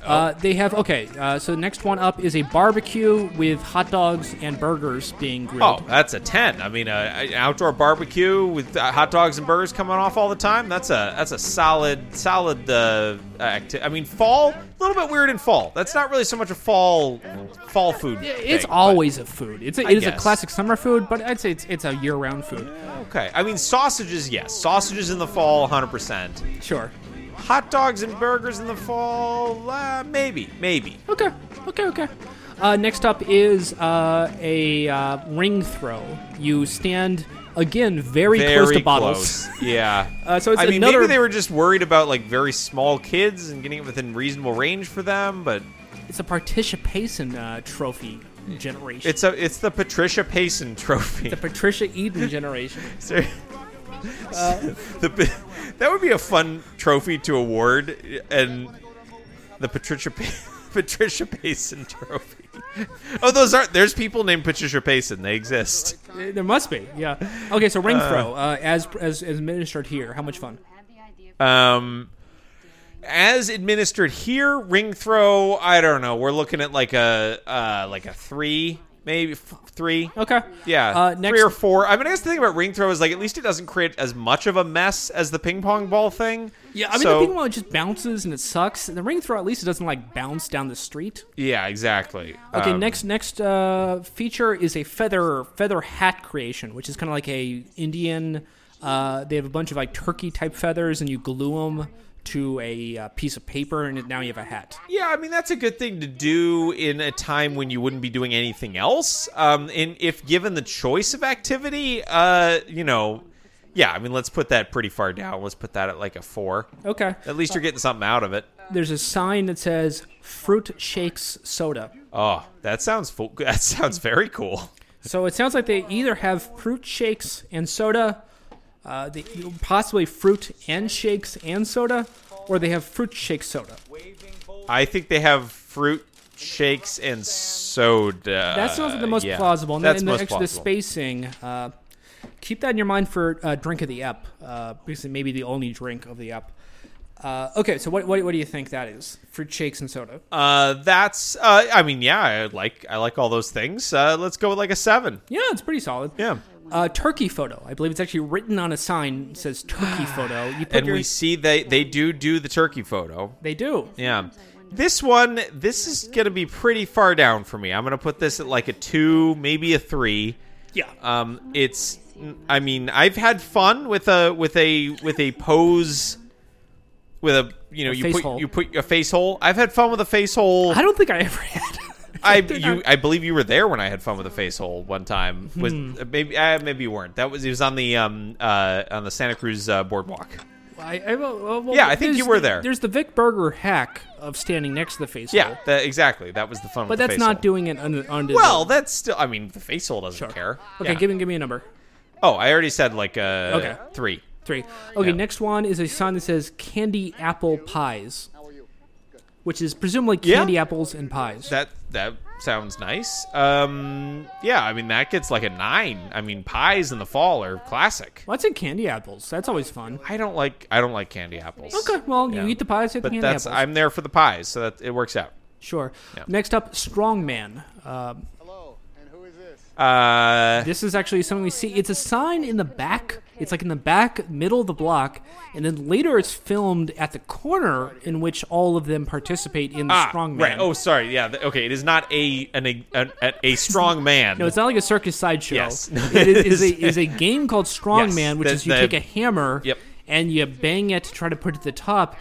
Speaker 9: Uh, they have okay. Uh, so next one up is a barbecue with hot dogs and burgers being grilled.
Speaker 8: Oh, that's a ten. I mean, uh, an outdoor barbecue with uh, hot dogs and burgers coming off all the time. That's a that's a solid solid uh, acti- I mean, fall a little bit weird in fall. That's not really so much a fall fall food.
Speaker 9: It's
Speaker 8: thing, but-
Speaker 9: always a food. It's a,
Speaker 8: I
Speaker 9: it is a
Speaker 8: guess.
Speaker 9: classic summer food, but I'd say it's it's a year-round food.
Speaker 8: okay. I mean, sausages, yes, sausages in the fall, hundred percent.
Speaker 9: Sure.
Speaker 8: Hot dogs and burgers in the fall, uh, maybe, maybe.
Speaker 9: Okay. Okay. Okay. Uh, next up is uh, a uh, ring throw. You stand again very, close to bottles.
Speaker 8: close. Yeah.
Speaker 9: <laughs> Uh, so it's
Speaker 8: I mean,
Speaker 9: another-
Speaker 8: maybe they were just worried about like very small kids and getting it within reasonable range for them, but
Speaker 9: It's a participation uh, trophy generation.
Speaker 8: it's a it's the Patricia Payson Trophy.
Speaker 9: the Patricia Eden
Speaker 8: <laughs>
Speaker 9: generation.
Speaker 8: Ser- <laughs> the, p- that would be a fun trophy to award, and the Patricia Pa <laughs> Patricia Payson Trophy. Oh, those aren't. There's people named Patricia Payson. They exist.
Speaker 9: Uh, There must be. Yeah. Okay. So ring throw uh, as as as administered here. How much fun?
Speaker 8: Um, as administered here, ring throw. I don't know. We're looking at like a uh, like a three, maybe f- three.
Speaker 9: Okay.
Speaker 8: Yeah,
Speaker 9: Uh, next-
Speaker 8: three or four. I mean, I guess the thing about ring throw is like at least it doesn't create as much of a mess as the ping pong ball thing.
Speaker 9: Yeah. I mean,
Speaker 8: So-
Speaker 9: the ping pong just bounces and it sucks. The ring throw at least it doesn't like bounce down the street.
Speaker 8: Yeah, exactly.
Speaker 9: Okay,
Speaker 8: Um,
Speaker 9: next next uh, feature is a feather feather hat creation, which is kind of like a Indian. Uh, they have a bunch of like turkey type feathers, and you glue them to a uh, piece of paper, and it- now you have a hat.
Speaker 8: Yeah, I mean that's a good thing to do in a time when you wouldn't be doing anything else. Um, and if given the choice of activity, uh, you know, yeah, I mean let's put that pretty far down. Let's put that at like a four.
Speaker 9: Okay,
Speaker 8: At least you're getting something out of it.
Speaker 9: there's a sign that says "Fruit Shakes Soda."
Speaker 8: Oh, that sounds fo- <laughs> that sounds very cool.
Speaker 9: So it sounds like they either have fruit shakes and soda, uh, they, possibly fruit and shakes and soda, or they have fruit shake soda.
Speaker 8: I think they have fruit shakes and soda.
Speaker 9: That sounds like the most
Speaker 8: Uh, Yeah,
Speaker 9: plausible. And,
Speaker 8: that's
Speaker 9: and the,
Speaker 8: most
Speaker 9: actually, the
Speaker 8: plausible.
Speaker 9: spacing. Uh, keep that in your mind for uh, drink of the app, uh, because it may be the only drink of the app. Uh, okay, so what, what what do you think that is? Fruit shakes and soda.
Speaker 8: Uh, that's. Uh, I mean, yeah, I like I like all those things. Uh, let's go with like a seven.
Speaker 9: yeah, it's pretty solid.
Speaker 8: Yeah.
Speaker 9: Uh, turkey photo. I believe it's actually written on a sign. It says
Speaker 8: <sighs>
Speaker 9: turkey photo. You put
Speaker 8: and
Speaker 9: your,
Speaker 8: we see they they do do the turkey photo.
Speaker 9: they do.
Speaker 8: Yeah. This one, this is gonna be pretty far down for me. I'm gonna put this at like a two, maybe a three.
Speaker 9: Yeah.
Speaker 8: Um, it's, I mean, I've had fun with a with a with a pose, with a you know you
Speaker 9: face
Speaker 8: put
Speaker 9: hole.
Speaker 8: you put a face hole. I've had fun with a face hole.
Speaker 9: I don't think I ever <laughs> had.
Speaker 8: I
Speaker 9: think
Speaker 8: you I believe you were there when I had fun with a face hole one time. Was
Speaker 9: Hmm.
Speaker 8: uh, maybe uh, maybe you weren't. That was it was on the um uh on the Santa Cruz uh, boardwalk.
Speaker 9: I, I, well, well, well,
Speaker 8: Yeah, I think you
Speaker 9: there's
Speaker 8: were
Speaker 9: the-
Speaker 8: there.
Speaker 9: There's the Vic Berger hack of standing next to the face.
Speaker 8: Yeah,
Speaker 9: hole,
Speaker 8: that, exactly. That was the fun.
Speaker 9: but
Speaker 8: with the
Speaker 9: that's
Speaker 8: face
Speaker 9: not
Speaker 8: hole.
Speaker 9: doing it under. under
Speaker 8: Well, that's still. I mean, the face hole doesn't
Speaker 9: Sure.
Speaker 8: care.
Speaker 9: okay,
Speaker 8: Yeah.
Speaker 9: give me give me a number.
Speaker 8: Oh, I already said like uh
Speaker 9: Okay.
Speaker 8: three.
Speaker 9: Three. Okay,
Speaker 8: Yeah.
Speaker 9: next one is a sign that says candy apple pies, which is presumably candy apples and pies.
Speaker 8: That that sounds nice. Um, yeah. I mean, that gets like a nine. I mean, pies in the fall are classic.
Speaker 9: well, I said candy apples. That's always fun.
Speaker 8: I don't like I don't like candy apples.
Speaker 9: Okay, well, you
Speaker 8: Yeah.
Speaker 9: eat the pies, you have the
Speaker 8: But
Speaker 9: candy
Speaker 8: that's
Speaker 9: apples.
Speaker 8: I'm there for the pies, so that it works out.
Speaker 9: sure. Next up, strongman. Um,
Speaker 6: Hello, and who is this?
Speaker 8: Uh,
Speaker 9: this is actually something we see. It's a sign in the back. It's like in the back, middle of the block, and then later it's filmed at the corner in which all of them participate in the
Speaker 8: ah,
Speaker 9: strongman.
Speaker 8: right. Oh, sorry. Yeah. th- Okay. It is not a an a, an, a-
Speaker 9: <laughs>
Speaker 8: a strong man.
Speaker 9: No, it's not like a circus sideshow.
Speaker 8: Yes.
Speaker 9: <laughs> it is, is, a, is
Speaker 8: <laughs>
Speaker 9: a game called Strongman,
Speaker 8: Yes,
Speaker 9: which
Speaker 8: the-
Speaker 9: is you
Speaker 8: the-
Speaker 9: take a hammer
Speaker 8: Yep.
Speaker 9: and you bang it to try to put it to the top.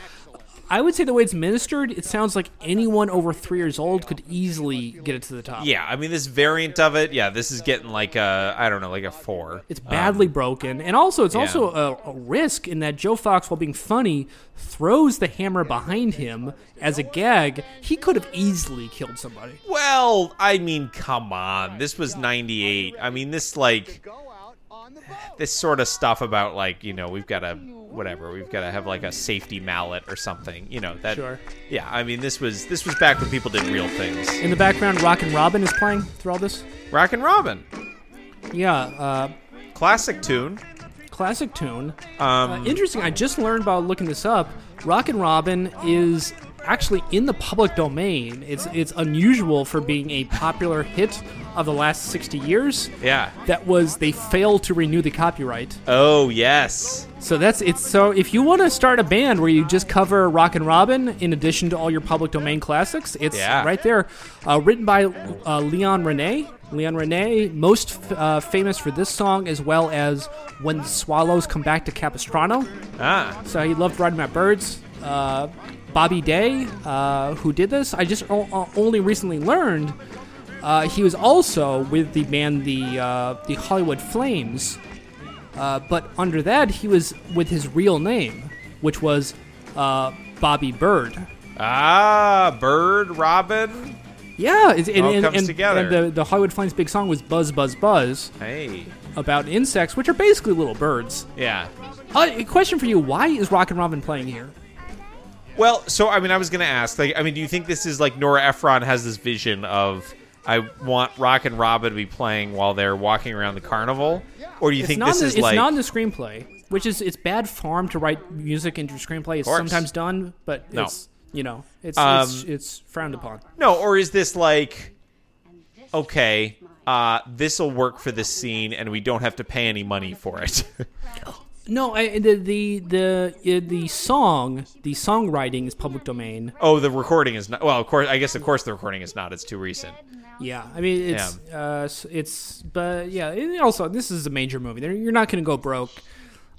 Speaker 9: I would say the way it's ministered, it sounds like anyone over three years old could easily get it to the top.
Speaker 8: Yeah, I mean this variant of it. Yeah, this is getting like a I don't know, like a four.
Speaker 9: It's badly broken, and also it's
Speaker 8: Um, yeah.
Speaker 9: also a, a risk in that Joe Fox, while being funny, throws the hammer behind him as a gag. He could have easily killed somebody.
Speaker 8: Well, I mean, come on. This was 98. I mean, this, like, this sort of stuff about, like, you know, we've got to, whatever, we've got to have, like, a safety mallet or something. You know, that.
Speaker 9: Sure.
Speaker 8: Yeah, I mean, this was, this was back when people did real things.
Speaker 9: In the background, Rock and Robin is playing through all this.
Speaker 8: Rock and Robin.
Speaker 9: Yeah, uh,
Speaker 8: Classic tune.
Speaker 9: classic tune.
Speaker 8: Um,
Speaker 9: Interesting. I just learned by looking this up. Rock and Robin is actually in the public domain. It's it's unusual for being a popular hit of the last 60 years.
Speaker 8: yeah.
Speaker 9: That was they failed to renew the copyright.
Speaker 8: Oh, yes.
Speaker 9: So that's it's so if you want to start a band where you just cover Rock and Robin in addition to all your public domain classics, it's
Speaker 8: Yeah.
Speaker 9: right there. Uh, written by uh, Leon Rene. Leon Rene, most f- uh, famous for this song as well as When the Swallows Come Back to Capistrano.
Speaker 8: Ah.
Speaker 9: So he loved Riding My Birds. Uh, Bobby Day, uh, who did this, I just o- o- only recently learned. Uh, he was also with the band the uh, the Hollywood Flames, uh, but under that he was with his real name, which was uh, Bobby Bird.
Speaker 8: Ah, Bird, Robin.
Speaker 9: Yeah, it's, and,
Speaker 8: All
Speaker 9: and-
Speaker 8: comes
Speaker 9: and-
Speaker 8: together.
Speaker 9: and the, the Hollywood Flames' big song was "Buzz, Buzz, Buzz"
Speaker 8: Hey.
Speaker 9: about insects, which are basically little birds.
Speaker 8: Yeah.
Speaker 9: Uh, a question for you: Why is Rock and Robin playing here?
Speaker 8: Well, so I mean, I was gonna ask, like, I mean, do you think this is like Nora Ephron has this vision of I want Rock and Robin to be playing while they're walking around the carnival, or do you
Speaker 9: it's
Speaker 8: think
Speaker 9: not
Speaker 8: this
Speaker 9: in the,
Speaker 8: is
Speaker 9: it's
Speaker 8: like
Speaker 9: not in the screenplay, which is it's bad form to write music into a screenplay. It's
Speaker 8: course.
Speaker 9: sometimes done, but
Speaker 8: No.
Speaker 9: it's you know it's, it's
Speaker 8: Um,
Speaker 9: it's frowned upon.
Speaker 8: no, or is this like okay, uh, this will work for this scene, and we don't have to pay any money for it? <laughs>
Speaker 9: No, I, the the the uh, the song the songwriting is public domain.
Speaker 8: oh, the recording is not. Well, of course, I guess of course the recording is not. It's too recent.
Speaker 9: Yeah, I mean it's uh s- it's but yeah. And also, this is a major movie. There- You're not going to go broke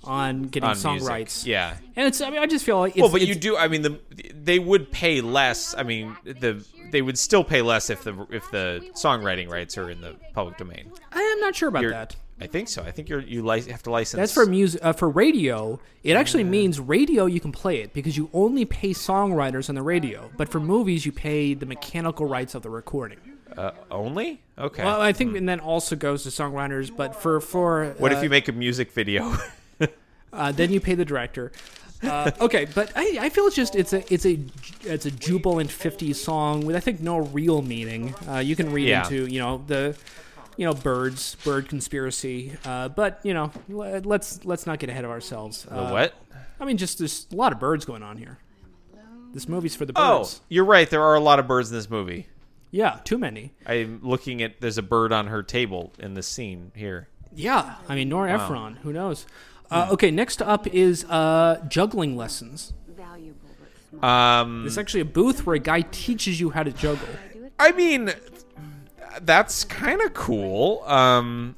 Speaker 9: on getting
Speaker 8: On
Speaker 9: song
Speaker 8: music.
Speaker 9: rights.
Speaker 8: yeah.
Speaker 9: and it's I mean I just feel like it's,
Speaker 8: Well, but you
Speaker 9: it's-
Speaker 8: do. I mean, the they would pay less. I mean, the they would still pay less if the if the songwriting rights are in the public domain.
Speaker 9: I'm not sure about
Speaker 8: You're-
Speaker 9: that.
Speaker 8: I think so. I think you're you li- have to license.
Speaker 9: That's for music. Uh, for radio, it actually
Speaker 8: Mm-hmm.
Speaker 9: means radio. You can play it because you only pay songwriters on the radio. But for movies, you pay the mechanical rights of the recording.
Speaker 8: uh, only. Okay.
Speaker 9: Well, uh, I think, and then also goes to songwriters. But for for
Speaker 8: what
Speaker 9: uh,
Speaker 8: if you make a music video? <laughs>
Speaker 9: uh, then you pay the director. Uh, okay, but I, I feel it's just it's a it's a it's a jubilant '50s song with I think no real meaning. Uh, you can read
Speaker 8: Yeah.
Speaker 9: into you know the you know birds bird conspiracy, uh, but you know le- let's let's not get ahead of ourselves. Uh,
Speaker 8: what?
Speaker 9: I mean, just there's a lot of birds going on here. This movie's for the
Speaker 8: Oh,
Speaker 9: birds.
Speaker 8: you're right. There are a lot of birds in this movie.
Speaker 9: Yeah, too many.
Speaker 8: I'm looking at. There's a bird on her table in this scene here.
Speaker 9: Yeah, I mean Nora Ephron. Who knows? Uh, okay, next up is uh, juggling lessons.
Speaker 7: Valuable, but small.
Speaker 8: Um,
Speaker 9: It's actually a booth where a guy teaches you how to juggle.
Speaker 8: I mean, that's kind of cool. Um,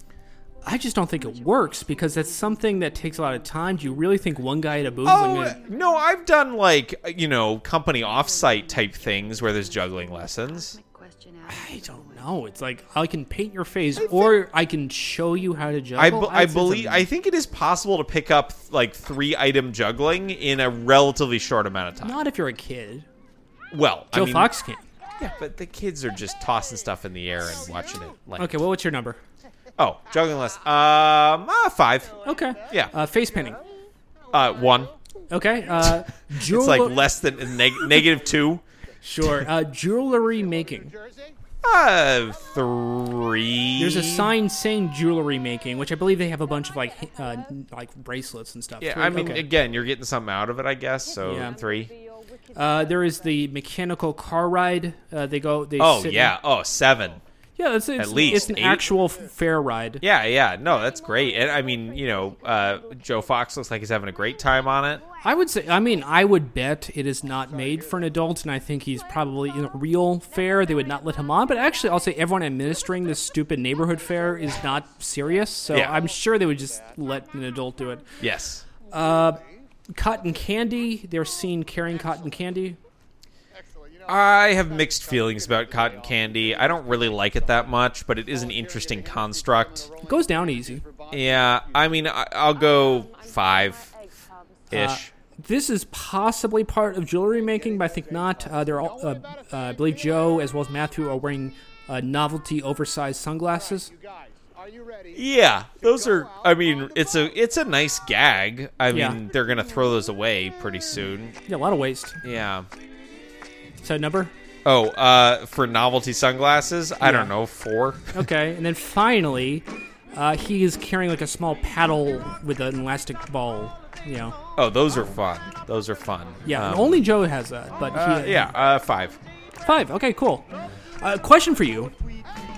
Speaker 9: I just don't think it works because that's something that takes a lot of time. Do you really think one guy at a booth? is
Speaker 8: Oh
Speaker 9: gonna-
Speaker 8: no, I've done like you know company offsite type things where there's juggling lessons.
Speaker 7: Question out.
Speaker 9: I don't know. It's like I can paint your face, or I can show you how to juggle.
Speaker 8: I, be-
Speaker 9: I'd
Speaker 8: I
Speaker 9: say it's a
Speaker 8: believe I think it is possible to pick up like three item juggling in a relatively short amount of time.
Speaker 9: not if you're a kid.
Speaker 8: well, I
Speaker 9: Joe
Speaker 8: mean,
Speaker 9: Fox can.
Speaker 8: yeah, but the kids are just tossing stuff in the air and watching it. Like,
Speaker 9: Okay, well, what's your number?
Speaker 8: oh, juggling less. Um, ah, five.
Speaker 9: Okay,
Speaker 8: Yeah.
Speaker 9: uh, face painting.
Speaker 8: Uh, one.
Speaker 9: Okay, uh, jewel-
Speaker 8: <laughs> It's like less than neg- negative two.
Speaker 9: sure. Uh, jewelry making.
Speaker 8: Uh, three.
Speaker 9: There's a sign saying jewelry making, which I believe they have a bunch of like hi- uh, like bracelets and stuff.
Speaker 8: Yeah,
Speaker 9: Three-
Speaker 8: I mean,
Speaker 9: okay.
Speaker 8: again, you're getting something out of it, I guess. So
Speaker 9: Yeah.
Speaker 8: three.
Speaker 9: uh, there is the mechanical car ride. Uh, they go. They
Speaker 8: Oh
Speaker 9: sit in-
Speaker 8: yeah. Oh seven.
Speaker 9: yeah. It's, it's,
Speaker 8: At least
Speaker 9: it's an
Speaker 8: eight?
Speaker 9: actual f- fair ride.
Speaker 8: Yeah, yeah. No, that's great. And I mean, you know, uh, Joe Fox looks like he's having a great time on it.
Speaker 9: I would say, I mean, I would bet it is not made for an adult, and I think he's probably in a real fair. They would not let him on, but actually, I'll say everyone administering this stupid neighborhood fair is not serious, so
Speaker 8: Yeah.
Speaker 9: I'm sure they would just let an adult do it.
Speaker 8: Yes.
Speaker 9: cotton candy. They're seen carrying cotton candy.
Speaker 8: I have mixed feelings about cotton candy. I don't really like it that much, but it is an interesting construct.
Speaker 9: It goes down easy.
Speaker 8: Yeah, I mean, I- I'll go five
Speaker 9: Uh,
Speaker 8: ish.
Speaker 9: This is possibly part of jewelry making, but I think not. Uh, they're all, uh, uh, I believe Joe as well as Matthew are wearing uh, novelty oversized sunglasses.
Speaker 8: Yeah, those are. I mean, it's a it's a nice gag. I mean,
Speaker 9: Yeah.
Speaker 8: they're gonna throw those away pretty soon.
Speaker 9: Yeah, a lot of waste.
Speaker 8: Yeah.
Speaker 9: So number.
Speaker 8: Oh, uh, for novelty sunglasses, I don't
Speaker 9: Yeah.
Speaker 8: know four. <laughs>
Speaker 9: Okay, and then finally, uh, he is carrying like a small paddle with an elastic ball. You know.
Speaker 8: Oh, those are fun. Those are fun.
Speaker 9: Yeah,
Speaker 8: Um,
Speaker 9: and only Joe has that, but he,
Speaker 8: uh, yeah, uh, five.
Speaker 9: Five. Okay, cool. Uh, question for you.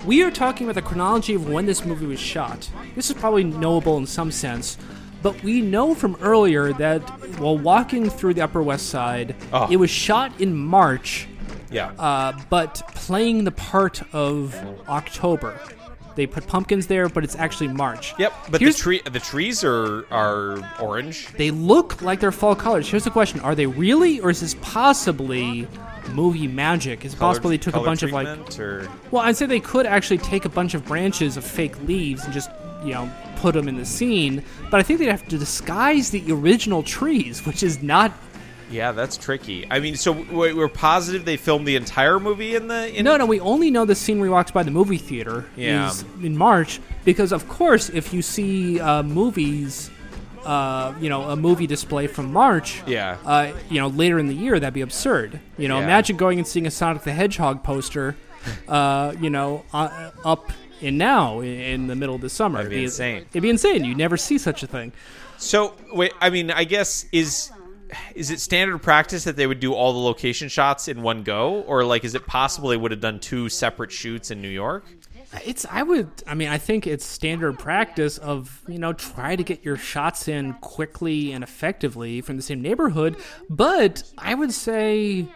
Speaker 9: We are talking about the chronology of when this movie was shot. This is probably knowable in some sense, but we know from earlier that while walking through the Upper West Side,
Speaker 8: Oh.
Speaker 9: it was shot in March,
Speaker 8: Yeah.
Speaker 9: uh, but playing the part of October. They put pumpkins there, but it's actually March.
Speaker 8: Yep, but the
Speaker 9: Here's-
Speaker 8: tree the trees are are orange.
Speaker 9: They look like they're fall colors. Here's the question: Are they really, or is this possibly movie magic? Is it possible they took a
Speaker 8: Color
Speaker 9: bunch of like
Speaker 8: treatment, or
Speaker 9: Well, I'd say they could actually take a bunch of branches of fake leaves and just, you know, put them in the scene, but I think they'd have to disguise the original trees, which is not.
Speaker 8: yeah, that's tricky. I mean, so w- we're positive they filmed the entire movie in the in
Speaker 9: No, no, we only know the scene where he walks by the movie theater
Speaker 8: Yeah.
Speaker 9: is in March, because, of course, if you see uh, movies, uh, you know, a movie display from March.
Speaker 8: Yeah.
Speaker 9: Uh, you know, later in the year, that'd be absurd. You know,
Speaker 8: Yeah.
Speaker 9: imagine going and seeing a Sonic the Hedgehog poster,
Speaker 8: <laughs>
Speaker 9: uh, you know, uh, up in now in, in the middle of the summer.
Speaker 8: That'd be insane.
Speaker 9: It'd be insane. You'd never see such a thing.
Speaker 8: So wait, I mean, I guess is is it standard practice that they would do all the location shots in one go, or like is it possible they would have done two separate shoots in New York?
Speaker 9: It's I would I mean I think it's standard practice of you know try to get your shots in quickly and effectively from the same neighborhood, but I would say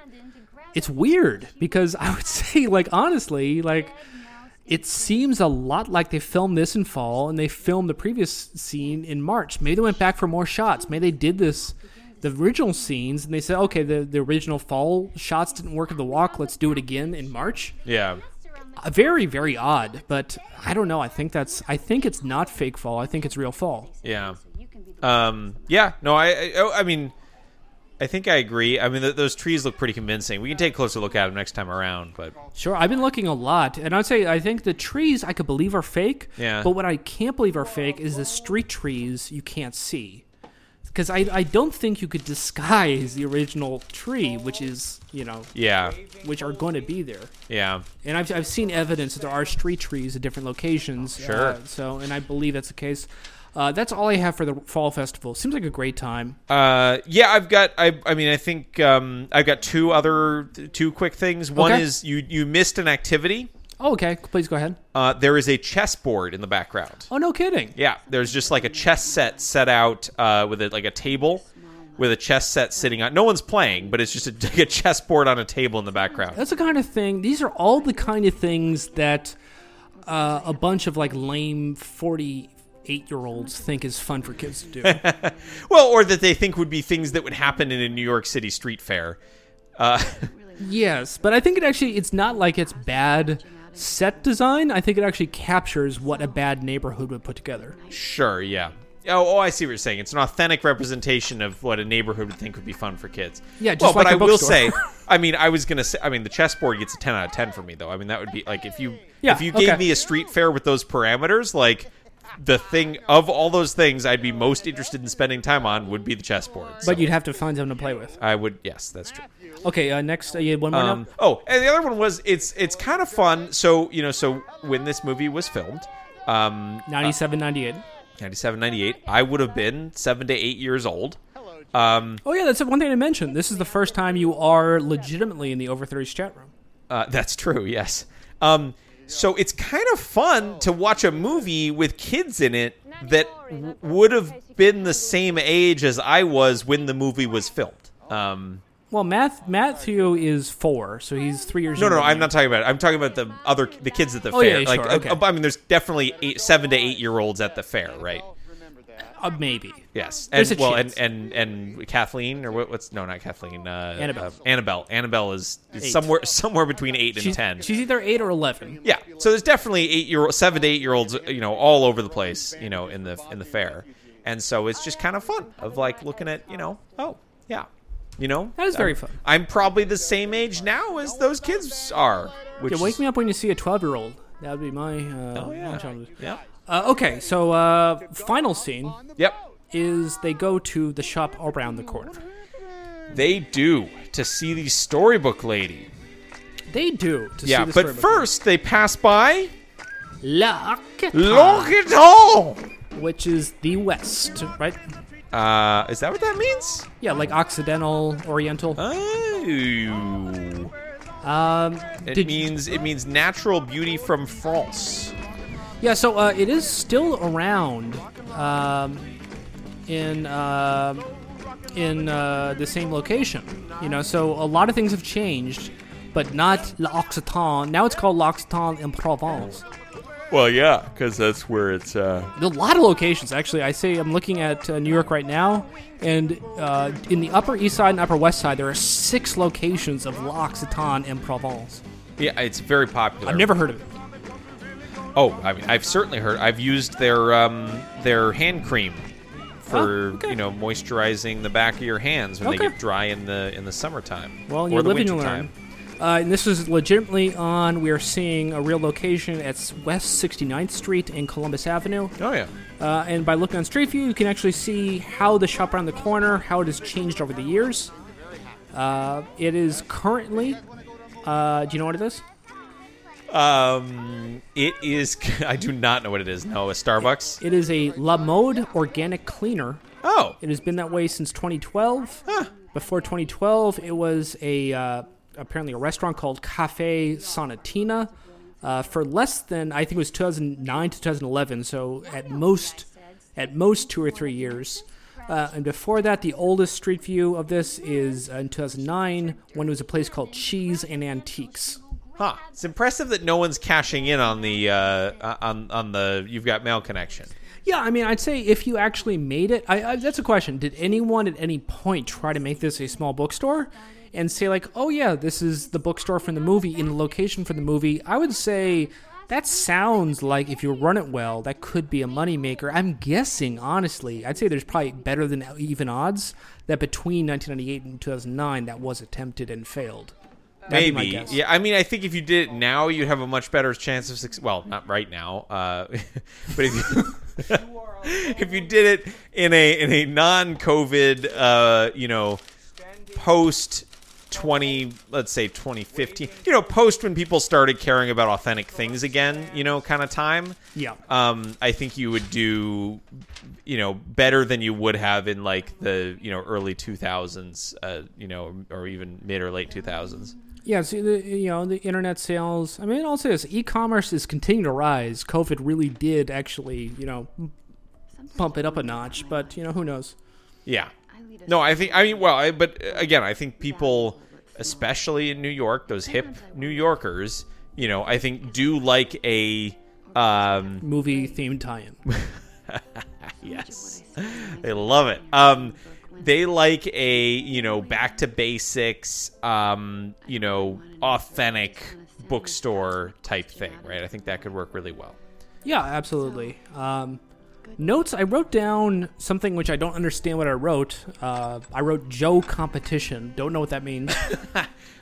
Speaker 9: it's weird because I would <laughs> say like honestly like it seems a lot like they filmed this in fall and they filmed the previous scene in March. Maybe they went back for more shots. Maybe they did this the original scenes and they said okay the the original fall shots didn't work at the walk. Let's do it again in March
Speaker 8: Yeah,
Speaker 9: very very odd but i don't know i think that's i think it's not fake fall i think it's real fall
Speaker 8: yeah, um, yeah. No, I, I, oh, I mean, I think I agree. I mean, th- those trees look pretty convincing. We can take a closer look at them next time around, but
Speaker 9: sure i've been looking a lot and i'd say i think the trees i could believe are fake
Speaker 8: Yeah.
Speaker 9: but what i can't believe are fake is the street trees you can't see because I, I don't think you could disguise the original tree which is you know
Speaker 8: yeah,
Speaker 9: which are going to be there
Speaker 8: yeah.
Speaker 9: and I've, I've seen evidence that there are street trees at different locations.
Speaker 8: Sure.
Speaker 9: uh, so, and I believe that's the case. Uh, that's all I have for the fall festival. Seems like a great time.
Speaker 8: Uh, yeah, I've got. I, I mean, I think um, I've got two other two quick things. One
Speaker 9: Okay.
Speaker 8: is you you missed an activity.
Speaker 9: Oh, okay. Please go ahead.
Speaker 8: Uh, there is a chessboard in the background.
Speaker 9: Oh, no kidding.
Speaker 8: Yeah, there's just like a chess set set out uh, with a, like a table with a chess set sitting on. No one's playing, but it's just a, <laughs> like a chessboard on a table in the background.
Speaker 9: That's the kind of thing. These are all the kind of things that uh, a bunch of like lame forty-eight-year-olds think is fun for kids to do.
Speaker 8: <laughs> Well, or that they think would be things that would happen in a New York City street fair. Uh, <laughs>
Speaker 9: yes, but I think it actually it's not like it's bad set design. I think it actually captures what a bad neighborhood would put together.
Speaker 8: sure, yeah. Oh, oh, I see what you're saying. It's an authentic representation of what a neighborhood would think would be fun for kids.
Speaker 9: Yeah, just
Speaker 8: well,
Speaker 9: like a
Speaker 8: but I will
Speaker 9: bookstore. <laughs>
Speaker 8: say, I mean, I was gonna say, I mean, the chessboard gets a 10 out of 10 for me, though. I mean, that would be like if you
Speaker 9: Yeah,
Speaker 8: if you gave
Speaker 9: okay.
Speaker 8: me a street fair with those parameters, like the thing of all those things I'd be most interested in spending time on would be the chessboard. So
Speaker 9: But you'd have to find something to play with.
Speaker 8: I would, yes, that's true.
Speaker 9: Okay, uh, next uh, you had one more.
Speaker 8: Um,
Speaker 9: note?
Speaker 8: oh, and the other one was it's it's kind of fun. So you know, so when this movie was filmed, um,
Speaker 9: 97, 98.
Speaker 8: 97, 98, I would have been seven to eight years old. Um,
Speaker 9: Oh yeah, that's the one thing to mention. This is the first time you are legitimately in the over 30s chat room.
Speaker 8: Uh, <laughs> that's true. Yes. Um, so it's kind of fun to watch a movie with kids in it that w- would have been the same age as I was when the movie was filmed. Um,
Speaker 9: Well, Math, Matthew is four, so he's three years.
Speaker 8: no, no,
Speaker 9: younger
Speaker 8: no,
Speaker 9: than
Speaker 8: I'm
Speaker 9: you.
Speaker 8: not talking about. It. I'm talking about the other the kids at the
Speaker 9: Oh,
Speaker 8: fair.
Speaker 9: yeah,
Speaker 8: like,
Speaker 9: sure,
Speaker 8: uh,
Speaker 9: okay.
Speaker 8: I mean, there's definitely eight, seven to eight year olds at the fair, right?
Speaker 9: Uh, maybe.
Speaker 8: Yes, and
Speaker 9: There's a
Speaker 8: well,
Speaker 9: chance.
Speaker 8: and and and Kathleen or what, what's no, not Kathleen. Uh,
Speaker 9: Annabelle.
Speaker 8: uh, Annabelle. Annabelle is is
Speaker 9: Eight.
Speaker 8: somewhere somewhere between eight and
Speaker 9: She's,
Speaker 8: ten.
Speaker 9: she's either eight or eleven.
Speaker 8: yeah, so there's definitely eight year old, seven to eight year olds, you know, all over the place, you know, in the in the fair, and so it's just kind of fun of like looking at you know, oh yeah, you know,
Speaker 9: That is very
Speaker 8: I'm-
Speaker 9: fun.
Speaker 8: I'm probably the same age now as those kids are. Which
Speaker 9: Yeah, wake
Speaker 8: is-
Speaker 9: me up when you see a twelve-year-old. That would be my. Uh,
Speaker 8: Oh
Speaker 9: my
Speaker 8: yeah,
Speaker 9: childhood.
Speaker 8: yeah,
Speaker 9: Uh, okay, so uh, final scene
Speaker 8: yep.
Speaker 9: is they go to the shop around the corner.
Speaker 8: They do to see the storybook lady.
Speaker 9: They do. To
Speaker 8: Yeah,
Speaker 9: see the
Speaker 8: but
Speaker 9: storybook.
Speaker 8: first they pass by
Speaker 9: Lock,
Speaker 8: Look at all.
Speaker 9: which is the West, right?
Speaker 8: Uh, is that what that means?
Speaker 9: Yeah, like Occidental, Oriental.
Speaker 8: Oh,
Speaker 9: Um,
Speaker 8: it
Speaker 9: did
Speaker 8: means it means natural beauty from France.
Speaker 9: yeah. So uh, it is still around um, in uh, in uh, the same location. You know, so a lot of things have changed, but not l'Occitan. Now it's called l'Occitan in Provence.
Speaker 8: Well, yeah, because that's where it's. Uh...
Speaker 9: A lot of locations, actually. I say I'm looking at uh, New York right now, and uh, in the Upper East Side and Upper West Side, there are six locations of L'Occitan in Provence.
Speaker 8: Yeah, it's very popular.
Speaker 9: I've never heard of it.
Speaker 8: Oh, I mean, I've certainly heard. I've used their um, their hand cream for
Speaker 9: Oh, okay.
Speaker 8: you know moisturizing the back of your hands when
Speaker 9: Okay.
Speaker 8: they get dry in the in the summertime.
Speaker 9: Well,
Speaker 8: or
Speaker 9: you're
Speaker 8: the
Speaker 9: living to learn.
Speaker 8: wintertime.
Speaker 9: Uh, and this is legitimately on. We are seeing a real location at s- West 69th Street and Columbus Avenue.
Speaker 8: Oh yeah.
Speaker 9: Uh, and by looking on Street View, you can actually see how the shop around the corner, how it has changed over the years. Uh, it is currently. Uh, do you know what it is?
Speaker 8: Um, it is. <laughs> I do not know what it is. No, a Starbucks.
Speaker 9: It is a La Mode organic cleaner.
Speaker 8: Oh,
Speaker 9: It has been that way since 2012. Before 2012, it was a uh, apparently a restaurant called Cafe Sonatina. Uh, for less than I think it was 2009 to 2011, so at most, at most two or three years. Uh, and before that, the oldest street view of this is uh, in 2009 when it was a place called Cheese and Antiques.
Speaker 8: huh. It's impressive that no one's cashing in on the uh, on on the you've got mail connection.
Speaker 9: Yeah, I mean, I'd say if you actually made it, I, I, that's a question. Did anyone at any point try to make this a small bookstore and say, like, oh, yeah, this is the bookstore from the movie in the location for the movie? I would say that sounds like if you run it well, that could be a moneymaker. I'm guessing, honestly, I'd say there's probably better than even odds that between 1998 and 2009 that was attempted and failed. That'd be my
Speaker 8: Maybe.
Speaker 9: guess.
Speaker 8: Yeah. I mean, I think if you did it now, you'd have a much better chance of success. Well, not right now, uh, <laughs> but if you. <laughs> If you did it in a in a non-COVID, uh, you know, post twenty, let's say twenty fifteen, you know, post when people started caring about authentic things again, you know, kind of time.
Speaker 9: Yeah.
Speaker 8: um, I think you would do, you know, better than you would have in like the you know early two thousands, uh, you know, or even mid or late two thousands.
Speaker 9: Yeah, see the you know the internet sales. I mean, I'll say this: e-commerce is continuing to rise. COVID really did actually, you know, pump it up a notch. But you know, who knows?
Speaker 8: Yeah. No, I think I mean well, I, but uh, again, I think people, especially in New York, those hip New Yorkers, you know, I think do like a um
Speaker 9: Movie themed tie-in.
Speaker 8: yes. <laughs> They love it. Um they like a, you know, back to basics, um, you know, authentic bookstore type thing, right? I think that could work really well.
Speaker 9: Yeah, absolutely. Um, notes. I wrote down something which I don't understand what I wrote. Uh, I wrote Joe competition. Don't know what that means.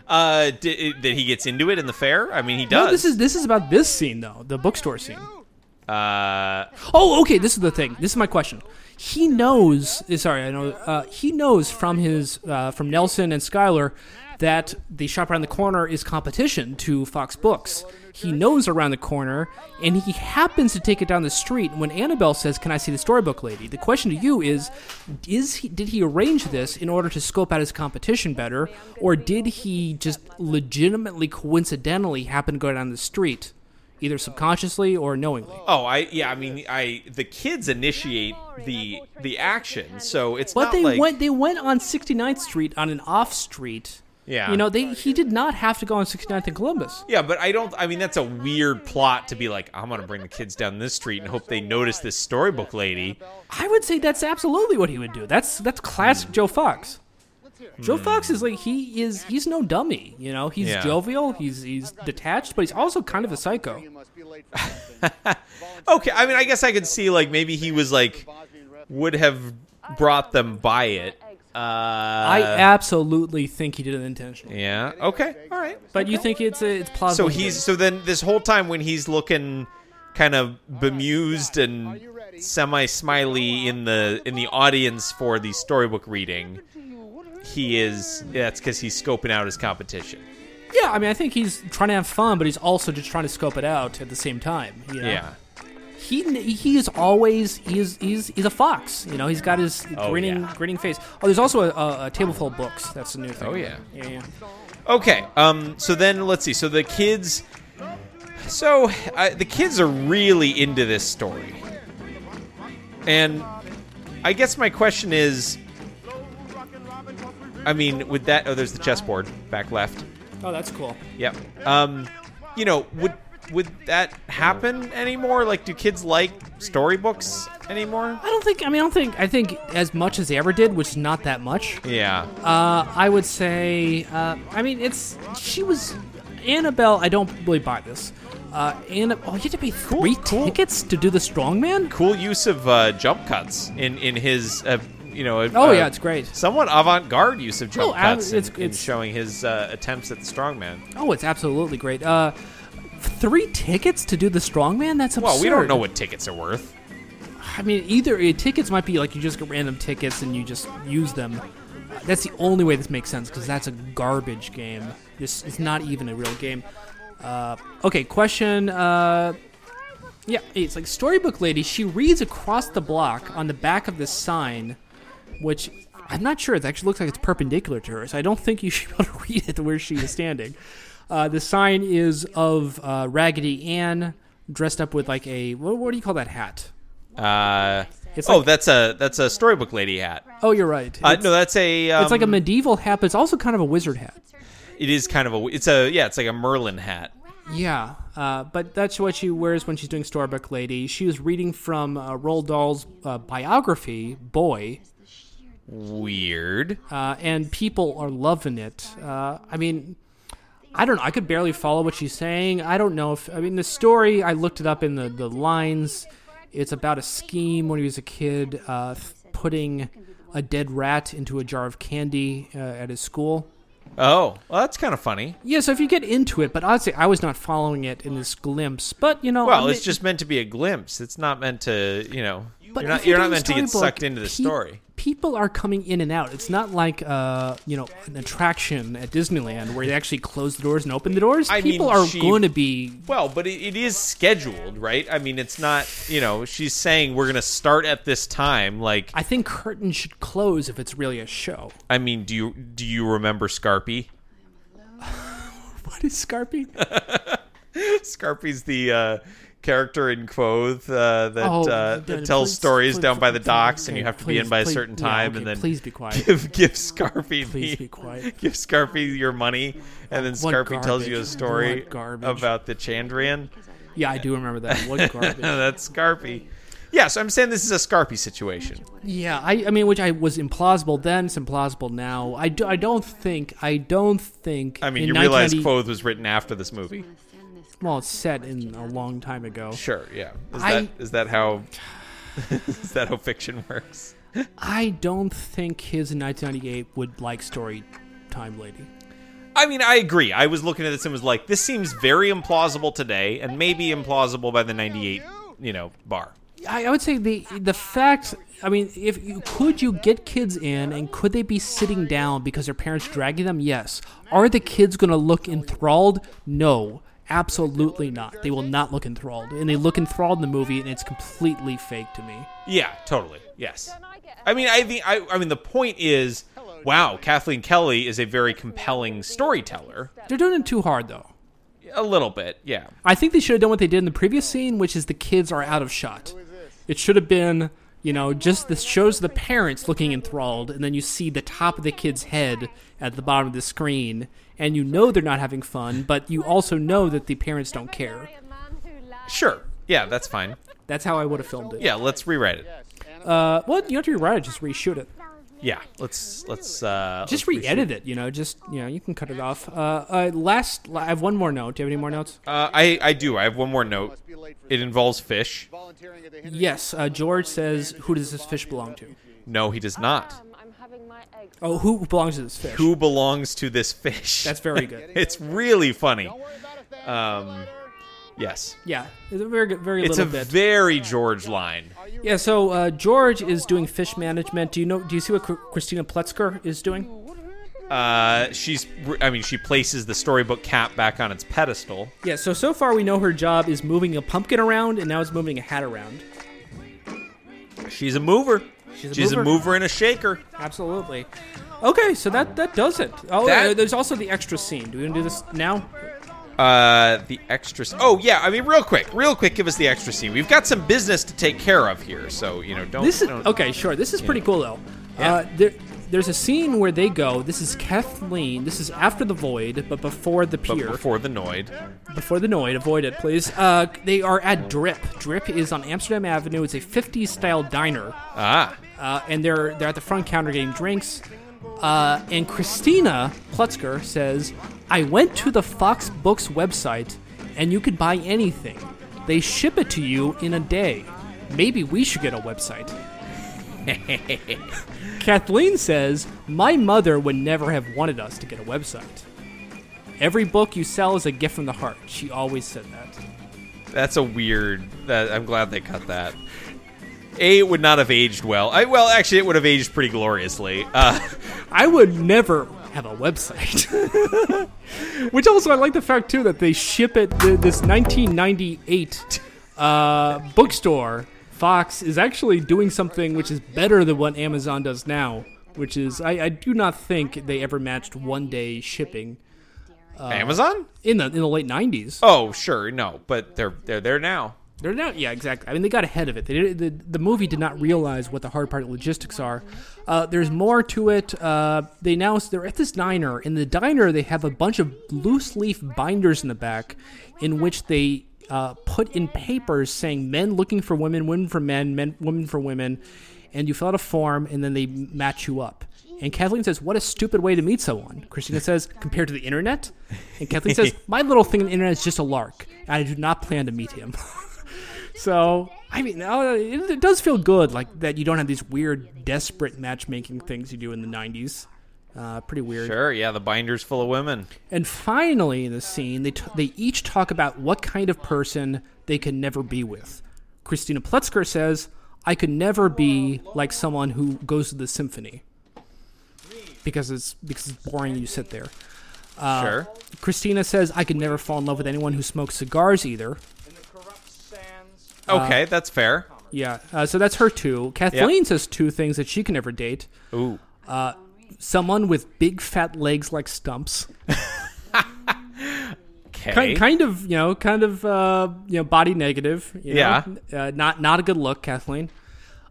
Speaker 8: Uh did, that he gets into it in the fair? I mean, he does.
Speaker 9: no, this is this is about this scene though, the bookstore scene.
Speaker 8: uh
Speaker 9: Oh, okay. This is the thing. This is my question. He knows. eh, Sorry, I know. Uh, he knows from his uh, from Nelson and Skyler that the shop around the corner is competition to Fox Books. He knows around the corner, and he happens to take it down the street. When Annabelle says, "Can I see the storybook lady?" The question to you is: Is he did he arrange this in order to scope out his competition better, or did he just legitimately coincidentally happen to go down the street, either subconsciously or knowingly?
Speaker 8: Oh, I yeah. I mean, I the kids initiate the the action, so it's
Speaker 9: But
Speaker 8: not
Speaker 9: they
Speaker 8: like
Speaker 9: went they went on 69th Street on an off street
Speaker 8: Yeah.
Speaker 9: You know, they he did not have to go on 69th and Columbus.
Speaker 8: Yeah, but I don't. I mean, that's a weird plot to be like, I'm gonna bring the kids down this street and hope they notice this storybook lady.
Speaker 9: I would say that's absolutely what he would do. That's that's classic Joe Fox. Joe Fox is like he is he's no dummy, you know. He's
Speaker 8: Hmm. Yeah.
Speaker 9: jovial, he's he's detached, but he's also kind of a psycho.
Speaker 8: Uh, <laughs> Okay, I mean, I guess I could see like maybe he was like would have brought them by it. Uh,
Speaker 9: I
Speaker 8: I
Speaker 9: absolutely think he did it intentionally.
Speaker 8: yeah. Okay. All right.
Speaker 9: But you think it's a, it's
Speaker 8: So
Speaker 9: plausible?
Speaker 8: he's so then this whole time when he's looking kind of bemused and semi smiley in the in the audience for the storybook reading, he is yeah, that's because he's scoping out his competition.
Speaker 9: yeah. I mean, I think he's trying to have fun, but he's also just trying to scope it out at the same time. You know?
Speaker 8: Yeah.
Speaker 9: he he is always he is he's he's a fox. You know, he's got his
Speaker 8: Oh,
Speaker 9: grinning
Speaker 8: yeah.
Speaker 9: grinning face. Oh, there's also a, a, a table full of books. That's the new thing.
Speaker 8: Oh, yeah.
Speaker 9: yeah, yeah.
Speaker 8: Okay. Um. So then let's see. So the kids. So uh, the kids are really into this story, and I guess my question is. I mean, with that, oh, there's the chessboard back left.
Speaker 9: Oh, that's cool.
Speaker 8: Yep. Um, you know, would would that happen anymore? Like, do kids like storybooks anymore?
Speaker 9: I don't think. I mean, I don't think. I think as much as they ever did, which is not that much.
Speaker 8: Yeah.
Speaker 9: Uh, I would say. Uh, I mean, it's she was Annabelle. I don't really buy this. Uh, Anna, oh, you had to pay three
Speaker 8: cool.
Speaker 9: tickets to do the strongman.
Speaker 8: Cool use of uh, jump cuts in in his. Uh, you know.
Speaker 9: Oh
Speaker 8: uh,
Speaker 9: yeah, it's great.
Speaker 8: Somewhat avant-garde use of jump
Speaker 9: No, I-
Speaker 8: cuts in,
Speaker 9: it's-
Speaker 8: in
Speaker 9: it's-
Speaker 8: showing his uh, attempts at the strongman.
Speaker 9: Oh, it's absolutely great. Uh, three tickets to do the strongman. That's absurd.
Speaker 8: Well, we don't know what tickets are worth.
Speaker 9: I mean, either uh, tickets might be like you just get random tickets and you just use them. Uh, That's the only way this makes sense because that's a garbage game. This is not even a real game. Uh, okay, question. Uh, yeah, it's like storybook lady. She reads across the block on the back of this sign, which I'm not sure. It actually looks like it's perpendicular to her, so I don't think you <laughs> should be able to read it where she is standing. Uh, the sign is of uh, Raggedy Ann dressed up with like a what, what do you call that hat?
Speaker 8: Uh,
Speaker 9: It's
Speaker 8: oh,
Speaker 9: like-
Speaker 8: that's a that's a storybook lady hat.
Speaker 9: Oh, you're right.
Speaker 8: Uh,
Speaker 9: It's-
Speaker 8: no, that's a. Um,
Speaker 9: it's like a medieval hat, but it's also kind of a wizard hat.
Speaker 8: It is kind of a. It's a yeah. It's like a Merlin hat.
Speaker 9: Yeah, uh, but that's what she wears when she's doing Starbuck Lady. She was reading from uh, Roald Dahl's uh, biography, Boy,
Speaker 8: Weird.
Speaker 9: uh, and people are loving it. Uh, I mean, I don't know. I could barely follow what she's saying. I don't know if I mean the story. I looked it up in the the lines. It's about a scheme when he was a kid, uh, th- putting a dead rat into a jar of candy uh, at his school.
Speaker 8: Oh, well, that's kind of funny.
Speaker 9: Yeah, so if you get into it, but honestly, I was not following it in this glimpse. But you know,
Speaker 8: Well,
Speaker 9: I
Speaker 8: it's
Speaker 9: mean-
Speaker 8: just meant to be a glimpse. It's not meant to, you know,
Speaker 9: but
Speaker 8: you're
Speaker 9: if
Speaker 8: not, you're not
Speaker 9: doing
Speaker 8: meant to get
Speaker 9: storybook,
Speaker 8: sucked into the
Speaker 9: pe-
Speaker 8: story.
Speaker 9: People are coming in and out. It's not like uh, you know an attraction at Disneyland where they actually close the doors and open the doors.
Speaker 8: I mean,
Speaker 9: people are
Speaker 8: she-
Speaker 9: going to be
Speaker 8: Well, but it, it is scheduled, right? I mean, it's not, you know, she's saying we're going to start at this time. Like,
Speaker 9: I think curtains should close if it's really a show. <laughs>
Speaker 8: I mean, do you do you remember Scarpy? <laughs>
Speaker 9: What is Scarpy?
Speaker 8: Scarpy's the uh, character in Quoth uh, that,
Speaker 9: Oh,
Speaker 8: uh, that
Speaker 9: then
Speaker 8: tells
Speaker 9: please-
Speaker 8: stories
Speaker 9: please-
Speaker 8: down by the
Speaker 9: please-
Speaker 8: docks, and
Speaker 9: okay,
Speaker 8: you have to be in
Speaker 9: please-
Speaker 8: by a
Speaker 9: please-
Speaker 8: certain
Speaker 9: yeah,
Speaker 8: time, and
Speaker 9: okay,
Speaker 8: then <laughs>
Speaker 9: please be quiet.
Speaker 8: Give give Scarpy
Speaker 9: Please
Speaker 8: the-
Speaker 9: be quiet.
Speaker 8: <laughs> Give Scarpy your money, and then
Speaker 9: What
Speaker 8: Scarpy tells you a
Speaker 9: garbage.
Speaker 8: story
Speaker 9: What garbage.
Speaker 8: about the <laughs> Chandrian.
Speaker 9: yeah, I do remember that.
Speaker 8: <laughs>
Speaker 9: What garbage?
Speaker 8: That's Scarpy. Yeah, so I'm saying this is a Scarpy situation.
Speaker 9: yeah, I, I mean, which I was implausible then. It's implausible now. I, do, I don't think. I don't think.
Speaker 8: I mean,
Speaker 9: in
Speaker 8: you realize
Speaker 9: 1990
Speaker 8: Quoth was written after this movie.
Speaker 9: Well, it's set in a long time ago.
Speaker 8: Sure, yeah. Is
Speaker 9: I-
Speaker 8: that is that how <laughs> is that how fiction works?
Speaker 9: I don't think his in 1998 would like Story Time Lady.
Speaker 8: I mean, I agree. I was looking at this and was like, this seems very implausible today, and maybe implausible by the '98, you know, bar.
Speaker 9: I, I would say the the fact. I mean, if you, could you get kids in, and could they be sitting down because their parents dragging them? Yes. Are the kids going to look enthralled? No, absolutely not. They will not look enthralled, and they look enthralled in the movie, and it's completely fake to me.
Speaker 8: Yeah, totally. Yes. I mean, I think I, I mean the point is, wow, Kathleen Kelly is a very compelling storyteller.
Speaker 9: They're doing it too hard, though.
Speaker 8: A little bit, yeah.
Speaker 9: I think they should have done what they did in the previous scene, which is the kids are out of shot. It should have been You know, just this shows the parents looking enthralled, and then you see the top of the kid's head at the bottom of the screen, and you know they're not having fun, but you also know that the parents don't care.
Speaker 8: Sure. Yeah, that's <laughs> fine.
Speaker 9: That's how I would have filmed it.
Speaker 8: Yeah, let's rewrite it.
Speaker 9: Uh, well, you don't have to rewrite it; just reshoot it.
Speaker 8: Yeah, let's let's uh
Speaker 9: Just
Speaker 8: let's reshoot.
Speaker 9: re-edit it. You know, just you know, you can cut it off. Uh, uh, last, I have one more note. Do you have any more notes?
Speaker 8: Uh, I I do. I have one more note. It involves fish.
Speaker 9: Yes. Uh, George says, "Who does this fish belong to?"
Speaker 8: No, he does not.
Speaker 10: Um, I'm having my eggs.
Speaker 9: Oh, who belongs to this fish?
Speaker 8: Who belongs to this fish?
Speaker 9: That's very good.
Speaker 8: <laughs> it's really funny. Um, yes,
Speaker 9: Yeah, it's a very good, very
Speaker 8: it's a
Speaker 9: little bit.
Speaker 8: very George line.
Speaker 9: yeah. So uh, George is doing fish management. Do you know? Do you see what Chr- Christina Pletzker is doing?
Speaker 8: Uh, she's. I mean, she places the storybook cap back on its pedestal.
Speaker 9: Yeah. So so far we know her job is moving a pumpkin around, and now it's moving a hat around.
Speaker 8: She's a mover. She's
Speaker 9: a
Speaker 8: a mover,
Speaker 9: mover.
Speaker 8: and a shaker.
Speaker 9: Absolutely. Okay, so that that does it. Oh,
Speaker 8: That-
Speaker 9: uh, there's also the extra scene. Do we want to do this now?
Speaker 8: Uh, the extra. s- Oh yeah, I mean, real quick, real quick, give us the extra scene. We've got some business to take care of here, so you know, don't.
Speaker 9: This is
Speaker 8: don't-
Speaker 9: okay. Sure. This is pretty cool though. Uh, there, there's a scene where they go. This is Kathleen. This is after the void, but before the
Speaker 8: But
Speaker 9: pier.
Speaker 8: before the Noid,
Speaker 9: Before the Noid, avoid it, please. Uh, they are at Drip. Drip is on Amsterdam Avenue. It's a 50s style diner,
Speaker 8: ah,
Speaker 9: uh, and they're they're at the front counter getting drinks. Uh, and Christina Plutzker says, "I went to the Fox Books website, and you could buy anything. They ship it to you in a day. Maybe we should get a website." Kathleen says, "My mother would never have wanted us to get a website." Every book you sell is a gift from the heart. She always said that.
Speaker 8: that's a weird. That I'm glad they cut that. A it would not have aged well. I well, actually, it would have aged pretty gloriously. Uh,
Speaker 9: I would never have a website. <laughs> Which also, I like the fact too that they ship it. th this 1998 uh, bookstore, Fox, is actually doing something which is better than what Amazon does now. Which is, I, I do not think they ever matched one day shipping Uh.
Speaker 8: Amazon?
Speaker 9: in the in the late 90s.
Speaker 8: Oh, sure, no, but they're they're there now.
Speaker 9: They're not. Yeah, exactly. I mean, they got ahead of it. They did, the, the movie did not realize what the hard part of logistics are. Uh, there's more to it. Uh, they now they're at this diner. In the diner, they have a bunch of loose leaf binders in the back, in which they uh, put in papers saying men looking for women, women for men, men women for women, and you fill out a form and then they match you up. And Kathleen says, "What a stupid way to meet someone." Christina says, "Compared to the internet," and Kathleen says, "My little thing on the internet is just a lark, and I do not plan to meet him." So I mean, uh, it, it does feel good, like that you don't have these weird, desperate matchmaking things you do in the '90s. Uh, pretty weird.
Speaker 8: Sure, yeah, the binder's full of women.
Speaker 9: And finally, in the scene, they t- they each talk about what kind of person they can never be with. Christina Pletzker says, "I could never be like someone who goes to the symphony because it's because it's boring. and You sit there." Uh,
Speaker 8: sure,
Speaker 9: Christina says, "I could never fall in love with anyone who smokes cigars either." uh,
Speaker 8: okay, that's fair.
Speaker 9: Yeah, uh, so that's her two. Kathleen says two things that she can never date:
Speaker 8: Ooh,
Speaker 9: someone with big fat legs like stumps,
Speaker 8: okay,
Speaker 9: kind, kind of you know, kind of uh, you know, body negative. you
Speaker 8: Yeah.
Speaker 9: know? uh, not not a good look, Kathleen.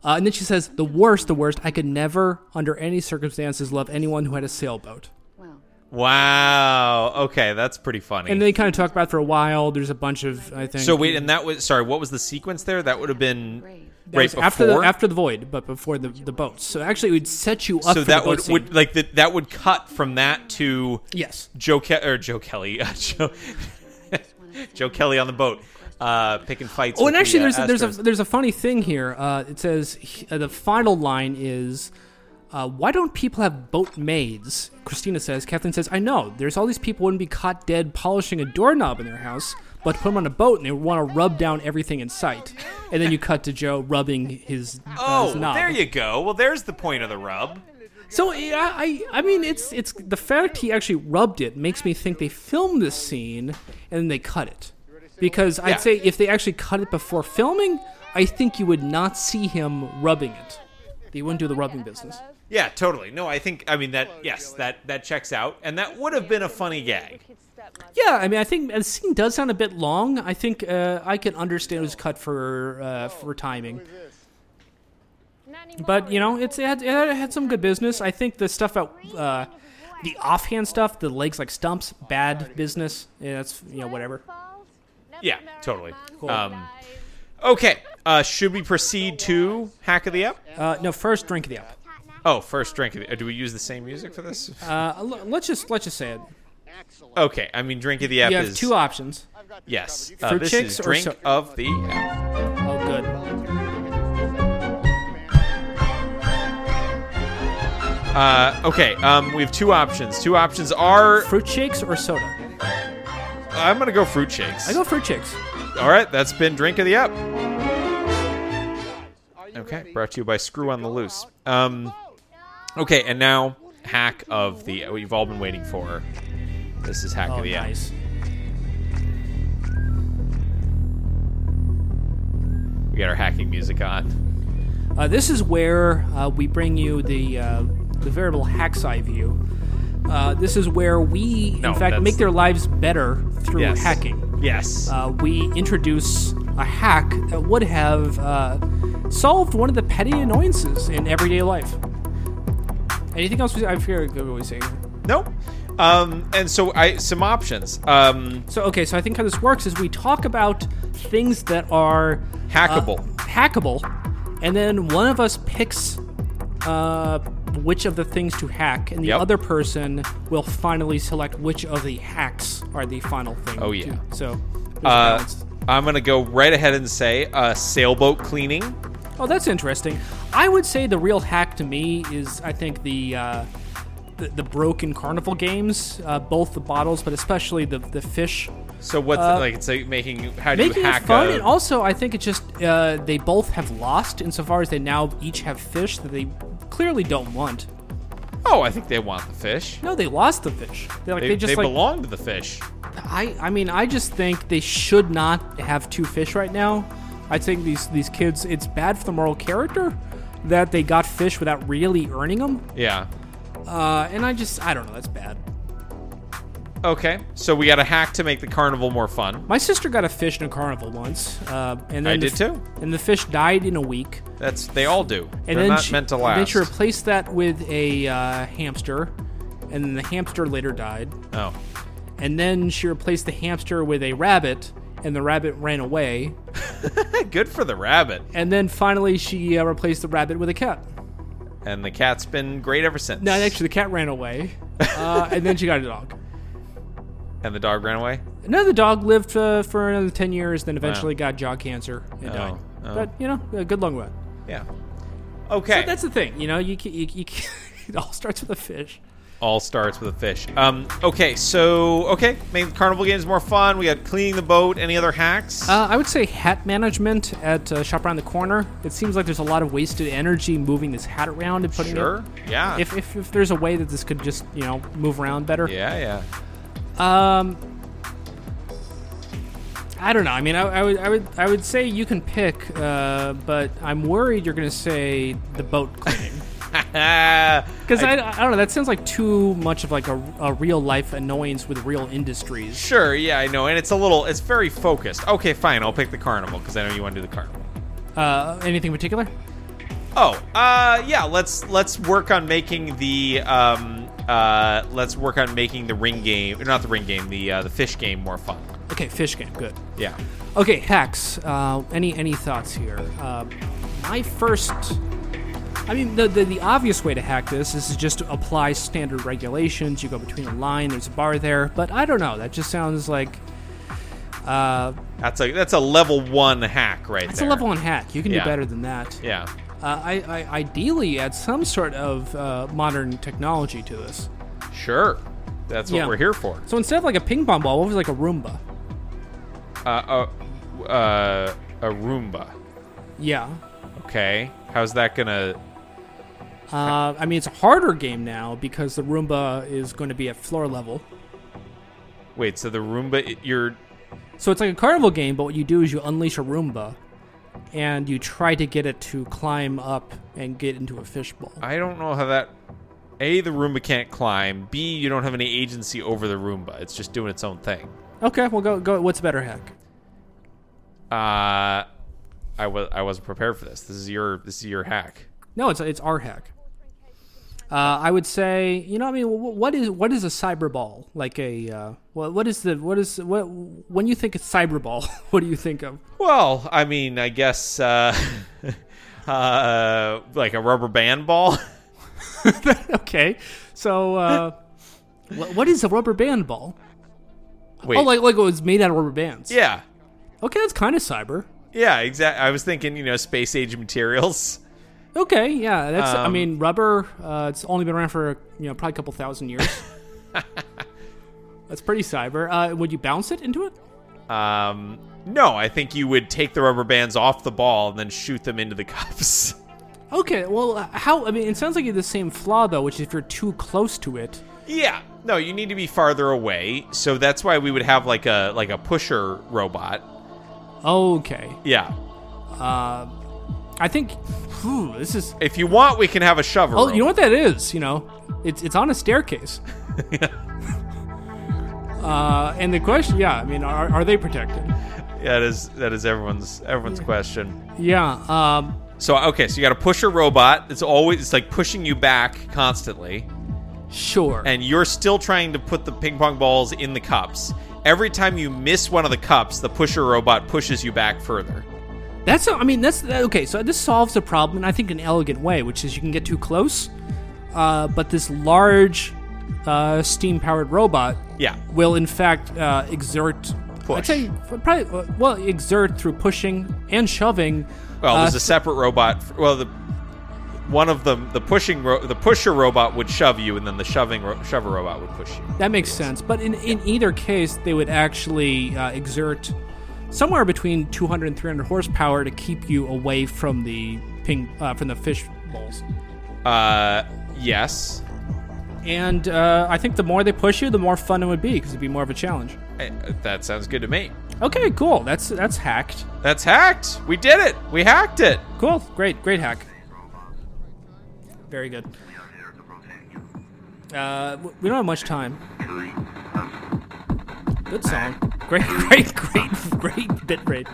Speaker 9: Uh, and then she says, "The worst, the worst. I could never, under any circumstances, love anyone who had a sailboat."
Speaker 7: Well,
Speaker 8: wow, okay, that's pretty funny.
Speaker 9: And they kind of talk about it for a while. There's a bunch of I think
Speaker 8: so wait, and that was sorry, what was the sequence there? That would have been
Speaker 7: brave.
Speaker 9: That was
Speaker 8: right before
Speaker 9: after the after the void, but before the the boats. So actually, it would set you up.
Speaker 8: so
Speaker 9: for the
Speaker 8: that
Speaker 9: boat
Speaker 8: would,
Speaker 9: scene.
Speaker 8: would like that that would cut from that to
Speaker 9: yes.
Speaker 8: Joe Ke- or Joe Kelly, <laughs> uh, Joe, Joe Kelly on the boat, uh, picking fights.
Speaker 9: Oh,
Speaker 8: with
Speaker 9: and actually,
Speaker 8: the,
Speaker 9: there's a,
Speaker 8: uh,
Speaker 9: there's a
Speaker 8: Astros.
Speaker 9: there's a funny thing here. Uh, it says he- uh, the final line is, uh, "Why don't people have boat maids?" Christina says. Kathleen says, "I know. There's all these people wouldn't be caught dead polishing a doorknob in their house, but put them on a boat and they want to rub down everything in sight." And then you cut to Joe rubbing his, uh,
Speaker 8: Oh,
Speaker 9: his knob.
Speaker 8: there you go. Well, there's the point of the rub.
Speaker 9: So yeah, I I mean it's it's the fact he actually rubbed it makes me think they filmed this scene and then they cut it. Because I'd
Speaker 8: Yeah.
Speaker 9: say if they actually cut it before filming, I think you would not see him rubbing it. They wouldn't do the rubbing business.
Speaker 8: Yeah, totally. No, I think I mean that. Yes, that that checks out, and that would have been a funny gag.
Speaker 9: Yeah, I mean I think the scene does sound a bit long. I think uh, I can understand it was cut for uh, for timing. But you know, it's uh, it had, it had some good business. I think the stuff out, uh, the offhand stuff, the legs like stumps, bad business. Yeah, that's you know whatever.
Speaker 8: Yeah, totally.
Speaker 9: Cool.
Speaker 8: Um, okay, uh, should we proceed to hack of the app?
Speaker 9: Uh, no, first drink of the app.
Speaker 8: Oh, first drink of the. uh, Do we use the same music for this?
Speaker 9: Uh, l- let's just let's just say it.
Speaker 8: Okay, I mean drink of the app
Speaker 9: you have
Speaker 8: is
Speaker 9: two options.
Speaker 8: yes. Uh,
Speaker 9: Fruit
Speaker 8: this
Speaker 9: chicks
Speaker 8: is
Speaker 9: or
Speaker 8: drink
Speaker 9: so-
Speaker 8: of the app.
Speaker 9: Oh, good.
Speaker 8: Uh, okay, um, we have two options. Two options are
Speaker 9: Fruit shakes or soda?
Speaker 8: I'm gonna go fruit shakes.
Speaker 9: I go fruit shakes.
Speaker 8: All right, that's been drink of the app. Okay, brought to you by Screw on the Loose. Um, okay, and now hack of the what you've all been waiting for. This is hack
Speaker 9: Oh,
Speaker 8: of the app.
Speaker 9: nice.
Speaker 8: We got our hacking music on.
Speaker 9: Uh, this is where uh, we bring you the uh, the variable hacksci view. Uh, this is where we, in
Speaker 8: No,
Speaker 9: fact,
Speaker 8: that's-
Speaker 9: make their lives better through
Speaker 8: Yes.
Speaker 9: hacking.
Speaker 8: Yes.
Speaker 9: uh, we introduce a hack that would have uh, solved one of the petty annoyances in everyday life. Anything else? We, I forget what we were saying.
Speaker 8: no. Um, and so I some options. Um,
Speaker 9: So okay, so I think how this works is we talk about things that are
Speaker 8: Hackable.
Speaker 9: uh, hackable, and then one of us picks uh, which of the things to hack, and the
Speaker 8: Yep.
Speaker 9: other person will finally select which of the hacks are the final thing.
Speaker 8: Oh,
Speaker 9: to-
Speaker 8: yeah.
Speaker 9: so there's
Speaker 8: uh,
Speaker 9: balance.
Speaker 8: I'm gonna go right ahead and say uh, sailboat cleaning.
Speaker 9: Oh, that's interesting. I would say the real hack to me is, I think the uh, the, the broken carnival games, uh, both the bottles, but especially the the fish,
Speaker 8: So what's like it's like making how do
Speaker 9: Uh, making
Speaker 8: you hack
Speaker 9: it fun.
Speaker 8: a-
Speaker 9: And also, I think it's just uh, they both have lost insofar as they now each have fish that they clearly don't want.
Speaker 8: Oh, I think they want the fish.
Speaker 9: No, they lost the fish. They like
Speaker 8: They,
Speaker 9: they, just
Speaker 8: they
Speaker 9: like
Speaker 8: belong to the fish.
Speaker 9: I I mean I just think they should not have two fish right now. I think these these kids it's bad for the moral character that they got fish without really earning them.
Speaker 8: Yeah.
Speaker 9: Uh, and I just, I don't know, that's bad.
Speaker 8: Okay, so we got a hack to make the carnival more fun.
Speaker 9: My sister got a fish in a carnival once, uh, and then
Speaker 8: I
Speaker 9: the
Speaker 8: did too.
Speaker 9: And the fish died in a week,
Speaker 8: That's they all do.
Speaker 9: and
Speaker 8: They're
Speaker 9: then
Speaker 8: not
Speaker 9: she,
Speaker 8: meant to
Speaker 9: and Then
Speaker 8: last.
Speaker 9: she replaced that with a uh, hamster, and then the hamster later died,
Speaker 8: oh, <laughs>
Speaker 9: and then she replaced the hamster with a rabbit, and the rabbit ran away,
Speaker 8: good for the rabbit.
Speaker 9: and then finally she uh, replaced the rabbit with a cat.
Speaker 8: And the cat's been great ever since.
Speaker 9: No, actually, the cat ran away,
Speaker 8: <laughs>
Speaker 9: uh, and then she got a dog.
Speaker 8: And the dog ran away.
Speaker 9: No, the dog lived uh, for another ten years, then eventually got jaw cancer and died.
Speaker 8: oh.
Speaker 9: But you know, uh, good long run.
Speaker 8: Yeah. Okay.
Speaker 9: So that's the thing, you know. You, ca- you, you <laughs> ca- it all starts with a fish.
Speaker 8: all starts with a fish. Um. Okay. So okay, make the carnival games more fun. We got cleaning the boat. Any other hacks?
Speaker 9: Uh, I would say hat management at uh, shop around the corner. It seems like there's a lot of wasted energy moving this hat around and putting
Speaker 8: sure. Yeah.
Speaker 9: it. If, if if there's a way that this could just you know move around better.
Speaker 8: yeah. Yeah. <laughs>
Speaker 9: I don't know. I mean, I, I would I would I would say you can pick, uh, but I'm worried you're gonna say the
Speaker 8: <laughs>
Speaker 9: boat cleaning. Because I, I don't know, that sounds like too much of like a, a real life annoyance with real industries.
Speaker 8: Sure, yeah, I know, and it's a little, it's very focused. Okay, fine, I'll pick the carnival because I know you want to do the carnival.
Speaker 9: Uh, anything in particular?
Speaker 8: Oh, uh, yeah. Let's let's work on making the um, uh, let's work on making the ring game, not the ring game, the uh, the fish game more fun.
Speaker 9: Okay, fish game, good.
Speaker 8: Yeah.
Speaker 9: Okay, hacks. Uh, any any thoughts here? Uh, my first, I mean, the, the the obvious way to hack this is to just apply standard regulations. You go between a line. There's a bar there, but I don't know. That just sounds like uh,
Speaker 8: That's a that's a level one hack right
Speaker 9: it's
Speaker 8: there.
Speaker 9: a level one hack. You can
Speaker 8: Yeah.
Speaker 9: do better than that.
Speaker 8: Yeah.
Speaker 9: Uh, I, I ideally add some sort of uh, modern technology to this.
Speaker 8: Sure. That's what
Speaker 9: Yeah.
Speaker 8: we're here for.
Speaker 9: So instead of like a ping pong ball, what was like a Roomba?
Speaker 8: Uh, uh, uh, a Roomba.
Speaker 9: Yeah.
Speaker 8: Okay. How's that gonna?
Speaker 9: Uh, I mean, it's a harder game now because the Roomba is going to be at floor level.
Speaker 8: Wait. So the Roomba, you're
Speaker 9: So it's like a carnival game, but what you do is you unleash a Roomba and you try to get it to climb up and get into a fishbowl.
Speaker 8: I don't know how that. A, the Roomba can't climb. B, you don't have any agency over the Roomba. It's just doing its own thing.
Speaker 9: Okay, well, go, go. What's a better hack?
Speaker 8: Uh, I was I wasn't prepared for this. This is your this is your hack.
Speaker 9: No, it's it's our hack. Uh, I would say, you know, I mean, wh- what is what is a cyberball? Like a uh, what what is the what is what when you think of cyberball? <laughs> What do you think of?
Speaker 8: Well, I mean, I guess uh, <laughs> uh, like a rubber band ball. <laughs>
Speaker 9: okay, so uh, wh- what is a rubber band ball?
Speaker 8: Wait.
Speaker 9: Oh, like like it was made out of rubber bands.
Speaker 8: yeah,
Speaker 9: Okay, that's kind of cyber.
Speaker 8: yeah, exactly. I was thinking, you know, space age materials.
Speaker 9: Okay, yeah, that's. I
Speaker 8: Um,
Speaker 9: mean, rubber. Uh, it's only been around for you know probably a couple thousand years. that's pretty cyber. Uh, would you bounce it into it?
Speaker 8: Um, no, I think you would take the rubber bands off the ball and then shoot them into the <laughs> cups.
Speaker 9: Okay, well, uh, how? I mean, it sounds like you have the same flaw though, which is if you're too close to it.
Speaker 8: Yeah. No, you need to be farther away. So that's why we would have like a like a pusher robot.
Speaker 9: Okay,
Speaker 8: Yeah.
Speaker 9: uh, I think phew, this is.
Speaker 8: If you want, we can have a shovel.
Speaker 9: Oh, you know what that is? You know, it's it's on a staircase. Uh, and the question, yeah, I mean, are, are they protected?
Speaker 8: that is that is everyone's everyone's question.
Speaker 9: Yeah. Um,
Speaker 8: So okay, so you got a pusher robot. It's always it's like pushing you back constantly,
Speaker 9: sure.
Speaker 8: and you're still trying to put the ping pong balls in the cups. Every time you miss one of the cups, the pusher robot pushes you back further.
Speaker 9: That's I mean that's that- okay. So this solves a problem, I think, in an elegant way, which is you can get too close, uh, but this large uh, steam-powered robot
Speaker 8: Yeah.
Speaker 9: will in fact uh, exert.
Speaker 8: Push.
Speaker 9: I'd say probably well exert through pushing and shoving.
Speaker 8: Well,
Speaker 9: uh,
Speaker 8: there's a separate robot. f- Well, the one of them, the pushing, ro- the pusher robot would shove you, and then the shoving ro- shover robot would push you.
Speaker 9: that makes sense. But in, in either case, they would actually uh, exert somewhere between 200 and 300 horsepower to keep you away from the ping uh, from the fish bowls.
Speaker 8: Uh, yes.
Speaker 9: And uh, I think the more they push you, the more fun it would be because it'd be more of a challenge.
Speaker 8: Eh, That sounds good to me.
Speaker 9: Okay, cool. That's that's hacked.
Speaker 8: That's hacked. We did it. We hacked it.
Speaker 9: Cool. Great. Great hack. Very good. Uh, w- we don't have much time. Good song. Great, <laughs> great, great, great bit rate.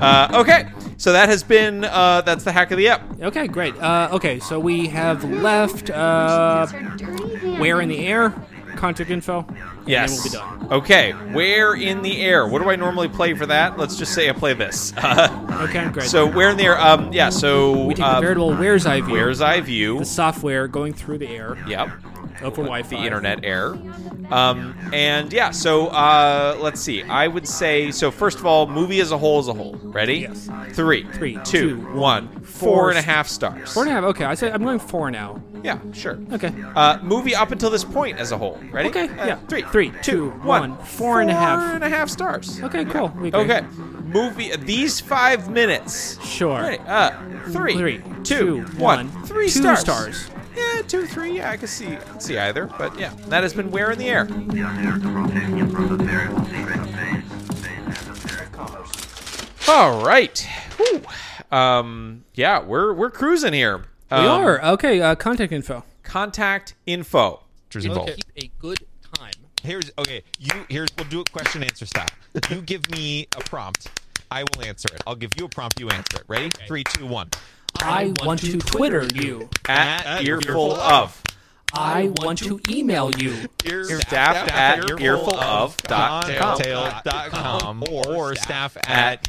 Speaker 8: Uh, okay. So that has been uh, that's the hack of the app.
Speaker 9: Okay, great. Uh, okay, so we have left uh, where in the air, contact info.
Speaker 8: Yes.
Speaker 9: And then we'll be
Speaker 8: Okay. Where in the air? What do I normally play for that? Let's just say I play this. <laughs> Uh,
Speaker 9: done. Okay, great.
Speaker 8: so where in the air? Um, yeah. So
Speaker 9: we take the
Speaker 8: um,
Speaker 9: veritable where's I view,
Speaker 8: where's I view?
Speaker 9: the software going through the air
Speaker 8: Yep.
Speaker 9: over Wi-Fi.
Speaker 8: the internet error. Um, and yeah, so uh, let's see. I would say so. First of all, movie as a whole as a whole. Ready?
Speaker 9: Yes.
Speaker 8: Three,
Speaker 9: Three,
Speaker 8: two,
Speaker 9: two,
Speaker 8: one. Four and a
Speaker 9: st-
Speaker 8: half stars.
Speaker 9: Four and a half. Okay, I say I'm going four now.
Speaker 8: Yeah, sure.
Speaker 9: Okay.
Speaker 8: Uh, movie up until this point as a whole. Ready?
Speaker 9: Okay,
Speaker 8: Uh,
Speaker 9: yeah.
Speaker 8: Three,
Speaker 9: Three, two,
Speaker 8: two, one.
Speaker 9: one. Four and a half.
Speaker 8: Four and a half stars.
Speaker 9: Okay, cool. We agree.
Speaker 8: Okay. Movie. These five minutes.
Speaker 9: Sure.
Speaker 8: Ready? Uh, three,
Speaker 9: Three, two,
Speaker 8: two, one.
Speaker 9: one.
Speaker 8: Three
Speaker 9: Two
Speaker 8: stars.
Speaker 9: stars.
Speaker 8: Yeah, two, three. Yeah, I can see. I can see either. But yeah, that has been where in the air.
Speaker 5: Commerce.
Speaker 8: All right. Whew. Um, yeah, we're we're cruising here. Um,
Speaker 9: We are. Okay, uh, contact info.
Speaker 8: Contact info.
Speaker 12: Keep a good time. Here's okay. You here's we'll do a question answer style. <laughs> you give me a prompt, I will answer it. I'll give you a prompt, you answer it. Ready? Three, two, one.
Speaker 9: I want to Twitter you.
Speaker 8: At,
Speaker 12: At
Speaker 8: earful
Speaker 12: earful
Speaker 8: of.
Speaker 9: I want to email you.
Speaker 8: Staff at earful of dot com.
Speaker 12: Contail.com or staff
Speaker 8: At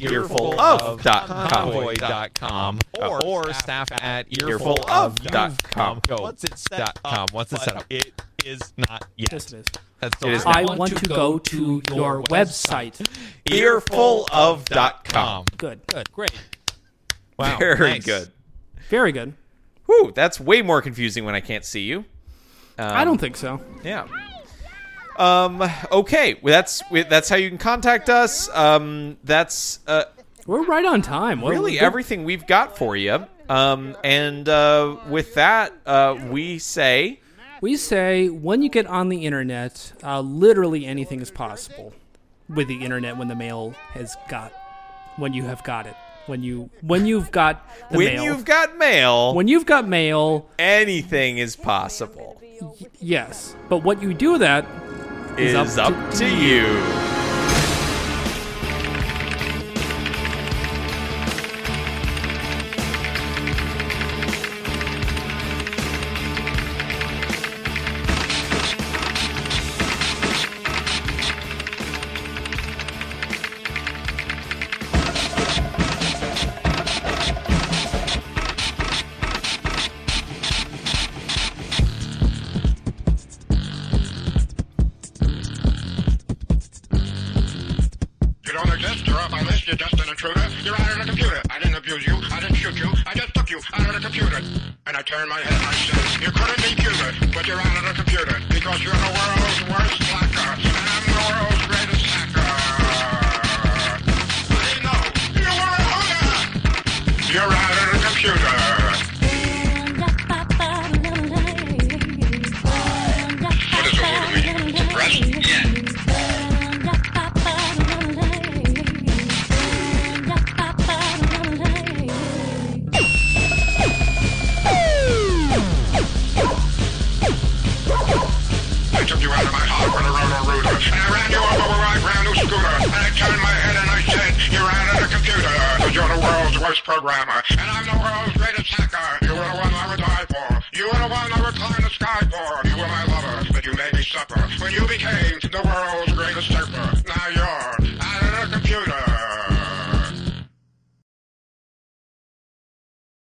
Speaker 12: at
Speaker 8: earful of dot com.
Speaker 12: convoy.com or staff at
Speaker 8: earful
Speaker 12: earful
Speaker 8: of
Speaker 12: of
Speaker 8: dot com.
Speaker 12: What's it set up? What's it set up? It is not yet.
Speaker 9: Yes, it is.
Speaker 12: That's
Speaker 8: It
Speaker 12: the
Speaker 8: is
Speaker 12: one.
Speaker 9: I want to go to your website.
Speaker 8: Earful of dot com.
Speaker 9: Good.
Speaker 12: Good. Great. Wow.
Speaker 8: <laughs> Very
Speaker 12: nice.
Speaker 8: good.
Speaker 9: Very good.
Speaker 8: Whew, that's way more confusing when I can't see you.
Speaker 9: I don't think so.
Speaker 8: Yeah. Um, okay, well, that's that's how you can contact us. Um, that's uh,
Speaker 9: We're right on time. We're-
Speaker 8: really
Speaker 9: we're-
Speaker 8: everything we've got for you. Um, and uh, with that, uh, we say
Speaker 9: We say when you get on the internet, uh, literally anything is possible with the internet when the mail has got, when you have got it, when you when you've got the
Speaker 8: when
Speaker 9: mail,
Speaker 8: you've got mail,
Speaker 9: when you've got mail.
Speaker 8: anything is possible.
Speaker 9: Yes, but what you do that
Speaker 8: Is
Speaker 9: Is
Speaker 8: up,
Speaker 9: up
Speaker 8: to you.
Speaker 13: you dustbin intruder. You're out on a computer. I didn't abuse you. I didn't shoot you. I just took you out on a computer. And I turned my head. I said, you couldn't be cuter, but you're out on a computer because you're the world's worst slacker. And I'm the world's greatest slacker. I know. You were a hooter. You're out on a computer. What does a hooter mean? Suppressed? Yeah. I took you out of my heart with a roller rooter. And I ran you over with my brand new scooter. And I turned my head and I said, You're out of the computer. Cause you're the world's worst programmer. And I'm the world's greatest hacker. You were the one I would die for. You were the one I would climb the sky for. You were my lover, but you made me suffer. When you became the world's greatest surfer.